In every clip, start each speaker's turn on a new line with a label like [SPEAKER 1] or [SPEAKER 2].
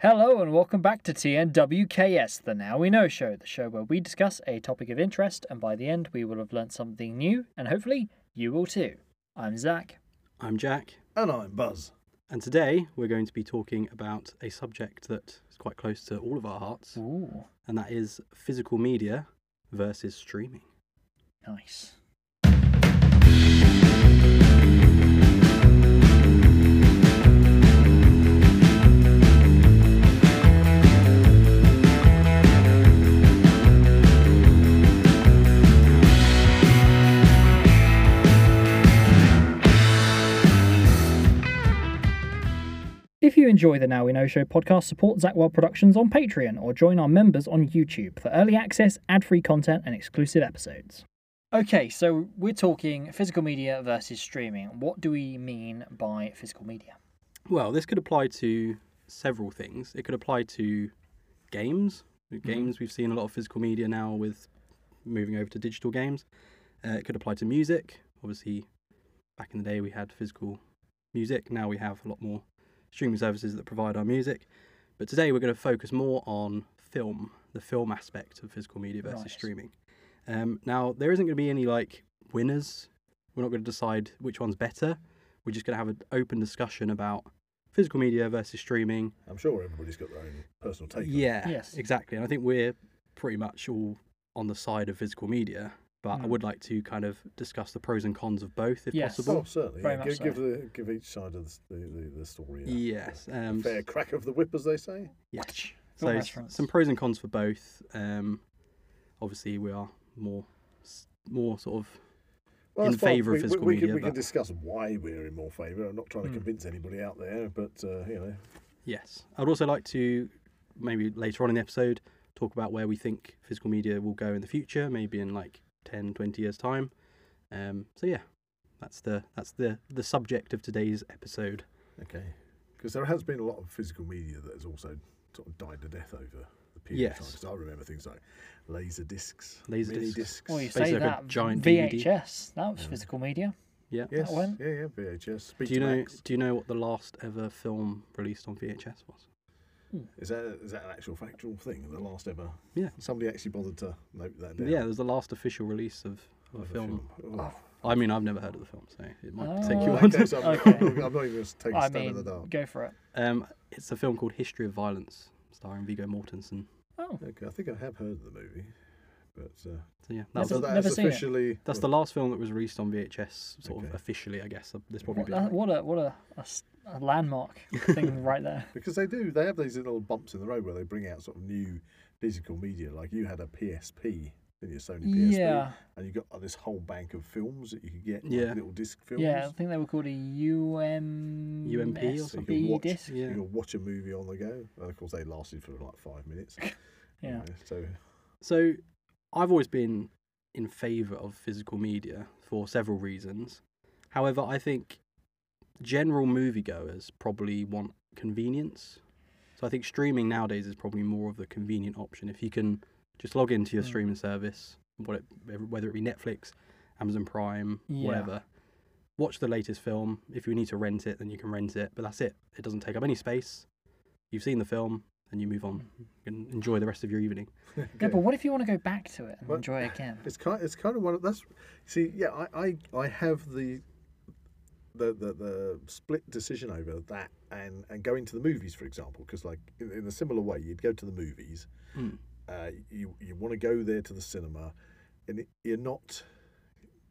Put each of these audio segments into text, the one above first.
[SPEAKER 1] Hello and welcome back to TNWKS, the Now We Know show, the show where we discuss a topic of interest, and by the end we will have learnt something new, and hopefully you will too. I'm Zach.
[SPEAKER 2] I'm Jack,
[SPEAKER 3] And I'm Buzz.
[SPEAKER 2] and today we're going to be talking about a subject that is quite close to all of our hearts,
[SPEAKER 1] Ooh,
[SPEAKER 2] and that is physical media versus streaming.
[SPEAKER 1] nice. If you enjoy the Now We Know Show podcast, support Zackwell Productions on Patreon or join our members on YouTube for early access, ad free content, and exclusive episodes. Okay, so we're talking physical media versus streaming. What do we mean by physical media?
[SPEAKER 2] Well, this could apply to several things. It could apply to games. With Games, we've seen a lot of physical media now with moving over to digital games. Uh, it could apply to music. Obviously, back in the day, we had physical music. Now we have a lot more streaming services that provide our music. But today, we're going to focus more on film, the film aspect of physical media versus
[SPEAKER 1] Right.
[SPEAKER 2] streaming. Um, now, there isn't going to be any like winners. We're not going to decide which one's better. We're just going to have an open discussion about physical media versus streaming.
[SPEAKER 3] I'm sure everybody's got their own personal take. on it.
[SPEAKER 2] Yeah,
[SPEAKER 1] Yes.
[SPEAKER 2] exactly. And I think we're pretty much all on the side of physical media, but I
[SPEAKER 1] Mm.
[SPEAKER 2] would like to kind of discuss the pros and cons of both if
[SPEAKER 1] Yes.
[SPEAKER 3] Oh,
[SPEAKER 2] possible.
[SPEAKER 3] certainly.
[SPEAKER 1] Very
[SPEAKER 3] yeah.
[SPEAKER 1] much
[SPEAKER 3] Give,
[SPEAKER 1] so.
[SPEAKER 3] give, the, give each side of the, the, the, the story. a-
[SPEAKER 2] Yes.
[SPEAKER 3] a
[SPEAKER 2] Um,
[SPEAKER 3] Oh, fair crack of the whip, as they say.
[SPEAKER 2] yeah.
[SPEAKER 1] Film
[SPEAKER 2] So s-
[SPEAKER 1] restaurants.
[SPEAKER 2] some pros and cons for both. Um, obviously, we are more s- more sort of In
[SPEAKER 3] that's fine.
[SPEAKER 2] favour of
[SPEAKER 3] We- we-
[SPEAKER 2] physical
[SPEAKER 3] we,
[SPEAKER 2] media,
[SPEAKER 3] Can, we
[SPEAKER 2] but- Hmm.
[SPEAKER 3] can discuss why we're in more favour. I'm not trying to convince anybody out there, but uh, you know,
[SPEAKER 2] yes. I'd also like to maybe later on in the episode talk about where we think physical media will go in the future, maybe in like 10, 20 years time. Um, so yeah, that's the that's the the subject of today's episode.
[SPEAKER 3] okay, because there has been a lot of physical media that has also sort of died to death over the period of time.
[SPEAKER 2] Yes.
[SPEAKER 3] Because I remember things like laser discs,
[SPEAKER 2] Laser
[SPEAKER 3] mini
[SPEAKER 2] discs.
[SPEAKER 3] discs.
[SPEAKER 1] Well, you
[SPEAKER 2] Basically
[SPEAKER 1] say
[SPEAKER 2] like a
[SPEAKER 1] that
[SPEAKER 2] giant DVD.
[SPEAKER 1] VHS. That was physical media.
[SPEAKER 2] Yeah.
[SPEAKER 3] yes,
[SPEAKER 1] one?
[SPEAKER 3] yeah, yeah, VHS.
[SPEAKER 2] Do you know?
[SPEAKER 3] Betamax.
[SPEAKER 2] Do you know what the last ever film released on VHS was?
[SPEAKER 3] Is that is that an actual factual thing? The last ever.
[SPEAKER 2] Yeah.
[SPEAKER 3] Somebody actually bothered to note that
[SPEAKER 2] Yeah,
[SPEAKER 3] down.
[SPEAKER 2] it was the last official release of, of a
[SPEAKER 3] Of the
[SPEAKER 2] film.
[SPEAKER 3] film. Oh.
[SPEAKER 2] I mean, I've never heard of the film, so it might take
[SPEAKER 1] Oh,
[SPEAKER 2] you on.
[SPEAKER 3] Okay, so I'm,
[SPEAKER 1] Okay.
[SPEAKER 3] I'm not even going to take a
[SPEAKER 1] I
[SPEAKER 3] stab in
[SPEAKER 1] mean,
[SPEAKER 3] the dark.
[SPEAKER 1] go for it.
[SPEAKER 2] Um, it's a film called History of Violence, starring Viggo Mortensen.
[SPEAKER 1] Oh,
[SPEAKER 3] Okay, I think I have heard of the movie, but uh,
[SPEAKER 2] So yeah,
[SPEAKER 1] Never-
[SPEAKER 2] that was,
[SPEAKER 3] so
[SPEAKER 2] the-
[SPEAKER 3] that's
[SPEAKER 1] never seen it.
[SPEAKER 3] officially
[SPEAKER 2] that's the last film that was released on VHS, sort of
[SPEAKER 3] Okay.
[SPEAKER 2] officially, I guess. uh, This probably
[SPEAKER 1] what,
[SPEAKER 2] been
[SPEAKER 1] that,
[SPEAKER 2] like-
[SPEAKER 1] what a what a, a s- a landmark thing right there.
[SPEAKER 3] because they do they have these little bumps in the road where they bring out sort of new physical media. Like you had a PSP, didn't you, Sony PSP,
[SPEAKER 1] Yeah,
[SPEAKER 3] and you got uh, this whole bank of films that you could get, like
[SPEAKER 2] Yeah.
[SPEAKER 3] little disc films.
[SPEAKER 1] yeah. I think they were called a UM
[SPEAKER 2] UMP or
[SPEAKER 3] So you could watch,
[SPEAKER 1] disc.
[SPEAKER 2] Yeah.
[SPEAKER 3] you could watch a movie on the go. And of course, they lasted for like five minutes. you
[SPEAKER 1] Yeah.
[SPEAKER 3] know, so
[SPEAKER 2] So I've always been in favour of physical media for several reasons. However, I think general moviegoers probably want convenience. So I think streaming nowadays is probably more of the convenient option. If you can just log into your
[SPEAKER 1] Mm.
[SPEAKER 2] streaming service, what it- whether it be Netflix, Amazon Prime,
[SPEAKER 1] Yeah.
[SPEAKER 2] whatever, watch the latest film. If you need to rent it, then you can rent it. But that's it. It doesn't take up any space. You've seen the film, and you move on and enjoy the rest of your evening.
[SPEAKER 1] Yeah,
[SPEAKER 3] okay.
[SPEAKER 1] but what if you want to go back to it and
[SPEAKER 3] Well-
[SPEAKER 1] enjoy it again?
[SPEAKER 3] It's kind. It's kind of one of that's. See, yeah, I, I, I have the, the, the, the split decision over that and and going to the movies, for example, because like in, in a similar way, you'd go to the movies.
[SPEAKER 2] Mm.
[SPEAKER 3] Uh, you you want to go there to the cinema, and it, you're not,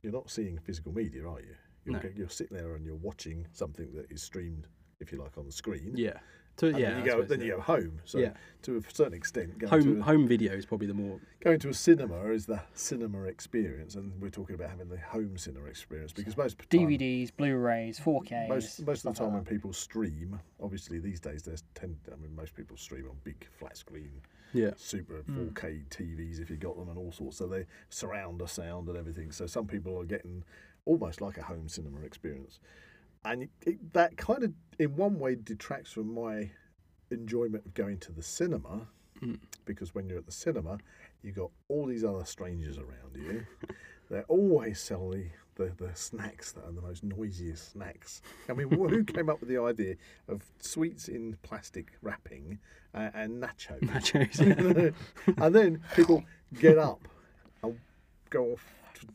[SPEAKER 3] you're not seeing physical media, are you? You're,
[SPEAKER 2] No.
[SPEAKER 3] go- you're sitting there and you're watching something that is streamed, if you like, on the screen.
[SPEAKER 2] Yeah. So
[SPEAKER 3] And
[SPEAKER 2] yeah.
[SPEAKER 3] then
[SPEAKER 2] I
[SPEAKER 3] you go.
[SPEAKER 2] suppose,
[SPEAKER 3] Then
[SPEAKER 2] yeah.
[SPEAKER 3] you go home. So
[SPEAKER 2] Yeah.
[SPEAKER 3] to a certain extent, going to
[SPEAKER 2] home
[SPEAKER 3] a-
[SPEAKER 2] home video is probably the more
[SPEAKER 3] Going to a cinema is the cinema experience, and we're talking about having the home cinema experience because most of the time-
[SPEAKER 1] DVDs, Blu-rays, 4Ks.
[SPEAKER 3] most most of the
[SPEAKER 1] stuff like
[SPEAKER 3] time when
[SPEAKER 1] that.
[SPEAKER 3] people stream, obviously these days there's ten. I mean, most people stream on big flat screen,
[SPEAKER 2] yeah
[SPEAKER 3] super 4K TVs if you got them, and all sorts. So they surround the sound and everything. So some people are getting almost like a home cinema experience, and it, it, that kind of in one way detracts from my enjoyment of going to the cinema because when you're at the cinema, you've got all these other strangers around you. They're always selling the, the snacks that are the most noisiest snacks. I mean, wh- who came up with the idea of sweets in plastic wrapping uh, and nachos?
[SPEAKER 2] Nachos.
[SPEAKER 3] and then people get up and go off.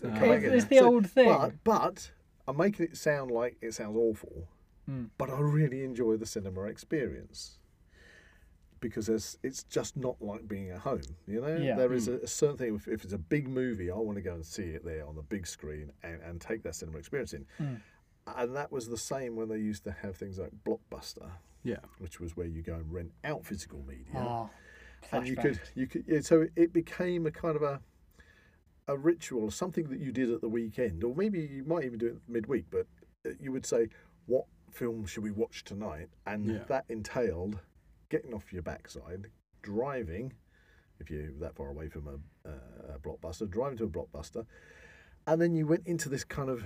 [SPEAKER 3] To, and come back
[SPEAKER 1] Ah. It's-
[SPEAKER 3] in.
[SPEAKER 1] it's the old thing.
[SPEAKER 3] But, but I'm making it sound like it sounds awful,
[SPEAKER 1] Hmm.
[SPEAKER 3] but I really enjoy the cinema experience because there's, it's just not like being at home. You know,
[SPEAKER 1] Yeah. Hmm.
[SPEAKER 3] there is a, a certain thing. If, if it's a big movie, I want to go and see it there on the big screen and, and take that cinema experience in.
[SPEAKER 1] Hmm.
[SPEAKER 3] And that was the same when they used to have things like Blockbuster,
[SPEAKER 2] yeah.
[SPEAKER 3] which was where you go and rent out physical media
[SPEAKER 1] Ah,
[SPEAKER 3] and you
[SPEAKER 1] flashback.
[SPEAKER 3] could you could yeah, so it became a kind of a a ritual something that you did at the weekend or maybe you might even do it midweek but uh, you would say what film should we watch tonight and
[SPEAKER 2] Yeah.
[SPEAKER 3] that entailed getting off your backside driving if you're that far away from a, uh, a blockbuster driving to a blockbuster and then you went into this kind of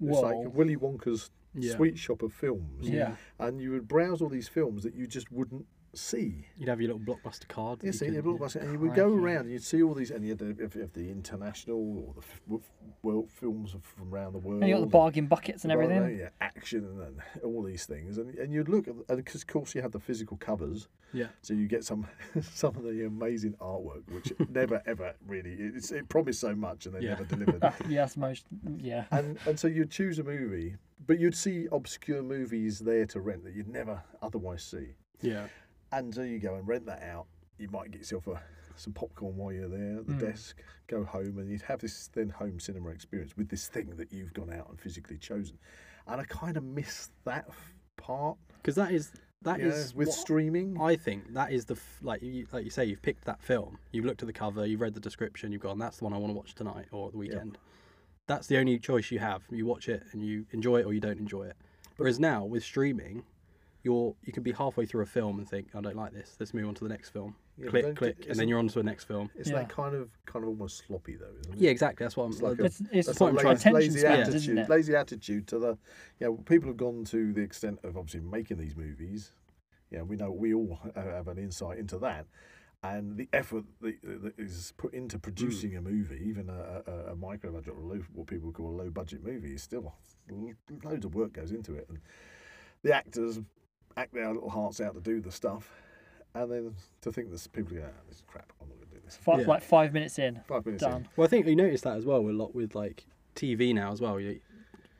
[SPEAKER 3] it's like
[SPEAKER 1] World.
[SPEAKER 3] Willy Wonka's
[SPEAKER 2] Yeah.
[SPEAKER 3] sweet shop of films
[SPEAKER 1] Yeah.
[SPEAKER 3] and you would browse all these films that you just wouldn't see
[SPEAKER 2] You'd have your little blockbuster card. that
[SPEAKER 3] Yes,
[SPEAKER 2] you
[SPEAKER 3] you
[SPEAKER 2] could-
[SPEAKER 3] and you would go
[SPEAKER 1] Crikey.
[SPEAKER 3] around and you'd see all these, and you had the, if, if the international or the f- w- f- world films from around the world.
[SPEAKER 1] and you got the bargain buckets and
[SPEAKER 3] the bar-
[SPEAKER 1] everything.
[SPEAKER 3] Yeah, action and, then all these things. And, and you'd look, at and because of course you have the physical covers,
[SPEAKER 2] Yeah.
[SPEAKER 3] so you get some some of the amazing artwork, which never ever really, it's, it promised so much and they
[SPEAKER 2] Yeah.
[SPEAKER 3] never delivered.
[SPEAKER 1] Yeah, that's most. Yeah.
[SPEAKER 3] and, and so you'd choose a movie, but you'd see obscure movies there to rent that you'd never otherwise see.
[SPEAKER 2] Yeah.
[SPEAKER 3] And so you go and rent that out. You might get yourself a, some popcorn while you're there at
[SPEAKER 2] Hmm.
[SPEAKER 3] the desk, go home, and you'd have this then home cinema experience with this thing that you've gone out and physically chosen. And I kind of miss that f- part
[SPEAKER 2] Because that is that
[SPEAKER 3] you know,
[SPEAKER 2] is
[SPEAKER 3] with
[SPEAKER 2] what
[SPEAKER 3] streaming.
[SPEAKER 2] I think that is the f- like you like you say you've picked that film, you've looked at the cover, you've read the description, you've gone that's the one I want to watch tonight or at the weekend. That's the only choice you have. You watch it and you enjoy it or you don't enjoy it. Whereas now with streaming, you're you can be halfway through a film and think I don't like this. Let's move on to the next film.
[SPEAKER 3] Yeah, but don't
[SPEAKER 2] click
[SPEAKER 3] you-
[SPEAKER 2] click and then
[SPEAKER 3] isn't-
[SPEAKER 2] you're on to the next film.
[SPEAKER 3] It's
[SPEAKER 1] Yeah.
[SPEAKER 3] that kind of kind of almost sloppy though, isn't it?
[SPEAKER 2] Yeah, exactly. That's what I'm
[SPEAKER 3] like
[SPEAKER 2] like.
[SPEAKER 3] a-
[SPEAKER 1] It's, it's
[SPEAKER 3] That's
[SPEAKER 1] sort
[SPEAKER 3] like
[SPEAKER 1] of
[SPEAKER 3] lazy,
[SPEAKER 1] attention
[SPEAKER 3] lazy
[SPEAKER 1] spans,
[SPEAKER 3] attitude.
[SPEAKER 1] isn't it?
[SPEAKER 3] Lazy attitude to the, you know, people have gone to the extent of obviously making these movies. Yeah, we know we all ha- have an insight into that, and the effort that, that is put
[SPEAKER 1] Hmm.
[SPEAKER 3] into producing a movie, even a, a, a micro budget or low, what people call a low budget movie, is still lo- loads of work goes into it, and the actors act their little hearts out to do the stuff, and then to think that people go, ah, "This is crap, I'm not going to do this."
[SPEAKER 1] Five,
[SPEAKER 2] Yeah.
[SPEAKER 1] Like five minutes in,
[SPEAKER 3] Five minutes in.
[SPEAKER 1] done.
[SPEAKER 2] Well, I think you notice that as well a lot with like TV now as well. You,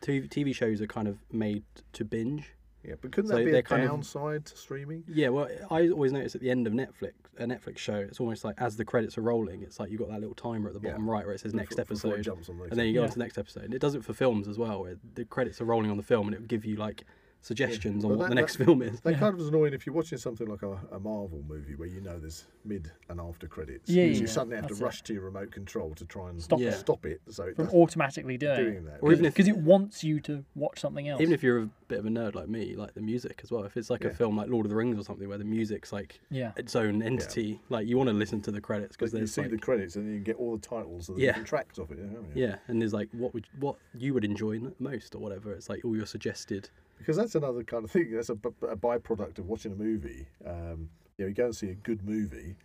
[SPEAKER 2] TV TV shows are kind of made to binge.
[SPEAKER 3] Yeah, but couldn't
[SPEAKER 2] So
[SPEAKER 3] that be
[SPEAKER 2] they're
[SPEAKER 3] a
[SPEAKER 2] kind of-
[SPEAKER 3] downside to streaming?
[SPEAKER 2] Yeah, well, I always notice at the end of Netflix, a Netflix show, it's almost like as the credits are rolling, it's like you've got that little timer at the
[SPEAKER 3] Yeah.
[SPEAKER 2] bottom right where it says next
[SPEAKER 3] Before- before it
[SPEAKER 2] episode,
[SPEAKER 3] jumps on the next
[SPEAKER 2] and then you go
[SPEAKER 1] one.
[SPEAKER 2] on to the next episode. And it does it for films as well, where the credits are rolling on the film, and it will give you like suggestions on
[SPEAKER 3] Well,
[SPEAKER 2] what
[SPEAKER 3] that-
[SPEAKER 2] the next
[SPEAKER 3] that-
[SPEAKER 2] film is.
[SPEAKER 3] That kind of is annoying if you're watching something like a, a Marvel movie where you know there's mid and after credits.
[SPEAKER 1] Yeah,
[SPEAKER 3] and
[SPEAKER 1] yeah,
[SPEAKER 3] You
[SPEAKER 1] yeah,
[SPEAKER 3] suddenly have to
[SPEAKER 1] that's it.
[SPEAKER 3] rush to your remote control to try and
[SPEAKER 1] Stop
[SPEAKER 2] it.
[SPEAKER 3] stop it. So it
[SPEAKER 1] from
[SPEAKER 3] does-
[SPEAKER 1] automatically doing,
[SPEAKER 3] doing that.
[SPEAKER 2] Or even if-
[SPEAKER 1] because it wants you to watch something else.
[SPEAKER 2] Even if you're a bit of a nerd like me, like the music as well. If it's like a
[SPEAKER 3] Yeah.
[SPEAKER 2] film like Lord of the Rings or something, where the music's like
[SPEAKER 1] yeah,
[SPEAKER 2] its own entity, like you want to listen to the credits because
[SPEAKER 3] but you
[SPEAKER 2] there's
[SPEAKER 3] see
[SPEAKER 2] like,
[SPEAKER 3] the credits and then you get all the titles of the
[SPEAKER 2] Yeah.
[SPEAKER 3] different tracks of it. don't you?
[SPEAKER 2] yeah, and there's like what would what you would enjoy n- most or whatever. It's like all your suggested.
[SPEAKER 3] Because that's another kind of thing. That's a, b- a byproduct of watching a movie. Um, you know, you go and see a good movie.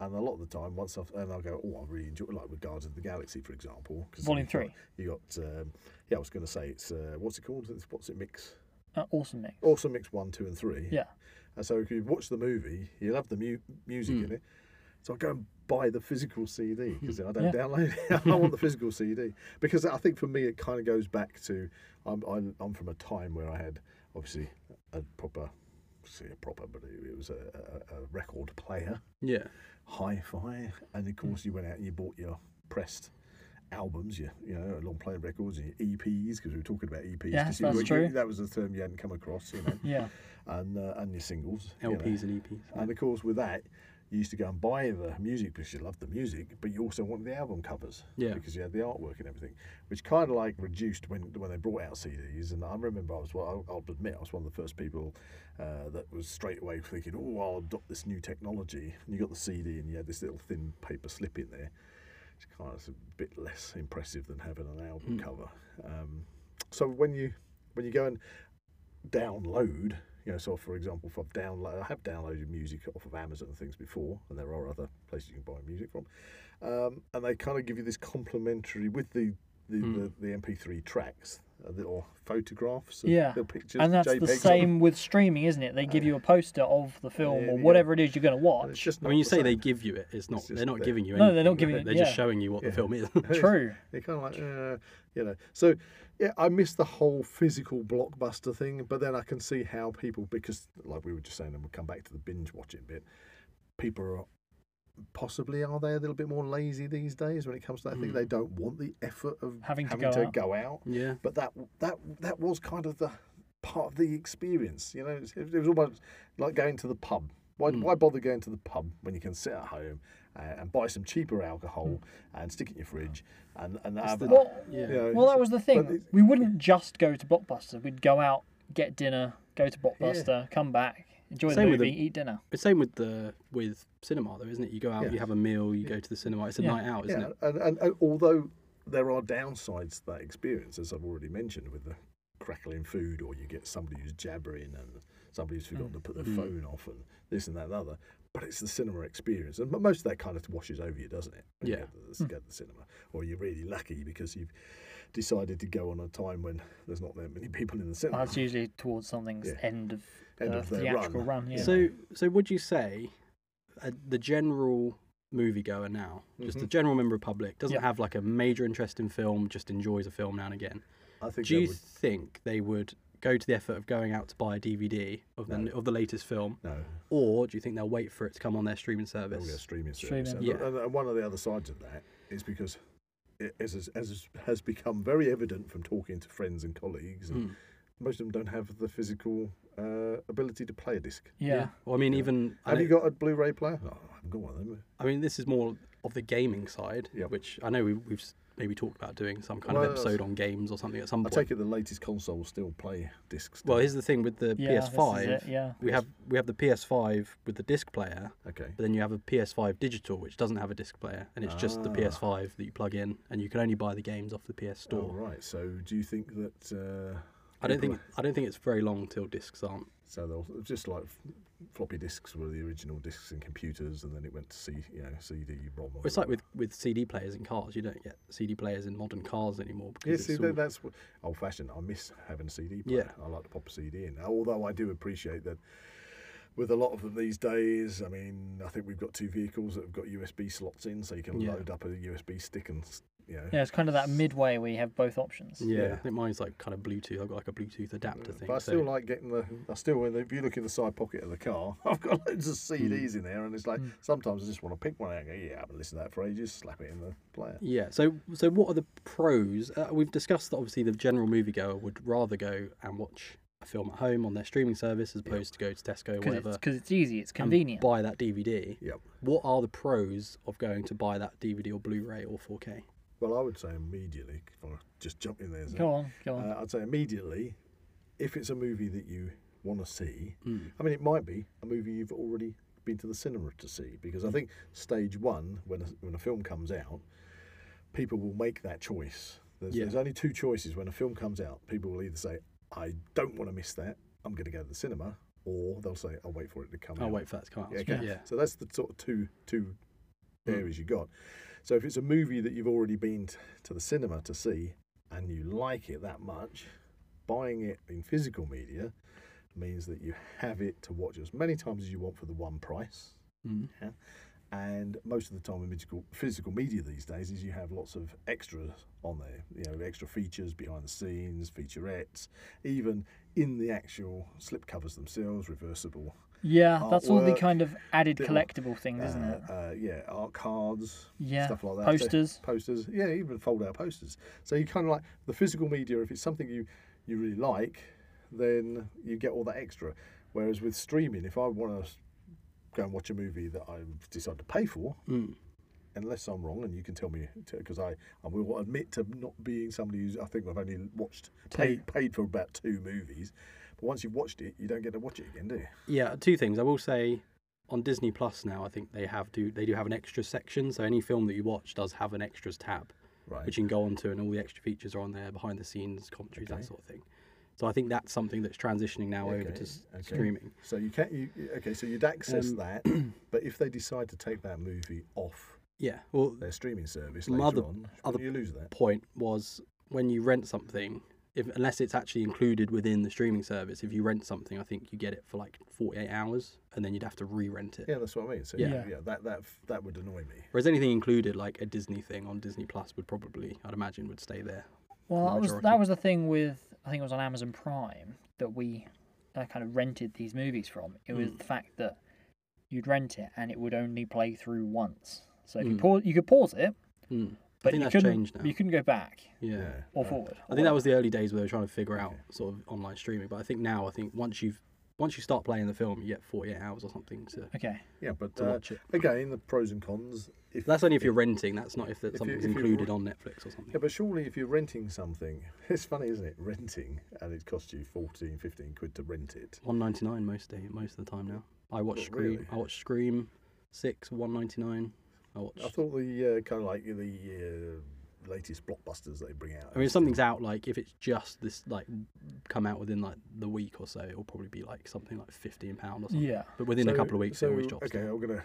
[SPEAKER 3] And a lot of the time, once I've, and I go, oh, I really enjoy, like with Guardians of the Galaxy, for example. 'cause
[SPEAKER 1] Volume
[SPEAKER 3] you've got-
[SPEAKER 1] three.
[SPEAKER 3] You got, um, yeah, I was going to say it's uh, what's it called? It's, what's it mix?
[SPEAKER 1] uh, awesome, Nick.
[SPEAKER 3] Also mix one, two, and three.
[SPEAKER 1] Yeah,
[SPEAKER 3] And so if you watch the movie, you'll have the mu- music
[SPEAKER 1] Hmm.
[SPEAKER 3] in it. So I go and buy the physical CD because I don't
[SPEAKER 1] Yeah.
[SPEAKER 3] download it. I want the physical CD because I think for me it kind of goes back to I'm, I'm I'm from a time where I had obviously a proper, see a proper, but it, it was a, a, a record player,
[SPEAKER 2] Yeah,
[SPEAKER 3] hi-fi, and
[SPEAKER 1] Hmm.
[SPEAKER 3] of course you went out and you bought your pressed albums, your you know long playing records and your EPs because we were talking about E EPs. 'cause
[SPEAKER 1] Yes,
[SPEAKER 3] you
[SPEAKER 1] that's
[SPEAKER 3] were- you-
[SPEAKER 1] true.
[SPEAKER 3] that was a term you hadn't come across, you know,
[SPEAKER 1] yeah,
[SPEAKER 3] and uh, and your singles, you know.
[SPEAKER 2] LPs and E EPs.
[SPEAKER 3] And of course, with that, you used to go and buy the music because you loved the music, but you also wanted the album covers
[SPEAKER 2] Yeah.
[SPEAKER 3] because you had the artwork and everything, which kind of like reduced when when they brought out CDs. And I remember I was well, I'll, I'll admit I was one of the first people uh, that was straight away thinking, oh, I'll adopt this new technology. And you got the CD and you had this little thin paper slip in there. It's kind of a bit less impressive than having an album cover. Um, so when you when you go and download. You know, so for example, if I've download, I have downloaded music off of Amazon and things before, and there are other places you can buy music from, um, and they kind of give you this complimentary with the the, the, the MP3 tracks uh, the- or photographs, of
[SPEAKER 1] Yeah.
[SPEAKER 3] little pictures,
[SPEAKER 1] and that's the
[SPEAKER 3] JPEGs of-
[SPEAKER 1] same with streaming, isn't it? They give you a poster of the film
[SPEAKER 3] Yeah,
[SPEAKER 1] or
[SPEAKER 3] yeah.
[SPEAKER 1] whatever it is you're going to
[SPEAKER 3] and It's
[SPEAKER 1] watch.
[SPEAKER 3] just
[SPEAKER 2] I mean,
[SPEAKER 3] not
[SPEAKER 2] you
[SPEAKER 3] the
[SPEAKER 2] say they
[SPEAKER 3] same.
[SPEAKER 2] give you it. It's not.
[SPEAKER 3] just
[SPEAKER 2] they're not
[SPEAKER 3] there.
[SPEAKER 2] giving you
[SPEAKER 1] No,
[SPEAKER 2] anything.
[SPEAKER 1] they're not giving
[SPEAKER 2] They're
[SPEAKER 1] you-
[SPEAKER 2] just
[SPEAKER 1] yeah.
[SPEAKER 2] showing you what the film is.
[SPEAKER 1] True.
[SPEAKER 3] They're kind of like, uh, you know. So, yeah, I miss the whole physical blockbuster thing, but then I can see how people, because like we were just saying, and we'll come back to the binge watching bit, people are possibly are they a little bit more lazy these days when it comes to that thing? They don't want the effort of
[SPEAKER 1] Hmm. Having to go out.
[SPEAKER 3] out.
[SPEAKER 2] yeah.
[SPEAKER 3] But that that that was kind of the part of the experience, you know. It was, it was almost like going to the pub. Why,
[SPEAKER 1] Hmm.
[SPEAKER 3] why bother going to the pub when you can sit at home uh, and, and buy some cheaper alcohol
[SPEAKER 1] Hmm.
[SPEAKER 3] and stick it in your fridge and and have
[SPEAKER 2] the-
[SPEAKER 3] a-
[SPEAKER 1] Well,
[SPEAKER 2] Yeah.
[SPEAKER 3] you know,
[SPEAKER 1] well, that
[SPEAKER 3] so-
[SPEAKER 1] was the
[SPEAKER 3] but
[SPEAKER 1] thing.
[SPEAKER 3] it's-
[SPEAKER 1] We wouldn't just go to Blockbuster. We'd go out, get dinner, go to Blockbuster, come back, enjoy
[SPEAKER 2] Same
[SPEAKER 1] the
[SPEAKER 2] with
[SPEAKER 1] movie,
[SPEAKER 2] the-
[SPEAKER 1] eat dinner.
[SPEAKER 2] It's same with the with cinema though, isn't it? You go out, you
[SPEAKER 3] Yes.
[SPEAKER 2] have a meal, you go to the cinema. It's a
[SPEAKER 1] Yeah.
[SPEAKER 2] night out, isn't
[SPEAKER 3] Yeah,
[SPEAKER 2] it?
[SPEAKER 3] and, and, and although there are downsides to that experience, as I've already mentioned, with the crackling food, or you get somebody who's jabbering and somebody who's
[SPEAKER 2] Mm.
[SPEAKER 3] forgotten to put their phone off, and this and that and other. But it's the cinema experience, and m- most of that kind of washes over you, doesn't it? when you
[SPEAKER 2] Yeah. Mm.
[SPEAKER 3] go to the, go to the cinema, or you're really lucky because you've decided to go on a time when there's not that many people in the cinema.
[SPEAKER 1] That's usually towards something's
[SPEAKER 3] Yeah.
[SPEAKER 1] end of
[SPEAKER 3] End
[SPEAKER 1] the
[SPEAKER 3] of their
[SPEAKER 1] theatrical
[SPEAKER 3] run.
[SPEAKER 1] run. yeah.
[SPEAKER 2] So so would you say uh, the general moviegoer now, just
[SPEAKER 3] Mm-hmm.
[SPEAKER 2] the general member of public, doesn't
[SPEAKER 1] Yeah.
[SPEAKER 2] have like a major interest in film, just enjoys a film now and again.
[SPEAKER 3] I think
[SPEAKER 2] Do
[SPEAKER 3] they
[SPEAKER 2] you
[SPEAKER 3] would-
[SPEAKER 2] think they would go to the effort of going out to buy a DVD of the of the latest film,
[SPEAKER 3] no.
[SPEAKER 2] or do you think they'll wait for it to come on their streaming
[SPEAKER 3] They're all
[SPEAKER 2] service?
[SPEAKER 3] their streaming
[SPEAKER 1] Streaming.
[SPEAKER 3] service. And,
[SPEAKER 2] Yeah.
[SPEAKER 3] and- and one of the other sides of that is because, it, as, as, as has become very evident from talking to friends and colleagues,
[SPEAKER 2] Hmm.
[SPEAKER 3] and most of them don't have the physical uh, ability to play a disc.
[SPEAKER 1] yeah.
[SPEAKER 2] Well, I mean, even I
[SPEAKER 3] Have you
[SPEAKER 2] know-
[SPEAKER 3] got a Blu-ray player? No, I haven't got one of them.
[SPEAKER 2] I mean, this is more of the gaming side,
[SPEAKER 3] Yep.
[SPEAKER 2] which I know we, we've s- maybe talked about doing some kind
[SPEAKER 3] Well,
[SPEAKER 2] of episode
[SPEAKER 3] that's-
[SPEAKER 2] on games or something at some
[SPEAKER 3] I
[SPEAKER 2] point.
[SPEAKER 3] take it the latest consoles still play discs.
[SPEAKER 2] well, here's the thing with the
[SPEAKER 1] Yeah, this is
[SPEAKER 2] PS5.
[SPEAKER 1] it, yeah.
[SPEAKER 2] We have we have the PS5 with the disc player,
[SPEAKER 3] okay.
[SPEAKER 2] but then you have a PS5 digital which doesn't have a disc player, and it's just
[SPEAKER 3] Ah.
[SPEAKER 2] the PS5 that you plug in, and you can only buy the games off the PS
[SPEAKER 3] All
[SPEAKER 2] Store.
[SPEAKER 3] right. So, do you think that? Uh,
[SPEAKER 2] I don't think I don't think it's very long till discs aren't.
[SPEAKER 3] So they'll just like f- floppy discs were the original discs in computers, and then it went to C, you know, CD-ROM. or
[SPEAKER 2] It's like with, with CD players in cars. You don't get CD players in modern cars anymore
[SPEAKER 3] Yeah,
[SPEAKER 2] because
[SPEAKER 3] see,
[SPEAKER 2] it's
[SPEAKER 3] that,
[SPEAKER 2] all,
[SPEAKER 3] that's what- old-fashioned. I miss having a CD player. I like to pop a CD in. Although I do appreciate that with a lot of them these days, I mean, I think we've got two vehicles that have got USB slots in, so you can
[SPEAKER 2] Yeah.
[SPEAKER 3] load up a USB stick and, s- you know.
[SPEAKER 1] Yeah, it's kind of that midway where you have both options.
[SPEAKER 2] yeah,
[SPEAKER 3] yeah. Mm,
[SPEAKER 2] I think mine's like kind of Bluetooth. I've got like a Bluetooth adapter thing.
[SPEAKER 3] But I
[SPEAKER 2] so-
[SPEAKER 3] still like getting the. I still, if you look in the side pocket of the car, I've got loads of CDs in there, and it's like sometimes I just want to pick one out. and go, yeah, I haven't listened to that for ages. Slap it in the player.
[SPEAKER 2] Yeah. So, so what are the pros? Uh, we've discussed that obviously the general moviegoer would rather go and watch a film at home on their streaming service as opposed to go to Tesco or
[SPEAKER 1] Because
[SPEAKER 2] whatever
[SPEAKER 1] it's, 'cause it's easy, it's
[SPEAKER 2] and
[SPEAKER 1] convenient.
[SPEAKER 2] buy that DVD.
[SPEAKER 3] Yep.
[SPEAKER 2] What are the pros of going to buy that DVD or Blu-ray or 4K?
[SPEAKER 3] Well, I would say immediately. If I just jump in there. as a-
[SPEAKER 1] Go on, go on.
[SPEAKER 3] Uh, I'd say immediately, if it's a movie that you want to see,
[SPEAKER 2] Hmm.
[SPEAKER 3] I mean, it might be a movie you've already been to the cinema to see, because I think stage one, when a, when a film comes out, people will make that choice. There's,
[SPEAKER 2] Yeah.
[SPEAKER 3] there's only two choices when a film comes out. People will either say, I don't want to miss that, I'm going to go to the cinema, or they'll say, I'll wait for it to come
[SPEAKER 2] I'll
[SPEAKER 3] out.
[SPEAKER 2] wait for that to come out.
[SPEAKER 3] Yeah, okay.
[SPEAKER 2] Yeah.
[SPEAKER 3] So that's the sort of two two areas you got. So if it's a movie that you've already been t- to the cinema to see and you like it that much, buying it in physical media means that you have it to watch as many times as you want for the one price.
[SPEAKER 2] Mm.
[SPEAKER 3] Yeah. And most of the time in physical, physical media these days is you have lots of extras on there, you know, extra features behind the scenes, featurettes, even in the actual slipcovers themselves, reversible
[SPEAKER 1] yeah, that's all the
[SPEAKER 3] artwork,
[SPEAKER 1] kind of added
[SPEAKER 3] little,
[SPEAKER 1] collectible things, isn't
[SPEAKER 3] uh,
[SPEAKER 1] it?
[SPEAKER 3] Uh, yeah, art cards,
[SPEAKER 1] Yeah,
[SPEAKER 3] stuff like that. So-
[SPEAKER 1] posters.
[SPEAKER 3] posters, yeah, even fold out posters. So you kind of like the physical media. If it's something you you really like, then you get all that extra. Whereas with streaming, if I want to go and watch a movie that I've decided to pay for.
[SPEAKER 1] Mm.
[SPEAKER 3] Unless I'm wrong, and you can tell me, because I, I will admit to not being somebody who's, I think I've only watched, paid, paid for about two movies. But once you've watched it, you don't get to watch it again, do you?
[SPEAKER 2] Yeah, two things. I will say on Disney Plus now, I think they have do they do have an extra section. So any film that you watch does have an extras tab,
[SPEAKER 3] Right.
[SPEAKER 2] which you can go onto, and all the extra features are on there, behind the scenes commentaries, that sort of thing. So I think that's something that's transitioning now over to s-
[SPEAKER 3] okay.
[SPEAKER 2] streaming. Um,
[SPEAKER 3] So you can't. You, okay, so you'd access that, but if they decide to take that movie off
[SPEAKER 2] Yeah. Well,
[SPEAKER 3] their streaming service
[SPEAKER 2] Some
[SPEAKER 3] later
[SPEAKER 2] other-
[SPEAKER 3] on.
[SPEAKER 2] other-
[SPEAKER 3] you lose that.
[SPEAKER 2] point was when you rent something, if unless it's actually included within the streaming service, if you rent something, I think you get it for like 48 hours, and then you'd have to re-rent it.
[SPEAKER 3] Yeah, that's what I mean. So
[SPEAKER 2] Yeah.
[SPEAKER 3] yeah, yeah, that that that would annoy me.
[SPEAKER 2] Whereas anything included, like a Disney thing on Disney Plus, would probably, I'd imagine, would stay there.
[SPEAKER 1] Well, that was that
[SPEAKER 2] majority.
[SPEAKER 1] was the thing with I think it was on Amazon Prime that we uh, kind of rented these movies from. It
[SPEAKER 3] Hmm.
[SPEAKER 1] was the fact that you'd rent it and it would only play through once. So if you
[SPEAKER 3] Hmm.
[SPEAKER 2] Mm.
[SPEAKER 1] pause, you could pause it,
[SPEAKER 2] Mm.
[SPEAKER 1] but
[SPEAKER 2] think
[SPEAKER 1] you
[SPEAKER 2] that's
[SPEAKER 1] couldn't
[SPEAKER 2] changed now.
[SPEAKER 1] you couldn't go back
[SPEAKER 2] Yeah.
[SPEAKER 1] or
[SPEAKER 3] Uh,
[SPEAKER 1] forward.
[SPEAKER 2] I think that was the early days where they were trying to figure out sort of online streaming. But I think now, I think once you've once you start playing the film, you get 48 hours or something to.
[SPEAKER 1] okay.
[SPEAKER 3] Yeah, but
[SPEAKER 2] To
[SPEAKER 3] uh,
[SPEAKER 2] watch it.
[SPEAKER 3] again, the pros and cons. If
[SPEAKER 2] That's only if you're renting. That's not if
[SPEAKER 3] If you-
[SPEAKER 2] that something's
[SPEAKER 3] if you-
[SPEAKER 2] included on Netflix or something.
[SPEAKER 3] yeah, but surely if you're renting something, it's funny, isn't it? Renting and it costs you 14, 15 quid to rent it.
[SPEAKER 2] One ninety nine most day, most of the time now. I watch
[SPEAKER 3] Not
[SPEAKER 2] Scream.
[SPEAKER 3] Oh, really.
[SPEAKER 2] I watch Scream six one ninety nine. I watch.
[SPEAKER 3] I
[SPEAKER 2] I,
[SPEAKER 3] thought the uh, kind of like the uh, latest blockbusters they bring out.
[SPEAKER 2] mean, if something's out, like if it's just this, like come out within like the week or so, it'll probably be like something like fifteen pound or something.
[SPEAKER 1] Yeah.
[SPEAKER 2] But within a
[SPEAKER 3] So-
[SPEAKER 2] couple of weeks,
[SPEAKER 3] so,
[SPEAKER 2] it always drops.
[SPEAKER 3] Okay,
[SPEAKER 2] down.
[SPEAKER 3] I'm gonna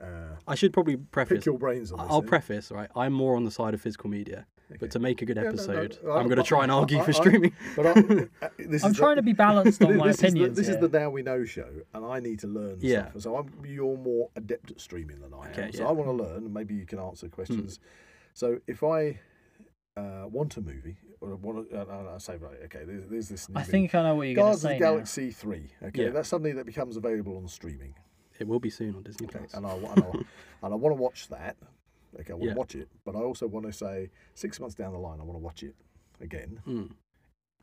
[SPEAKER 3] uh,
[SPEAKER 2] I should probably
[SPEAKER 3] pick
[SPEAKER 2] preface.
[SPEAKER 3] your brains on this.
[SPEAKER 2] I'll
[SPEAKER 3] then.
[SPEAKER 2] preface, right? I'm more on the side of physical media, but to make a good
[SPEAKER 3] no, no,
[SPEAKER 2] episode,
[SPEAKER 3] I-
[SPEAKER 2] I'm going to
[SPEAKER 3] I-
[SPEAKER 2] try and argue
[SPEAKER 3] I-
[SPEAKER 2] for
[SPEAKER 3] I-
[SPEAKER 2] streaming.
[SPEAKER 3] But I, uh, this
[SPEAKER 1] I'm
[SPEAKER 3] is
[SPEAKER 1] trying to
[SPEAKER 3] the,
[SPEAKER 1] be balanced on my
[SPEAKER 3] this
[SPEAKER 1] opinions.
[SPEAKER 3] Is the, this
[SPEAKER 1] here.
[SPEAKER 3] is the Now We Know show, and I need to learn
[SPEAKER 2] Yeah.
[SPEAKER 3] stuff. So I'm, you're more adept at streaming than I am.
[SPEAKER 2] Okay,
[SPEAKER 3] so
[SPEAKER 2] yeah.
[SPEAKER 3] I want to learn, and maybe you can answer questions. So if I uh, want a movie, or want to, uh, I say, right, okay, there's, there's this new
[SPEAKER 1] I
[SPEAKER 3] movie,
[SPEAKER 1] think I know what you're going to
[SPEAKER 3] Guardians of
[SPEAKER 1] say.
[SPEAKER 3] the
[SPEAKER 1] now.
[SPEAKER 3] Galaxy 3. Okay,
[SPEAKER 2] Yeah.
[SPEAKER 3] that's something that becomes available on streaming.
[SPEAKER 2] It will be soon on Disney
[SPEAKER 3] Okay,
[SPEAKER 2] Plus.
[SPEAKER 3] and I, wa- and I, and I want to watch that. Okay, I want
[SPEAKER 2] Yeah.
[SPEAKER 3] to watch it, but I also want to say six months down the line, I want to watch it again.
[SPEAKER 2] Mm.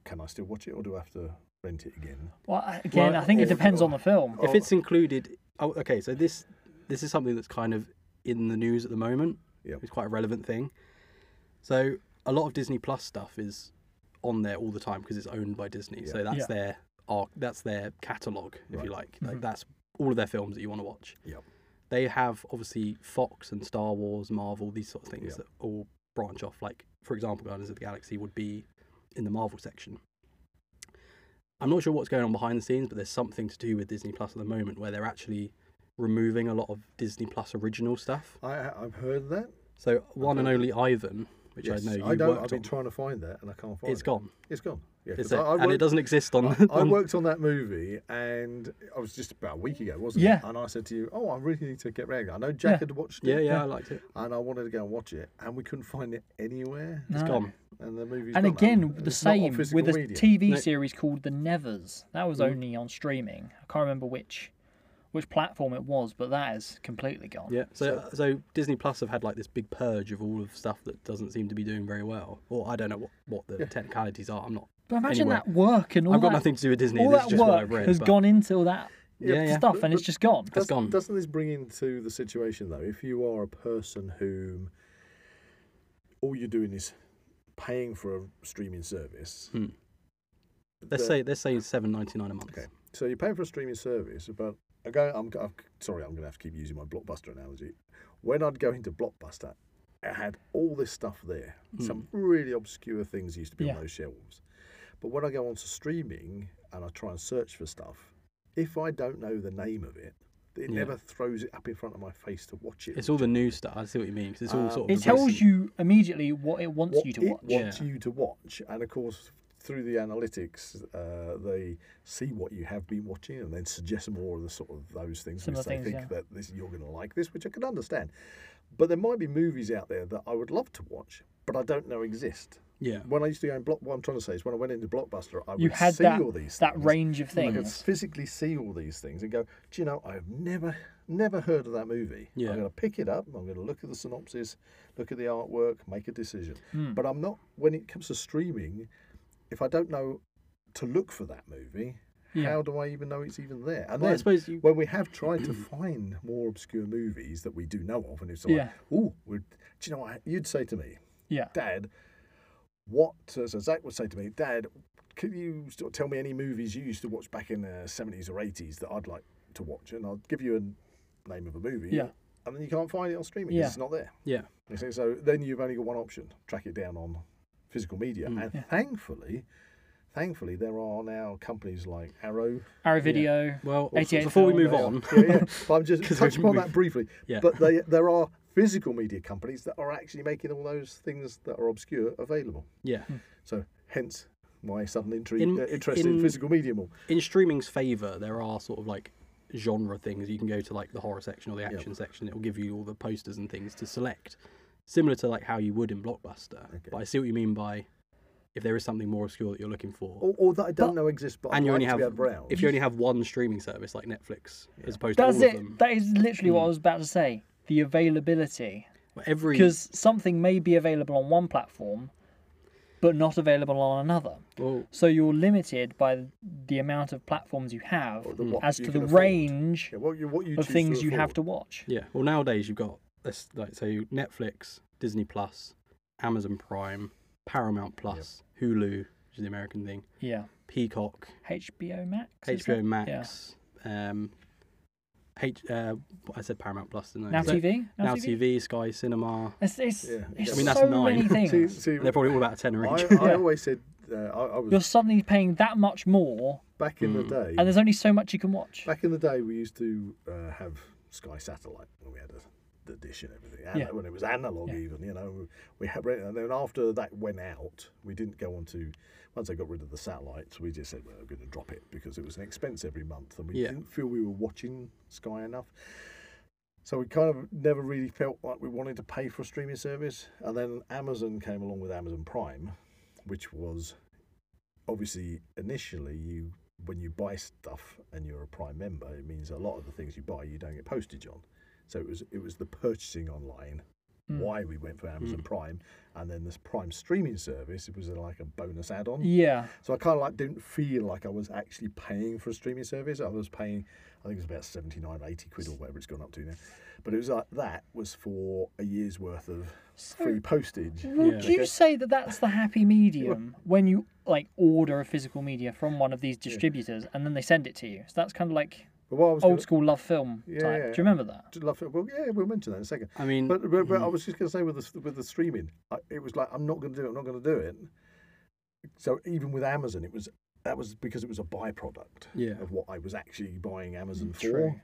[SPEAKER 3] Can I still watch it, or do I have to rent it again?
[SPEAKER 1] Well, I- again,
[SPEAKER 2] Well,
[SPEAKER 1] I think it
[SPEAKER 3] or-
[SPEAKER 1] depends on the film.
[SPEAKER 2] if it's included oh okay so this this is something that's kind of in the news at the moment
[SPEAKER 3] Yep.
[SPEAKER 2] it's quite a relevant thing so a lot of disney plus stuff is on there all the time because it's owned by disney so
[SPEAKER 3] Yeah.
[SPEAKER 2] that's
[SPEAKER 1] Yeah.
[SPEAKER 2] their arc that's their catalog if you like
[SPEAKER 3] Mm-hmm.
[SPEAKER 2] like that's all of their films that you want to watch
[SPEAKER 3] Yep.
[SPEAKER 2] they have obviously fox and star wars marvel these sort of things
[SPEAKER 3] Yeah.
[SPEAKER 2] that all branch off like for example guardians of the galaxy would be in the marvel section I'm not sure what's going on behind the scenes, but there's something to do with Disney Plus at the moment where they're actually removing a lot of Disney Plus original stuff.
[SPEAKER 3] I, I've heard that.
[SPEAKER 2] So one and only Ivan, which
[SPEAKER 3] Yes,
[SPEAKER 2] I know you
[SPEAKER 3] I
[SPEAKER 2] worked
[SPEAKER 3] I've
[SPEAKER 2] on,
[SPEAKER 3] been trying to find that, and I can't find
[SPEAKER 2] it's
[SPEAKER 3] it.
[SPEAKER 2] gone.
[SPEAKER 3] It's gone. Yeah,
[SPEAKER 2] It's
[SPEAKER 3] 'cause
[SPEAKER 2] a-
[SPEAKER 3] I, I
[SPEAKER 2] and it
[SPEAKER 3] worked-
[SPEAKER 2] doesn't exist on.
[SPEAKER 3] I
[SPEAKER 2] on-
[SPEAKER 3] worked on that movie, and I was just about a week ago, wasn't
[SPEAKER 1] Yeah.
[SPEAKER 3] it? And I said to you, "Oh, I really need to get round." I know Jack
[SPEAKER 1] Yeah.
[SPEAKER 3] had watched it,
[SPEAKER 2] yeah, yeah, I liked it.
[SPEAKER 3] and I wanted to go and watch it, and we couldn't find it anywhere.
[SPEAKER 1] No.
[SPEAKER 2] It's gone.
[SPEAKER 3] And the movie.
[SPEAKER 1] and again, the same with a TV
[SPEAKER 2] No. Mm.
[SPEAKER 1] series called The Nevers. That was only on streaming. I can't remember which which platform it was, but that is completely gone.
[SPEAKER 2] Yeah. So, uh, so Disney Plus have had like this big purge of all of stuff that doesn't seem to be doing very well, or I don't know what, what the technicalities are. I'm not.
[SPEAKER 1] But imagine
[SPEAKER 2] Anyway,
[SPEAKER 1] that work and all
[SPEAKER 2] I've got
[SPEAKER 1] that,
[SPEAKER 2] nothing to do with Disney.
[SPEAKER 1] all
[SPEAKER 2] this
[SPEAKER 1] that
[SPEAKER 2] is just
[SPEAKER 1] work
[SPEAKER 2] what I've read.
[SPEAKER 1] has
[SPEAKER 2] but-
[SPEAKER 1] gone into that
[SPEAKER 2] Yeah, yeah.
[SPEAKER 1] stuff, and it's just gone.
[SPEAKER 2] That's gone.
[SPEAKER 3] Doesn't this bring into the situation though? If you are a person whom all you're doing is paying for a streaming service,
[SPEAKER 2] Hmm. Let's
[SPEAKER 3] the-
[SPEAKER 2] say let's say seven ninety nine a month.
[SPEAKER 3] Okay. So you're paying for a streaming service, but I go. I'm, I'm sorry. I'm going to have to keep using my blockbuster analogy. When I'd go into Blockbuster, it had all this stuff there. Some really obscure things used to be
[SPEAKER 1] Yeah.
[SPEAKER 3] on those shelves. But when I go onto streaming and I try and search for stuff, if I don't know the name of it, it
[SPEAKER 2] Yeah.
[SPEAKER 3] never throws it up in front of my face to watch it.
[SPEAKER 2] It's all the new stuff. I see what you mean. 'cause it's all
[SPEAKER 3] Um,
[SPEAKER 2] sort of.
[SPEAKER 1] Uh, It tells
[SPEAKER 2] recent-
[SPEAKER 1] you immediately what it wants
[SPEAKER 3] what
[SPEAKER 1] you to
[SPEAKER 3] it
[SPEAKER 1] watch.
[SPEAKER 3] wants
[SPEAKER 2] Yeah.
[SPEAKER 3] you to watch, and of course through the analytics, uh, they see what you have been watching, and then suggest more of the sort of those things
[SPEAKER 1] Similar
[SPEAKER 3] which they
[SPEAKER 1] things,
[SPEAKER 3] think
[SPEAKER 1] yeah.
[SPEAKER 3] that this, you're going to like this, which I can understand. But there might be movies out there that I would love to watch, but I don't know exist.
[SPEAKER 2] Yeah.
[SPEAKER 3] When I used to go in block, what I'm trying to say is when I went into Blockbuster, I would
[SPEAKER 1] You had
[SPEAKER 3] see
[SPEAKER 1] that
[SPEAKER 3] all these
[SPEAKER 1] that
[SPEAKER 3] things.
[SPEAKER 1] range of
[SPEAKER 3] I could
[SPEAKER 1] things.
[SPEAKER 3] physically see all these things and go, do you know, I've never, never heard of that movie.
[SPEAKER 2] Yeah.
[SPEAKER 3] I'm going to pick it up. I'm going to look at the synopsis, look at the artwork, make a decision.
[SPEAKER 2] Hmm.
[SPEAKER 3] But I'm not, when it comes to streaming, if I don't know to look for that movie,
[SPEAKER 1] Yeah.
[SPEAKER 3] how do I even know it's even there? And
[SPEAKER 2] Well, I
[SPEAKER 3] then
[SPEAKER 2] suppose you-
[SPEAKER 3] when we have tried to find more obscure movies that we do know of, and it's like,
[SPEAKER 1] Yeah.
[SPEAKER 3] oh, do you know what? You'd say to me,
[SPEAKER 1] Yeah.
[SPEAKER 3] Dad, what? So so Zach would say to me, Dad, can you sort of tell me any movies you used to watch back in the seventies or eighties that I'd like to watch? And I'll give you a name of a movie.
[SPEAKER 1] Yeah.
[SPEAKER 3] And then you can't find it on streaming. 'cause
[SPEAKER 1] Yeah.
[SPEAKER 3] It's not there.
[SPEAKER 2] Yeah.
[SPEAKER 3] You see, so then you've only got one option: track it down on physical media.
[SPEAKER 2] Mm.
[SPEAKER 3] And thankfully, thankfully, there are now companies like Arrow.
[SPEAKER 1] Arrow Video.
[SPEAKER 2] Well,
[SPEAKER 1] 88
[SPEAKER 2] before we
[SPEAKER 1] film,
[SPEAKER 2] move
[SPEAKER 3] They are-
[SPEAKER 2] on,
[SPEAKER 3] yeah, yeah. But I'm just
[SPEAKER 2] 'Cause
[SPEAKER 3] touching
[SPEAKER 2] we-
[SPEAKER 3] upon that briefly.
[SPEAKER 2] Yeah.
[SPEAKER 3] But they, there are physical media companies that are actually making all those things that are obscure available.
[SPEAKER 2] Yeah.
[SPEAKER 1] Hmm.
[SPEAKER 3] So hence my sudden intri-
[SPEAKER 2] In-
[SPEAKER 3] uh, interest in,
[SPEAKER 2] in-
[SPEAKER 3] physical media more.
[SPEAKER 2] In streaming's favour, there are sort of like genre things. You can go to like the horror section or the action section. It will give you all the posters and things to select, similar to like how you would in Blockbuster.
[SPEAKER 3] Okay.
[SPEAKER 2] But I see what you mean by if there is something more obscure that you're looking for.
[SPEAKER 3] Or, or that I don't know exists, but
[SPEAKER 2] and
[SPEAKER 3] Oh, I'd
[SPEAKER 2] you
[SPEAKER 3] like
[SPEAKER 2] only
[SPEAKER 3] to
[SPEAKER 2] have
[SPEAKER 3] be able to browse.
[SPEAKER 2] if you only have one streaming service like Netflix as opposed
[SPEAKER 1] That's
[SPEAKER 2] to all of
[SPEAKER 1] it.
[SPEAKER 2] them. Mm.
[SPEAKER 1] That is literally what I was about to say. The availability.
[SPEAKER 2] But every
[SPEAKER 1] Because something may be available on one platform, but not available on another.
[SPEAKER 2] well,
[SPEAKER 1] So you're limited by the amount of platforms you have
[SPEAKER 2] Mm.
[SPEAKER 3] the what
[SPEAKER 1] as
[SPEAKER 3] you
[SPEAKER 1] to the
[SPEAKER 3] can afford.
[SPEAKER 1] range
[SPEAKER 3] Yeah, what you, what you
[SPEAKER 1] of
[SPEAKER 3] choose
[SPEAKER 1] things you have
[SPEAKER 3] afford.
[SPEAKER 1] to watch.
[SPEAKER 2] yeah. Well, nowadays you've got this like so Netflix, Disney Plus, Amazon Prime, Paramount Plus, Hulu, which is the American thing,
[SPEAKER 1] Yeah.
[SPEAKER 2] Peacock,
[SPEAKER 1] HBO Max. is
[SPEAKER 2] HBO
[SPEAKER 1] that?
[SPEAKER 2] Max, um, H, uh, I said Paramount Plus, didn't I?
[SPEAKER 1] Yeah. Now
[SPEAKER 2] So,
[SPEAKER 1] TV. Now,
[SPEAKER 2] Now
[SPEAKER 1] TV.
[SPEAKER 2] TV? Sky Cinema.
[SPEAKER 1] It's, it's,
[SPEAKER 3] Yeah,
[SPEAKER 1] it's
[SPEAKER 3] yeah.
[SPEAKER 2] I mean, that's
[SPEAKER 1] so
[SPEAKER 2] nine.
[SPEAKER 1] many things.
[SPEAKER 3] See, see,
[SPEAKER 2] They're probably all about a tenner
[SPEAKER 3] I,
[SPEAKER 2] each.
[SPEAKER 3] I always said uh, I, I was
[SPEAKER 1] You're suddenly paying that much more,
[SPEAKER 3] back in
[SPEAKER 2] Mm.
[SPEAKER 3] the day.
[SPEAKER 1] and there's only so much you can watch.
[SPEAKER 3] Back in the day, we used to uh, have Sky Satellite when we had a, the dish and everything. Ana-
[SPEAKER 1] Yeah.
[SPEAKER 3] When it was analog,
[SPEAKER 1] Yeah.
[SPEAKER 3] even you know, we had and then after that went out, we didn't go on to. Once they got rid of the satellites, we just said well, we're going to drop it because it was an expense every month, and we
[SPEAKER 2] Yeah.
[SPEAKER 3] didn't feel we were watching Sky enough. So we kind of never really felt like we wanted to pay for a streaming service, and then Amazon came along with Amazon Prime, which was obviously initially you when you buy stuff and you're a prime member it means a lot of the things you buy you don't get postage on so it was it was the purchasing online
[SPEAKER 1] Hmm.
[SPEAKER 3] why we went for amazon prime and then this prime streaming service it was like a bonus add-on
[SPEAKER 1] Yeah.
[SPEAKER 3] so i kind of like didn't feel like i was actually paying for a streaming service i was paying i think it was about 79 or 80 quid or whatever it's gone up to now but it was like that was for a year's worth of free postage
[SPEAKER 1] Would
[SPEAKER 2] Yeah.
[SPEAKER 1] you say that that's the happy medium when you like order a physical media from one of these distributors and then they send it to you? So that's kind of like
[SPEAKER 3] but what i was
[SPEAKER 1] old
[SPEAKER 3] gonna-
[SPEAKER 1] school love film
[SPEAKER 3] Yeah,
[SPEAKER 1] type.
[SPEAKER 3] yeah.
[SPEAKER 1] Do you remember that?
[SPEAKER 3] to love it. Well, yeah, we'll mention that in a second.
[SPEAKER 2] I mean,
[SPEAKER 3] but but,
[SPEAKER 2] Mm.
[SPEAKER 3] but I was just going to say with the with the streaming, I, it was like I'm not going to do it. I'm not going to do it. So even with Amazon, it was that was because it was a byproduct
[SPEAKER 2] Yeah. Mm,
[SPEAKER 3] of what I was actually buying Amazon
[SPEAKER 1] True.
[SPEAKER 3] for.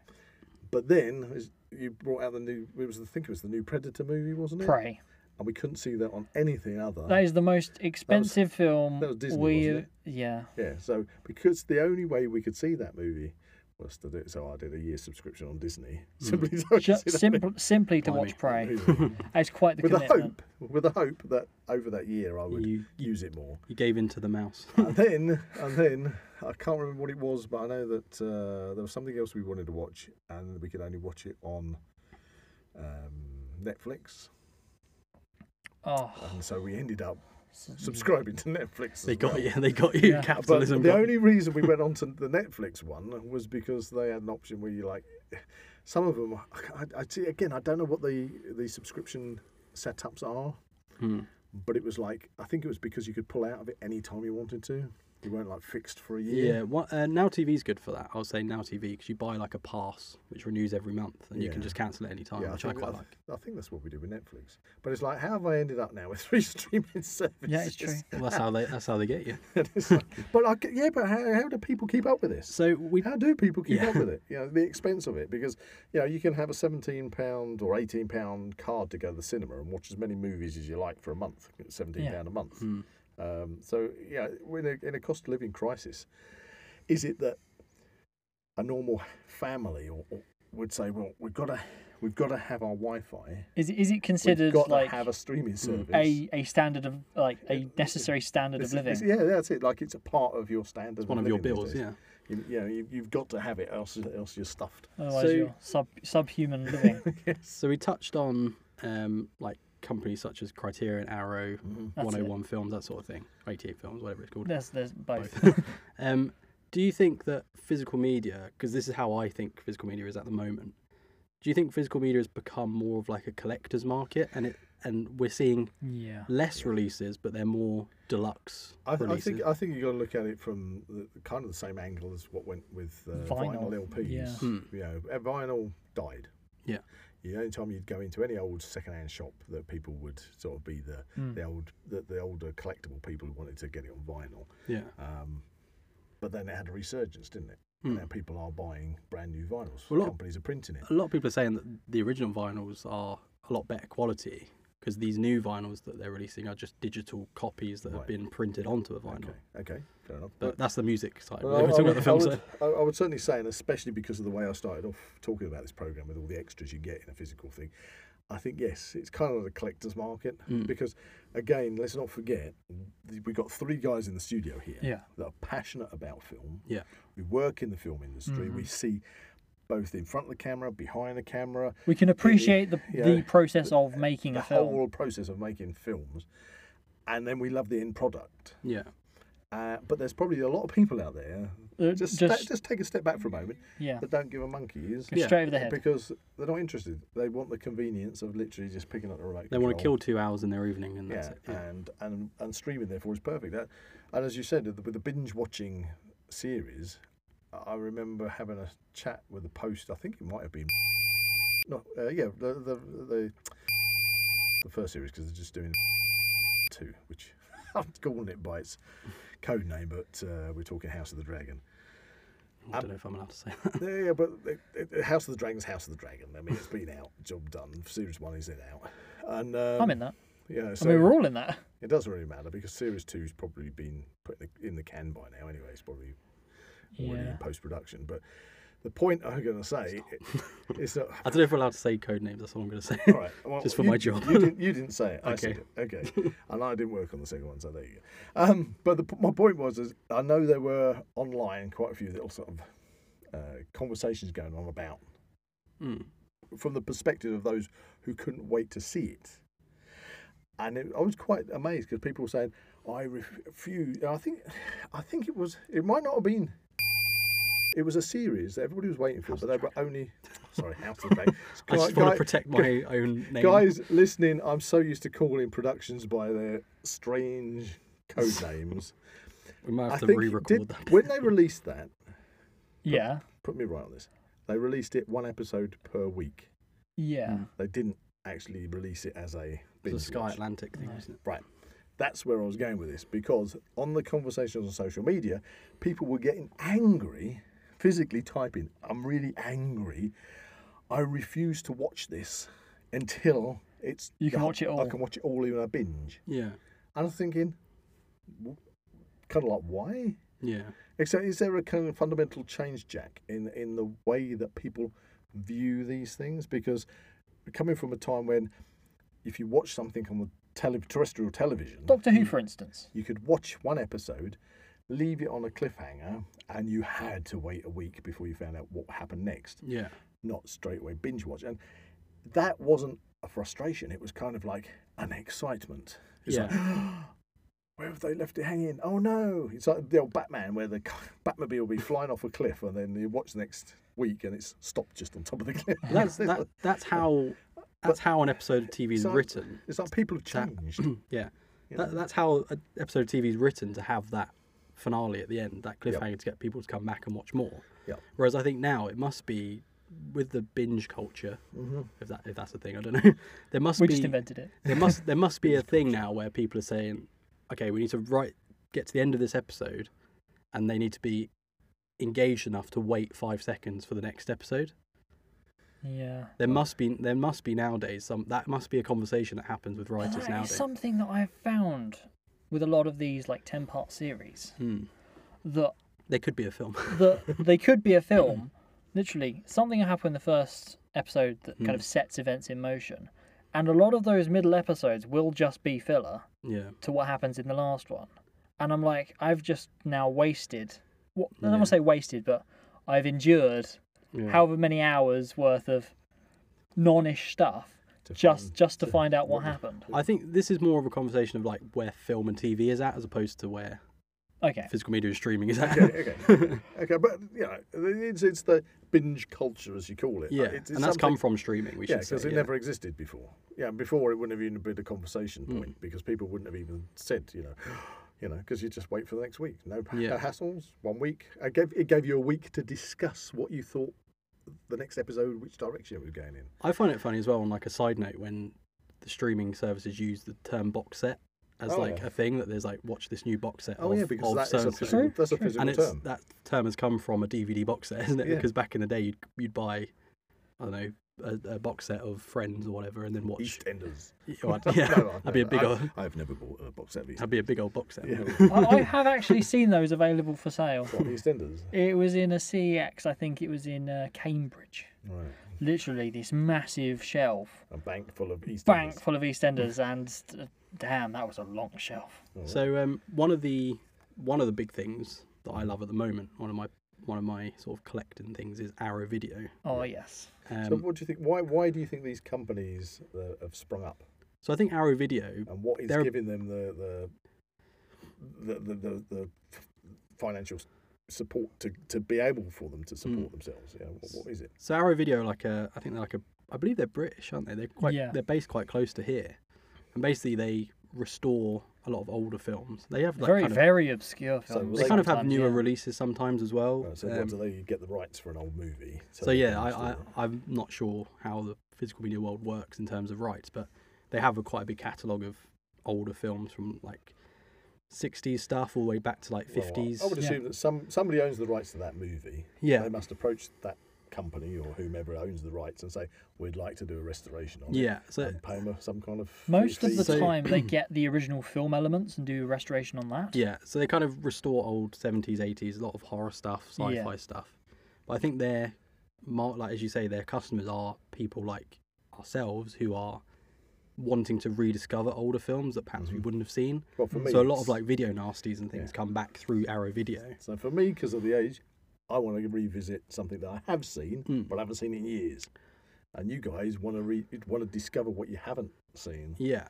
[SPEAKER 3] But then as you brought out the new. It was I think it was the new Predator movie, wasn't it?
[SPEAKER 1] Prey.
[SPEAKER 3] And we couldn't see that on anything other.
[SPEAKER 1] That is the most expensive film
[SPEAKER 3] that was Disney,
[SPEAKER 1] we.
[SPEAKER 3] wasn't
[SPEAKER 1] Yeah.
[SPEAKER 3] yeah. So because the only way we could see that movie was to do it. So I did a year subscription on Disney
[SPEAKER 2] Mm.
[SPEAKER 3] simply so I could
[SPEAKER 1] Just
[SPEAKER 3] see that
[SPEAKER 1] simple, simply to watch Prey. It's quite the
[SPEAKER 3] with a
[SPEAKER 1] commitment.
[SPEAKER 3] hope, with a hope that over that year I would
[SPEAKER 2] You-
[SPEAKER 3] use it more.
[SPEAKER 2] you gave in to the mouse.
[SPEAKER 3] And then, and then I can't remember what it was, but I know that uh, there was something else we wanted to watch, and we could only watch it on um, Netflix,
[SPEAKER 1] Oh,
[SPEAKER 3] and so we ended up subscribing to Netflix. as
[SPEAKER 2] they got
[SPEAKER 3] well.
[SPEAKER 2] you. They got you.
[SPEAKER 1] Yeah. But
[SPEAKER 3] But
[SPEAKER 2] Capitalism.
[SPEAKER 3] the
[SPEAKER 2] got-
[SPEAKER 3] only reason we went on to the Netflix one was because they had an option where you like some of them. I, I see again. I don't know what the the subscription setups are,
[SPEAKER 2] Hmm.
[SPEAKER 3] but it was like I think it was because you could pull out of it any time you wanted to. You weren't like fixed for a year.
[SPEAKER 2] Yeah, what, uh, Now TV's good for that. I would say Now TV because you buy like a pass which renews every month and you can
[SPEAKER 3] Yeah.
[SPEAKER 2] just cancel it any time,
[SPEAKER 3] Yeah,
[SPEAKER 2] which I,
[SPEAKER 3] think,
[SPEAKER 2] quite
[SPEAKER 3] I,
[SPEAKER 2] like.
[SPEAKER 3] I think that's what we do with Netflix. But it's like, how have I ended up now with three streaming services?
[SPEAKER 1] yeah, it's true.
[SPEAKER 2] Well, that's how they that's how they get you.
[SPEAKER 3] And it's like, but I, get- yeah, but how, how do people keep up with this?
[SPEAKER 2] So we
[SPEAKER 3] How do people keep
[SPEAKER 2] Yeah.
[SPEAKER 3] up with it? You know, the expense of it because you know you can have a seventeen pound or eighteen pound card to go to the cinema and watch as many movies as you like for a month. It's seventeen
[SPEAKER 1] Yeah.
[SPEAKER 3] pound a month.
[SPEAKER 2] Hmm.
[SPEAKER 3] Um, so yeah, we're in a, in a cost of living crisis. Is it that a normal family or, or would say, well, we've got to we've got to have our Wi-Fi.
[SPEAKER 1] Is is it
[SPEAKER 3] We've
[SPEAKER 1] considered
[SPEAKER 3] got
[SPEAKER 1] like
[SPEAKER 3] to have a streaming service.
[SPEAKER 1] a a standard of like a necessary standard
[SPEAKER 3] It's-
[SPEAKER 1] of living?
[SPEAKER 3] it's- yeah, that's it. Like it's a part of your standard.
[SPEAKER 2] one of your
[SPEAKER 3] living
[SPEAKER 2] bills,
[SPEAKER 3] these days.
[SPEAKER 2] yeah.
[SPEAKER 3] You, you know, you, you've got to have it, else else you're stuffed.
[SPEAKER 1] Otherwise,
[SPEAKER 2] So-
[SPEAKER 1] you're sub subhuman living.
[SPEAKER 2] So we touched on um, like companies such as Criterion, Arrow,
[SPEAKER 3] Mm-hmm.
[SPEAKER 1] That's
[SPEAKER 2] 101 Films, that sort of thing, 88 Films, whatever it's called.
[SPEAKER 1] There's there's both.
[SPEAKER 2] Um, do you think that physical media, because this is how I think physical media is at the moment, do you think physical media has become more of like a collector's market and it and we're seeing
[SPEAKER 1] yeah.
[SPEAKER 2] less releases, but they're more deluxe
[SPEAKER 3] I, th- I
[SPEAKER 2] releases?
[SPEAKER 3] think I think you got to look at it from the, kind of the same angle as what went with uh, vinyl.
[SPEAKER 1] Vinyl,
[SPEAKER 3] LPs.
[SPEAKER 1] yeah.
[SPEAKER 3] You know, uh, vinyl died.
[SPEAKER 2] yeah.
[SPEAKER 3] The only time you'd go into any old secondhand shop that people would sort of be the
[SPEAKER 1] Hmm.
[SPEAKER 3] the old the, the older collectible people who wanted to get it on vinyl.
[SPEAKER 2] Yeah.
[SPEAKER 3] But then it had a resurgence, didn't it? Now people are buying brand new vinyls.
[SPEAKER 2] Well, look-
[SPEAKER 3] Companies are printing it.
[SPEAKER 2] a lot of people are saying that the original vinyls are a lot better quality because these new vinyls that they're releasing are just digital copies that have
[SPEAKER 3] Right.
[SPEAKER 2] been printed onto a vinyl.
[SPEAKER 3] Okay, okay, fair enough.
[SPEAKER 2] But that's the music side.
[SPEAKER 3] Well,
[SPEAKER 2] if we're talking
[SPEAKER 3] I
[SPEAKER 2] about the film
[SPEAKER 3] would-
[SPEAKER 2] side,
[SPEAKER 3] I would, I would certainly say, and especially because of the way I started off talking about this program with all the extras you get in a physical thing, I think yes, it's kind of like a collector's market
[SPEAKER 2] Mm.
[SPEAKER 3] because, again, let's not forget th- we've got three guys in the studio here
[SPEAKER 1] Yeah.
[SPEAKER 3] that are passionate about film.
[SPEAKER 2] yeah, Mm-hmm.
[SPEAKER 3] We work in the film industry. We see both in front of the camera, behind the camera,
[SPEAKER 1] We can appreciate the,
[SPEAKER 3] yeah,
[SPEAKER 1] the process of making
[SPEAKER 3] the
[SPEAKER 1] a film.
[SPEAKER 3] whole process of making films, and then we love the end product.
[SPEAKER 2] yeah,
[SPEAKER 3] Uh, but there's probably a lot of people out there.
[SPEAKER 1] Uh,
[SPEAKER 3] Just, sta-
[SPEAKER 1] just-
[SPEAKER 3] just take a step back for a moment.
[SPEAKER 1] Yeah.
[SPEAKER 3] That don't give a monkey's.
[SPEAKER 1] Go Straight over the head.
[SPEAKER 3] Because they're not interested. They want the convenience of literally just picking up the remote.
[SPEAKER 2] they want to
[SPEAKER 3] control.
[SPEAKER 2] kill two hours in their evening, and that's
[SPEAKER 3] Yeah,
[SPEAKER 2] it. Yeah.
[SPEAKER 3] and and and streaming therefore is perfect. That, and as you said, with the- with the binge watching series, I remember having a chat with the post. I think it might have been. No, uh, yeah, the the the, the first series because they're just doing two, which I'm calling it by its code name, but uh, we're talking House of the Dragon.
[SPEAKER 2] I don't know if I'm allowed to say that.
[SPEAKER 3] Yeah, yeah, but it, it, House of the Dragon's House of the Dragon. I mean, it's been out, job done. Series one is in out, and um,
[SPEAKER 1] I'm in that.
[SPEAKER 3] yeah,
[SPEAKER 1] I
[SPEAKER 3] so
[SPEAKER 1] mean, we're all in that.
[SPEAKER 3] it doesn't really matter because series two's probably been put in the, in the can by now. Anyway, it's probably already
[SPEAKER 1] Yeah.
[SPEAKER 3] in post production. But the point I'm going to say is that
[SPEAKER 2] I don't know if we're allowed to say code names. That's all I'm going to say.
[SPEAKER 3] all right, well,
[SPEAKER 2] Just for
[SPEAKER 3] you-
[SPEAKER 2] my job.
[SPEAKER 3] You didn't, you didn't say it. I
[SPEAKER 2] Okay.
[SPEAKER 3] said it. Okay. and I didn't work on the second one, so there you go. Um, but the, p- my point was, is I know there were online quite a few little sort of uh, conversations going on about
[SPEAKER 2] Mm.
[SPEAKER 3] from the perspective of those who couldn't wait to see it. And it, I was quite amazed because people were saying, "I refuse." and I think, I think it was. It might not have been. It was a series that everybody was waiting for, but they were only. Sorry, out of the bank.
[SPEAKER 2] I just want to protect my own name.
[SPEAKER 3] Guys listening, I'm so used to calling productions by their strange code names.
[SPEAKER 2] we might have
[SPEAKER 3] I
[SPEAKER 2] to
[SPEAKER 3] think
[SPEAKER 2] re-record
[SPEAKER 3] did,
[SPEAKER 2] that.
[SPEAKER 3] when they released that,
[SPEAKER 1] Yeah.
[SPEAKER 3] put me right on this. They released it one episode per week.
[SPEAKER 1] Yeah.
[SPEAKER 3] They didn't actually release it as a
[SPEAKER 2] It's a
[SPEAKER 3] binge
[SPEAKER 2] Sky
[SPEAKER 3] watch.
[SPEAKER 2] Atlantic thing, isn't it?
[SPEAKER 3] Right. That's where I was going with this because on the conversations on social media, people were getting angry, physically typing, I'm really angry. I refuse to watch this until it's.
[SPEAKER 1] You can watch it all."
[SPEAKER 3] I can watch it all in a binge.
[SPEAKER 2] Yeah,
[SPEAKER 3] And I'm thinking, kind of like, why?
[SPEAKER 2] yeah.
[SPEAKER 3] Except, is there a kind of fundamental change, Jack, in in the way that people view these things? Because coming from a time when, if you watch something on the tele- terrestrial television,
[SPEAKER 1] Doctor Who, for instance.
[SPEAKER 3] you could watch one episode, leave it on a cliffhanger, and you had to wait a week before you found out what happened next.
[SPEAKER 2] Yeah,
[SPEAKER 3] Not straight away binge watch, and that wasn't a frustration. It was kind of like an excitement. It's
[SPEAKER 2] yeah,
[SPEAKER 3] like, where have they left it hanging? Oh no! It's like the old Batman where the Batmobile will be flying off a cliff, and then you watch the next week and it's stopped just on top of the cliff.
[SPEAKER 2] that's that, that's how that's how an episode of TV is
[SPEAKER 3] So-
[SPEAKER 2] written.
[SPEAKER 3] It's like people have changed.
[SPEAKER 2] Yeah, that, that's how an episode of TV is written to have that finale at the end, that cliffhanger to get people to come back and watch more.
[SPEAKER 3] Yep.
[SPEAKER 2] Whereas I think now it must be with the binge culture, if that if that's a thing, I don't know. There must
[SPEAKER 1] We
[SPEAKER 2] be
[SPEAKER 1] just invented it.
[SPEAKER 2] there must there must be a thing now where people are saying, okay, we need to write get to the end of this episode, and they need to be engaged enough to wait five seconds for the next episode.
[SPEAKER 1] Yeah.
[SPEAKER 2] There must be there must be nowadays some that must be a conversation that happens with
[SPEAKER 1] But
[SPEAKER 2] writers
[SPEAKER 1] that is
[SPEAKER 2] nowadays.
[SPEAKER 1] something that I've found with a lot of these like ten part series
[SPEAKER 2] Hmm.
[SPEAKER 1] that
[SPEAKER 2] There could be a film.
[SPEAKER 1] that they could be a film. Literally, something happened in the first episode that
[SPEAKER 3] Hmm.
[SPEAKER 1] kind of sets events in motion, and a lot of those middle episodes will just be filler
[SPEAKER 2] yeah,
[SPEAKER 1] to what happens in the last one. And I'm like, I've just now wasted. What I don't want to say wasted, but I've endured
[SPEAKER 2] Yeah.
[SPEAKER 1] however many hours worth of non-ish stuff just just to find out what happened.
[SPEAKER 2] I think this is more of a conversation of like where film and TV is at as opposed to where
[SPEAKER 1] Okay.
[SPEAKER 2] physical media and streaming is at.
[SPEAKER 3] okay, okay, okay, but you know, it's it's the binge culture as you call it.
[SPEAKER 2] yeah,
[SPEAKER 3] Like, Uh, it's, it's
[SPEAKER 2] and that's
[SPEAKER 3] something-
[SPEAKER 2] come from streaming. We
[SPEAKER 3] Yeah,
[SPEAKER 2] should say.
[SPEAKER 3] because it
[SPEAKER 2] yeah.
[SPEAKER 3] never existed before. Yeah, and before it wouldn't have even been a conversation
[SPEAKER 2] Hmm.
[SPEAKER 3] point because people wouldn't have even said, you know, you know, because you just wait for the next week. No,
[SPEAKER 2] Yeah.
[SPEAKER 3] no hassles. One week. I gave it gave you a week to discuss what you thought the next episode, which direction it was going in.
[SPEAKER 2] I find it funny as well on like a side note when the streaming services use the term box set as
[SPEAKER 3] Oh,
[SPEAKER 2] like
[SPEAKER 3] yeah.
[SPEAKER 2] a thing that there's like watch this new box set.
[SPEAKER 3] Oh
[SPEAKER 2] of,
[SPEAKER 3] yeah, because
[SPEAKER 2] of
[SPEAKER 3] that's
[SPEAKER 2] so
[SPEAKER 3] a
[SPEAKER 2] and so.
[SPEAKER 3] physical, that's a physical
[SPEAKER 2] and it's
[SPEAKER 3] term.
[SPEAKER 2] that term has come from a DVD box set, isn't it?
[SPEAKER 3] Yeah.
[SPEAKER 2] Because back in the day, you'd, you'd buy, I don't know, a, a box set of Friends or whatever, and then watch.
[SPEAKER 3] EastEnders.
[SPEAKER 2] Oh, I'd- yeah,
[SPEAKER 3] No, I've
[SPEAKER 2] that'd be a
[SPEAKER 3] never-
[SPEAKER 2] big
[SPEAKER 3] I-
[SPEAKER 2] old.
[SPEAKER 3] I've never bought a box set of
[SPEAKER 2] That'd be a big old box set. wouldn't it?
[SPEAKER 3] EastEnders.
[SPEAKER 1] I, I have actually seen those available for sale.
[SPEAKER 3] What, EastEnders?
[SPEAKER 1] It was in a CEX, I think it was in uh, Cambridge.
[SPEAKER 3] Right.
[SPEAKER 1] Literally, this massive shelf,
[SPEAKER 3] A bank full of EastEnders.
[SPEAKER 1] bank full of EastEnders, and uh, damn, that was a long shelf.
[SPEAKER 2] So um, one of the one of the big things that I love at the moment, one of my one of my sort of collecting things is Arrow Video.
[SPEAKER 1] Oh, yes.
[SPEAKER 2] Um,
[SPEAKER 3] so
[SPEAKER 2] so,
[SPEAKER 3] what do you think? Why why do you think these companies uh, have sprung up,
[SPEAKER 2] I think Arrow Video,
[SPEAKER 3] and what is
[SPEAKER 2] They're-
[SPEAKER 3] giving them the the the the, the, the f- financial s- support to, to be able for them to
[SPEAKER 2] Hmm.
[SPEAKER 3] support themselves? Yeah, what, what is it?
[SPEAKER 2] so Arrow Video, like a, I think they're like a, I believe they're British, aren't they? They're quite,
[SPEAKER 1] Yeah.
[SPEAKER 2] they're based quite close to here, and basically they restore a lot of older films. They have like
[SPEAKER 1] very,
[SPEAKER 2] kind of,
[SPEAKER 1] very obscure
[SPEAKER 3] So
[SPEAKER 1] films.
[SPEAKER 2] they kind of have
[SPEAKER 1] sometimes,
[SPEAKER 2] newer
[SPEAKER 1] yeah.
[SPEAKER 2] releases sometimes as well.
[SPEAKER 3] Uh, so
[SPEAKER 2] Um,
[SPEAKER 3] what do they get the rights for an old movie?
[SPEAKER 2] So
[SPEAKER 3] they
[SPEAKER 2] yeah,
[SPEAKER 3] can
[SPEAKER 2] I, I,
[SPEAKER 3] restore it?
[SPEAKER 2] I'm not sure how the physical media world works in terms of rights, but they have a quite a big catalogue of older films from like 60s stuff all the way back to like
[SPEAKER 3] Well, I-
[SPEAKER 2] 50s.
[SPEAKER 3] I would
[SPEAKER 1] yeah.
[SPEAKER 3] assume that some somebody owns the rights to that movie.
[SPEAKER 2] Yeah.
[SPEAKER 3] They must approach that company or whomever owns the rights and say, "We'd like to do a restoration on it." Um,
[SPEAKER 2] yeah, so
[SPEAKER 3] And pay 'em a- some kind of
[SPEAKER 1] Most of
[SPEAKER 3] fee.
[SPEAKER 1] the
[SPEAKER 2] So-
[SPEAKER 1] time, they get the original film elements and do a restoration on that.
[SPEAKER 2] yeah, so they kind of restore old 70s, 80s, a lot of horror stuff,
[SPEAKER 1] Yeah.
[SPEAKER 2] sci-fi stuff. But I think their mar- like as you say, their customers are people like ourselves who are wanting to rediscover older films that perhaps we wouldn't have seen.
[SPEAKER 3] Mm-hmm. Well, for me,
[SPEAKER 2] so a lot
[SPEAKER 3] it's-
[SPEAKER 2] of like video nasties and things come back through Arrow Video.
[SPEAKER 3] So for me, because of the age, I want to revisit something that I have seen,
[SPEAKER 2] Hmm.
[SPEAKER 3] but I haven't seen in years. And you guys want to re- want to discover what you haven't seen.
[SPEAKER 2] Yeah.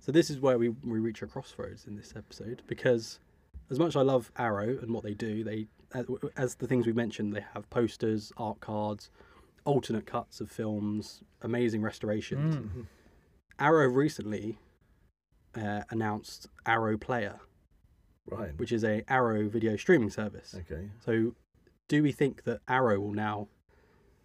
[SPEAKER 2] So this is where we, we reach a crossroads in this episode because as much as I love Arrow and what they do, they as- as the things we mentioned, they have posters, art cards, alternate cuts of films, amazing restorations.
[SPEAKER 3] Mm-hmm.
[SPEAKER 2] Arrow recently uh, announced Arrow Player,
[SPEAKER 3] Right.
[SPEAKER 2] which is a Arrow video streaming service.
[SPEAKER 3] okay.
[SPEAKER 2] So do we think that Arrow will now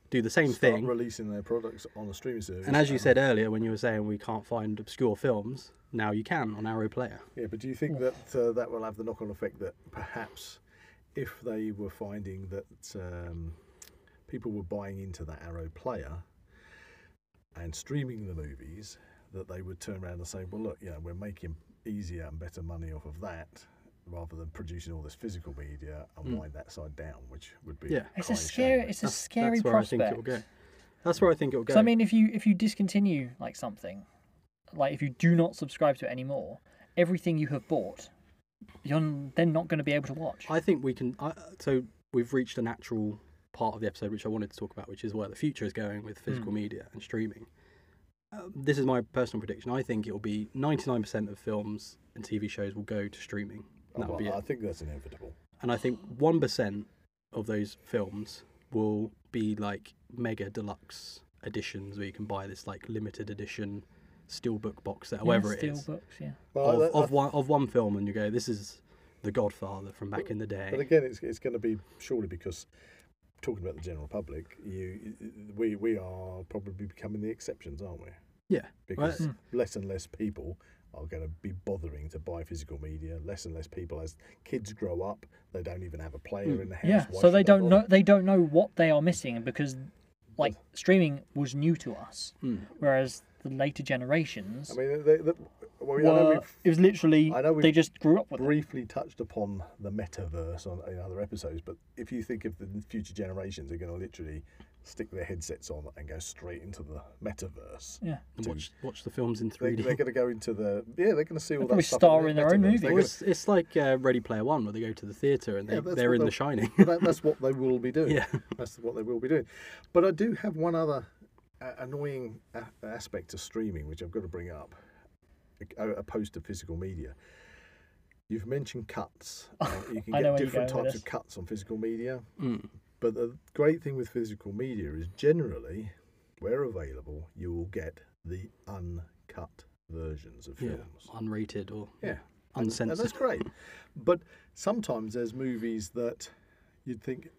[SPEAKER 2] do the same
[SPEAKER 3] Start
[SPEAKER 2] thing?
[SPEAKER 3] releasing their products on a streaming service.
[SPEAKER 2] And as you said earlier, when you were saying we can't find obscure films, now you can on Arrow Player.
[SPEAKER 3] Yeah, but do you think that uh, that will have the knock-on effect that perhaps if they were finding that um, people were buying into that Arrow player and streaming the movies, that they would turn around and say, "Well, look, you know, we're making easier and better money off of that." Rather than producing all this physical media and wind that side down, which would be
[SPEAKER 2] Mm. Yeah.
[SPEAKER 1] It's a
[SPEAKER 3] kind of
[SPEAKER 1] scary,
[SPEAKER 3] shame.
[SPEAKER 1] it's a scary
[SPEAKER 2] That's where
[SPEAKER 1] prospect.
[SPEAKER 2] I think it'll go. That's where I think it'll go.
[SPEAKER 1] So I mean, if you if you discontinue like something, like if you do not subscribe to it anymore, everything you have bought, you're n- then not going to be able to watch.
[SPEAKER 2] I think we can. I, so we've reached a natural part of the episode which I wanted to talk about, which is where the future is going with physical
[SPEAKER 1] Hmm.
[SPEAKER 2] media and streaming. Uh, this is my personal prediction. I think it will be 99% of films and TV shows will go to streaming.
[SPEAKER 3] Oh,
[SPEAKER 2] And that will
[SPEAKER 3] well,
[SPEAKER 2] be
[SPEAKER 3] I
[SPEAKER 2] it.
[SPEAKER 3] think that's inevitable.
[SPEAKER 2] And I think 1% of those films will be like mega deluxe editions where you can buy this like limited edition steelbook box set, however
[SPEAKER 1] yeah,
[SPEAKER 2] it is.
[SPEAKER 1] Steelbooks, yeah.
[SPEAKER 3] Well,
[SPEAKER 2] of,
[SPEAKER 3] Oh, that-
[SPEAKER 2] of one of one film, and you go, "This is the Godfather from back in the
[SPEAKER 3] But
[SPEAKER 2] day."
[SPEAKER 3] again, it's, it's going to be surely because talking about the general public, you we we are probably becoming the exceptions, aren't we?
[SPEAKER 2] Yeah, Well,
[SPEAKER 3] Because
[SPEAKER 1] Hmm.
[SPEAKER 3] less and less people are going to be bothering to buy physical media. Less and less people, as kids grow up, they don't even have a player in the house.
[SPEAKER 1] Hmm. Yeah.
[SPEAKER 3] Why
[SPEAKER 1] So
[SPEAKER 3] should
[SPEAKER 1] they don't
[SPEAKER 3] bother?
[SPEAKER 1] know they don't know what they are missing because, like, streaming was new to us,
[SPEAKER 2] Hmm.
[SPEAKER 1] whereas the later generations
[SPEAKER 3] I mean, they, they, well, I know
[SPEAKER 1] were
[SPEAKER 3] we've
[SPEAKER 1] it was literally
[SPEAKER 3] I know we've
[SPEAKER 1] they just grew up with it.
[SPEAKER 3] briefly touched upon the metaverse on, in other episodes, but if you think of the future generations, they're going to literally stick their headsets on and go straight into the metaverse.
[SPEAKER 1] Yeah.
[SPEAKER 2] and watch watch the films in
[SPEAKER 3] They,
[SPEAKER 2] three D.
[SPEAKER 3] they're going to go into the yeah. They're going to see all
[SPEAKER 1] probably
[SPEAKER 3] that stuff.
[SPEAKER 1] star
[SPEAKER 3] the
[SPEAKER 1] in their own
[SPEAKER 3] metaverse.
[SPEAKER 1] movie.
[SPEAKER 3] They're gonna-
[SPEAKER 2] It's it's like uh, Ready Player One, where they go to the theater and they
[SPEAKER 3] Yeah, that's
[SPEAKER 2] they're
[SPEAKER 3] what
[SPEAKER 2] in
[SPEAKER 3] they'll-
[SPEAKER 2] The Shining.
[SPEAKER 3] but that, that's what they will be doing.
[SPEAKER 2] Yeah.
[SPEAKER 3] That's what they will be doing. But I do have one other uh, annoying a- aspect to streaming, which I've got to bring up, a- opposed to physical media. You've mentioned cuts. Uh, you can
[SPEAKER 1] I know
[SPEAKER 3] get
[SPEAKER 1] where you're
[SPEAKER 3] different
[SPEAKER 1] going with
[SPEAKER 3] types
[SPEAKER 1] this.
[SPEAKER 3] of cuts on physical media.
[SPEAKER 2] Mm.
[SPEAKER 3] But the great thing with physical media is generally, where available, you will get the uncut versions of
[SPEAKER 2] yeah,
[SPEAKER 3] films.
[SPEAKER 2] unrated or
[SPEAKER 3] Yeah. And
[SPEAKER 2] uncensored.
[SPEAKER 3] that's great. But sometimes there's movies that you'd think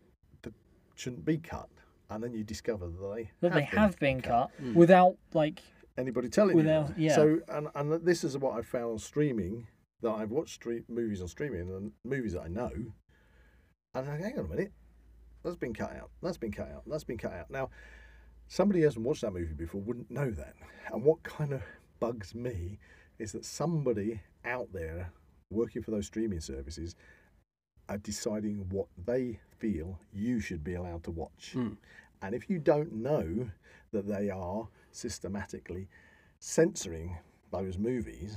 [SPEAKER 3] that shouldn't be cut, and then you discover that they
[SPEAKER 1] That they
[SPEAKER 3] been. Mm.
[SPEAKER 1] have been cut without like
[SPEAKER 3] Anybody telling
[SPEAKER 1] Without-
[SPEAKER 3] you?
[SPEAKER 1] yeah.
[SPEAKER 3] that. So, and, and this is what I found on streaming that I've watched stream, movies on streaming and movies that I know, and I'm like, hang on a minute, that's been cut out. That's been cut out. That's been cut out. Now, somebody who hasn't watched that movie before wouldn't know that. And what kind of bugs me is that somebody out there working for those streaming services are deciding what they feel you should be allowed to watch. And if you don't know that they are systematically censoring those movies,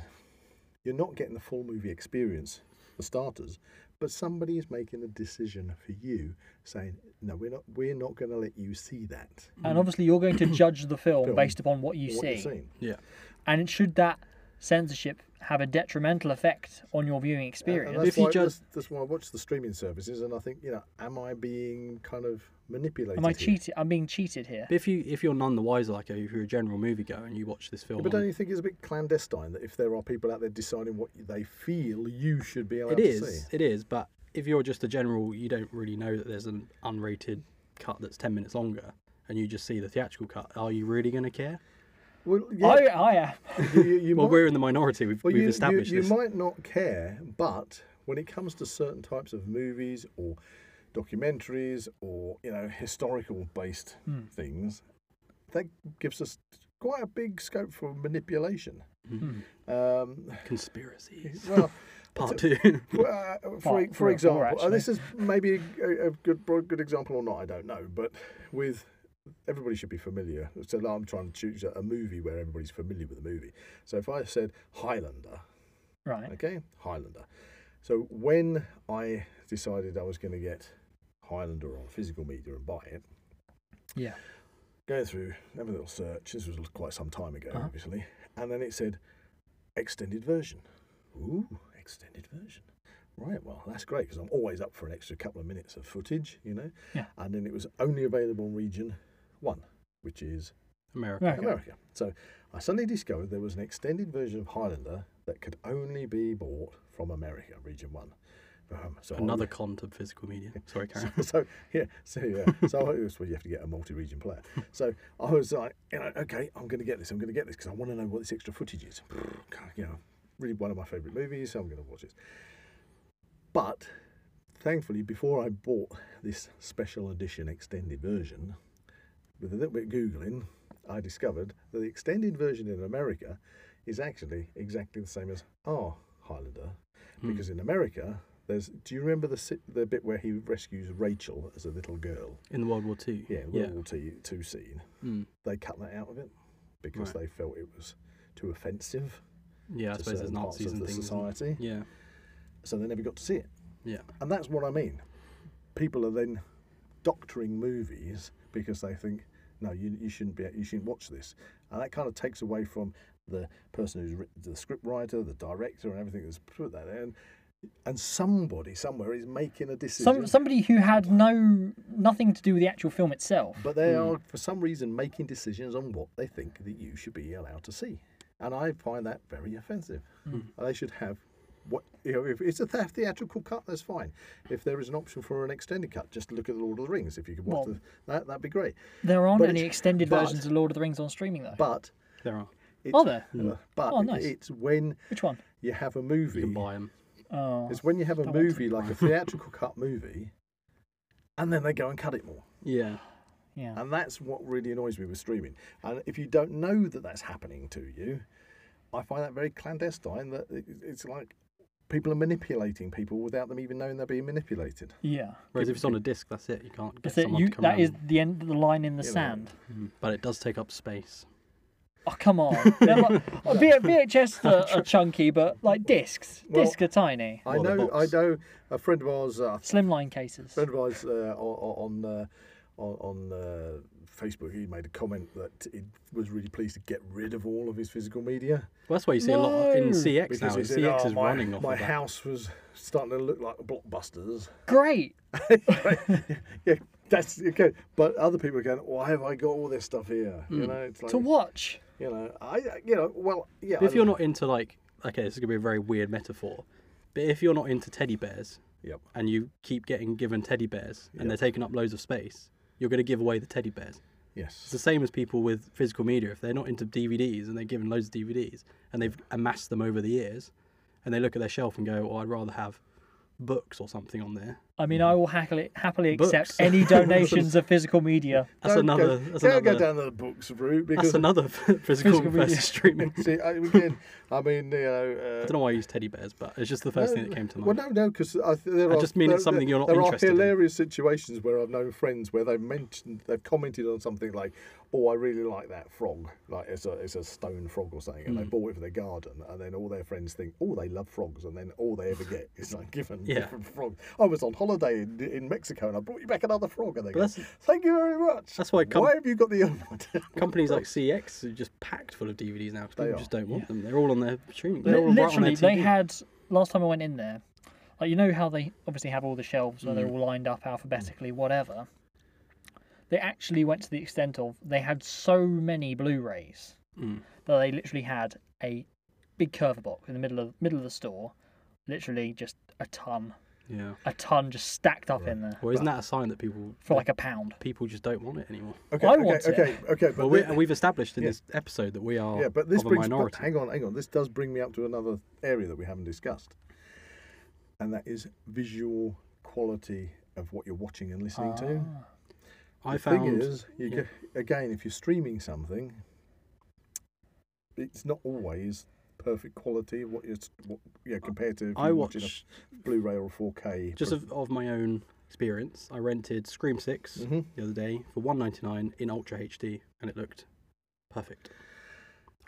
[SPEAKER 3] you're not getting the full movie experience for starters. But somebody is making a decision for you, saying, "No, we're not. We're not going to let you see that."
[SPEAKER 1] And obviously, you're going to judge the film,
[SPEAKER 3] Mm. Film.
[SPEAKER 1] based upon what you
[SPEAKER 3] what
[SPEAKER 1] see.
[SPEAKER 3] you're seeing.
[SPEAKER 2] Yeah.
[SPEAKER 1] And should that censorship have a detrimental effect on your viewing
[SPEAKER 3] And
[SPEAKER 1] experience?
[SPEAKER 3] Uh, that's
[SPEAKER 2] If you
[SPEAKER 3] why-
[SPEAKER 2] just-
[SPEAKER 3] that's, that's why I watch the streaming services, and I think, you know, am I being kind of manipulated?
[SPEAKER 1] Am I
[SPEAKER 3] here?
[SPEAKER 1] cheated? I'm being cheated here.
[SPEAKER 2] But if you if you're none the wiser, like if you're a general moviegoer and you watch this film,
[SPEAKER 3] Yeah, but
[SPEAKER 2] on-
[SPEAKER 3] don't you think it's a bit clandestine that if there are people out there deciding what they feel you should be allowed
[SPEAKER 2] it
[SPEAKER 3] to see?
[SPEAKER 2] is, it is. But if you're just a general, you don't really know that there's an unrated cut that's ten minutes longer, and you just see the theatrical cut. Are you really going to care?
[SPEAKER 3] Well,
[SPEAKER 1] I,
[SPEAKER 3] yeah,
[SPEAKER 1] I am.
[SPEAKER 3] you, you, you
[SPEAKER 2] well,
[SPEAKER 3] might,
[SPEAKER 2] we're in the minority. We've,
[SPEAKER 3] well,
[SPEAKER 2] we've
[SPEAKER 3] you, you,
[SPEAKER 2] established
[SPEAKER 3] you
[SPEAKER 2] this.
[SPEAKER 3] might not care, but when it comes to certain types of movies or documentaries or you know historical based
[SPEAKER 2] Hmm.
[SPEAKER 3] things, that gives us quite a big scope for manipulation.
[SPEAKER 2] Hmm.
[SPEAKER 3] Um,
[SPEAKER 2] Conspiracies.
[SPEAKER 3] well.
[SPEAKER 2] Part two.
[SPEAKER 3] Well, uh, for,
[SPEAKER 1] Well,
[SPEAKER 3] for
[SPEAKER 1] for-
[SPEAKER 3] example,
[SPEAKER 1] for
[SPEAKER 3] uh, this is maybe a, a good broad- good example or not. I don't know, but with everybody should be familiar. So now I'm trying to choose a- a movie where everybody's familiar with the movie. So if I said Highlander,
[SPEAKER 1] Right.
[SPEAKER 3] okay, Highlander. So when I decided I was going to get Highlander on physical media and buy it,
[SPEAKER 1] Yeah.
[SPEAKER 3] going through have a little search. This was quite some time ago,
[SPEAKER 1] Uh-huh.
[SPEAKER 3] obviously, and then it said extended version. Ooh, extended version. Right, well, that's great because I'm always up for an extra couple of minutes of footage, you know.
[SPEAKER 1] Yeah.
[SPEAKER 3] And then it was only available in region one, which is
[SPEAKER 2] America.
[SPEAKER 1] Right.
[SPEAKER 3] America. So I suddenly discovered there was an extended version of Highlander that could only be bought from America, region one. Um, so I-
[SPEAKER 2] Another con to physical media. Sorry, Karen.
[SPEAKER 3] so yeah, so yeah, so I was, well, you have to get a multi-region player. So I was like, you know, okay, I'm going to get this. I'm going to get this because I want to know what this extra footage is. You know, really one of my favourite movies, so I'm going to watch this. But thankfully, before I bought this special edition extended version, with a little bit of googling, I discovered that the extended version in America is actually exactly the same as our Highlander,
[SPEAKER 2] Hmm.
[SPEAKER 3] because in America, there's. Do you remember the si- the bit where he rescues Rachel as a little girl?
[SPEAKER 2] In World War Two.
[SPEAKER 3] Yeah, World War Two, two scene.
[SPEAKER 2] Mm.
[SPEAKER 3] They cut that out of it because
[SPEAKER 2] Right.
[SPEAKER 3] they felt it was too offensive
[SPEAKER 2] Yeah, I
[SPEAKER 3] to
[SPEAKER 2] suppose there's
[SPEAKER 3] certain parts
[SPEAKER 2] Nazis
[SPEAKER 3] of
[SPEAKER 2] and
[SPEAKER 3] the
[SPEAKER 2] things. isn't there?
[SPEAKER 3] society.
[SPEAKER 2] Yeah.
[SPEAKER 3] So they never got to see it.
[SPEAKER 2] Yeah.
[SPEAKER 3] And that's what I mean. People are then doctoring movies because they think, no, you, you shouldn't be you shouldn't watch this, and that kind of takes away from the person who's writ- the script writer, the director, and everything that's put that in. And somebody somewhere is making a decision.
[SPEAKER 1] Some somebody who had no nothing to do with the actual film itself.
[SPEAKER 3] But they are, for some reason, making decisions on what they think that you should be allowed to see, and I find that very offensive.
[SPEAKER 1] Hmm.
[SPEAKER 3] And They should have what you know. If it's a thea- theatrical cut, that's fine. If there is an option for an extended cut, just look at the Lord of the Rings. If you could watch
[SPEAKER 1] Well-
[SPEAKER 3] the, that, that'd be great.
[SPEAKER 1] there aren't
[SPEAKER 3] but
[SPEAKER 1] any
[SPEAKER 3] it's-
[SPEAKER 1] extended
[SPEAKER 3] but-
[SPEAKER 1] versions of Lord of the Rings on streaming though.
[SPEAKER 3] But
[SPEAKER 2] There are.
[SPEAKER 3] it's,
[SPEAKER 1] Are there?
[SPEAKER 3] uh, But
[SPEAKER 1] Oh, nice.
[SPEAKER 3] it's when
[SPEAKER 1] Which one?
[SPEAKER 3] you have a
[SPEAKER 2] You can
[SPEAKER 3] movie.
[SPEAKER 2] buy 'em.
[SPEAKER 1] Oh,
[SPEAKER 3] It's when you have a
[SPEAKER 1] Don't want to
[SPEAKER 3] movie like a theatrical cut movie, and then they go and cut it more.
[SPEAKER 2] Yeah.
[SPEAKER 1] yeah.
[SPEAKER 3] And that's what really annoys me with streaming. And if you don't know that that's happening to you, I find that very clandestine. That it- it's like people are manipulating people without them even knowing they're being manipulated.
[SPEAKER 1] Yeah.
[SPEAKER 2] Whereas if it's on a disc, that's it. You can't get
[SPEAKER 1] That's it.
[SPEAKER 2] someone
[SPEAKER 1] You,
[SPEAKER 2] to come
[SPEAKER 1] that
[SPEAKER 2] around.
[SPEAKER 1] is the end of the line in the sand.
[SPEAKER 2] Mm. But it does take up space.
[SPEAKER 1] Oh come on! They're like, oh, V- VHS are, are chunky, but like discs,
[SPEAKER 3] Well-
[SPEAKER 1] discs are tiny.
[SPEAKER 3] I
[SPEAKER 2] Or the
[SPEAKER 3] know. I
[SPEAKER 2] box.
[SPEAKER 3] know. A friend of ours. Uh, a
[SPEAKER 1] Slimline cases.
[SPEAKER 3] friend of ours uh, o- o- on uh, on on uh, Facebook. He made a comment that he was really pleased to get rid of all of his physical media.
[SPEAKER 2] Well, that's why you see a lot in
[SPEAKER 1] No.
[SPEAKER 2] CX now.
[SPEAKER 3] he
[SPEAKER 2] is
[SPEAKER 3] said,
[SPEAKER 2] CX
[SPEAKER 3] "Oh,
[SPEAKER 2] is
[SPEAKER 3] my,
[SPEAKER 2] running off
[SPEAKER 3] my
[SPEAKER 2] of that.
[SPEAKER 3] house was starting to look like blockbusters.
[SPEAKER 1] Great.
[SPEAKER 3] Yeah, that's okay. But other people are going, why have I got all this stuff here?
[SPEAKER 2] Mm.
[SPEAKER 3] You know, it's like,
[SPEAKER 1] To watch.
[SPEAKER 3] you know, I, you know, well, yeah.
[SPEAKER 2] But if
[SPEAKER 3] I-
[SPEAKER 2] you're not into like, okay, this is gonna be a very weird metaphor, but if you're not into teddy bears
[SPEAKER 3] Yep.
[SPEAKER 2] and you keep getting given teddy bears and they're taking up loads of space, you're gonna give away the teddy bears. It's
[SPEAKER 3] Yes.
[SPEAKER 2] the same as people with physical media. If they're not into DVDs and they're given loads of DVDs and they've amassed "Oh, them over the years, and they look at their shelf and go, "Well, I'd rather have books or something on there,"
[SPEAKER 1] I mean, I will happily, happily accept
[SPEAKER 2] Books.
[SPEAKER 1] any donations of physical media.
[SPEAKER 2] That's
[SPEAKER 3] Don't
[SPEAKER 2] another.
[SPEAKER 3] Go,
[SPEAKER 2] that's
[SPEAKER 3] don't
[SPEAKER 2] another.
[SPEAKER 3] go down the books route because
[SPEAKER 2] that's another physical
[SPEAKER 1] Physical media.
[SPEAKER 2] versus streaming.
[SPEAKER 3] See, I, again, I mean, you know.
[SPEAKER 2] I
[SPEAKER 3] Uh,
[SPEAKER 2] don't know why I use teddy bears, but it's just the first thing that came to mind.
[SPEAKER 3] Um, Well, no, no, because I, th- there
[SPEAKER 2] I
[SPEAKER 3] are-
[SPEAKER 2] just mean
[SPEAKER 3] there,
[SPEAKER 2] it's something you're not
[SPEAKER 3] there
[SPEAKER 2] interested
[SPEAKER 3] are
[SPEAKER 2] in.
[SPEAKER 3] hilarious situations where I've known friends where they've mentioned, they've commented on something like, "Oh, I really like that frog, like it's a it's a stone frog or something,"
[SPEAKER 2] Hmm.
[SPEAKER 3] and they bought it for their garden, and then all their friends think, "Oh, they love frogs," and then all they ever get is like given
[SPEAKER 2] Yeah.
[SPEAKER 3] different frogs. I was on holiday in, in Mexico and I brought you back another frog, and they go,
[SPEAKER 2] But
[SPEAKER 3] "Thank you very much."
[SPEAKER 2] That's why com-
[SPEAKER 3] why have you got the other one?
[SPEAKER 2] companies like CX are just packed full of DVDs now because people
[SPEAKER 3] are.
[SPEAKER 2] just don't want them. They're all on their streaming. They're
[SPEAKER 1] Li-
[SPEAKER 2] all right on
[SPEAKER 1] literally,
[SPEAKER 2] their
[SPEAKER 1] they
[SPEAKER 2] TV.
[SPEAKER 1] had last time I went in there. Like you know how they obviously have all the shelves and they're all lined up alphabetically, whatever. They actually went to the extent of they had so many Blu-rays that they literally had a big curve box in the middle of middle of the store, literally just a ton,
[SPEAKER 2] Yeah.
[SPEAKER 1] a ton just stacked up in there
[SPEAKER 2] Well, isn't that a sign that people
[SPEAKER 1] for like a pound.
[SPEAKER 2] people just don't want it anymore?
[SPEAKER 3] Okay,
[SPEAKER 1] I
[SPEAKER 3] okay,
[SPEAKER 1] want it.
[SPEAKER 3] okay, okay, but
[SPEAKER 2] Well, we,
[SPEAKER 3] the-
[SPEAKER 2] and we've established in this episode that we are
[SPEAKER 3] Yeah, but this
[SPEAKER 2] of a
[SPEAKER 3] brings.
[SPEAKER 2] minority.
[SPEAKER 3] But hang on, hang on. This does bring me up to another area that we haven't discussed, and that is visual quality of what you're watching and listening to.
[SPEAKER 2] Ah, I
[SPEAKER 3] The thing
[SPEAKER 2] found
[SPEAKER 3] is, you
[SPEAKER 2] yeah.
[SPEAKER 3] get, again, if you're streaming something, it's not always perfect quality of what you're s- what, yeah compared to if
[SPEAKER 2] I
[SPEAKER 3] you're watching
[SPEAKER 2] watched
[SPEAKER 3] a Blu-ray or 4K.
[SPEAKER 2] just of, of my own experience. I rented Scream 6
[SPEAKER 3] Mm-hmm.
[SPEAKER 2] the other day for one ninety nine in Ultra HD, and it looked perfect.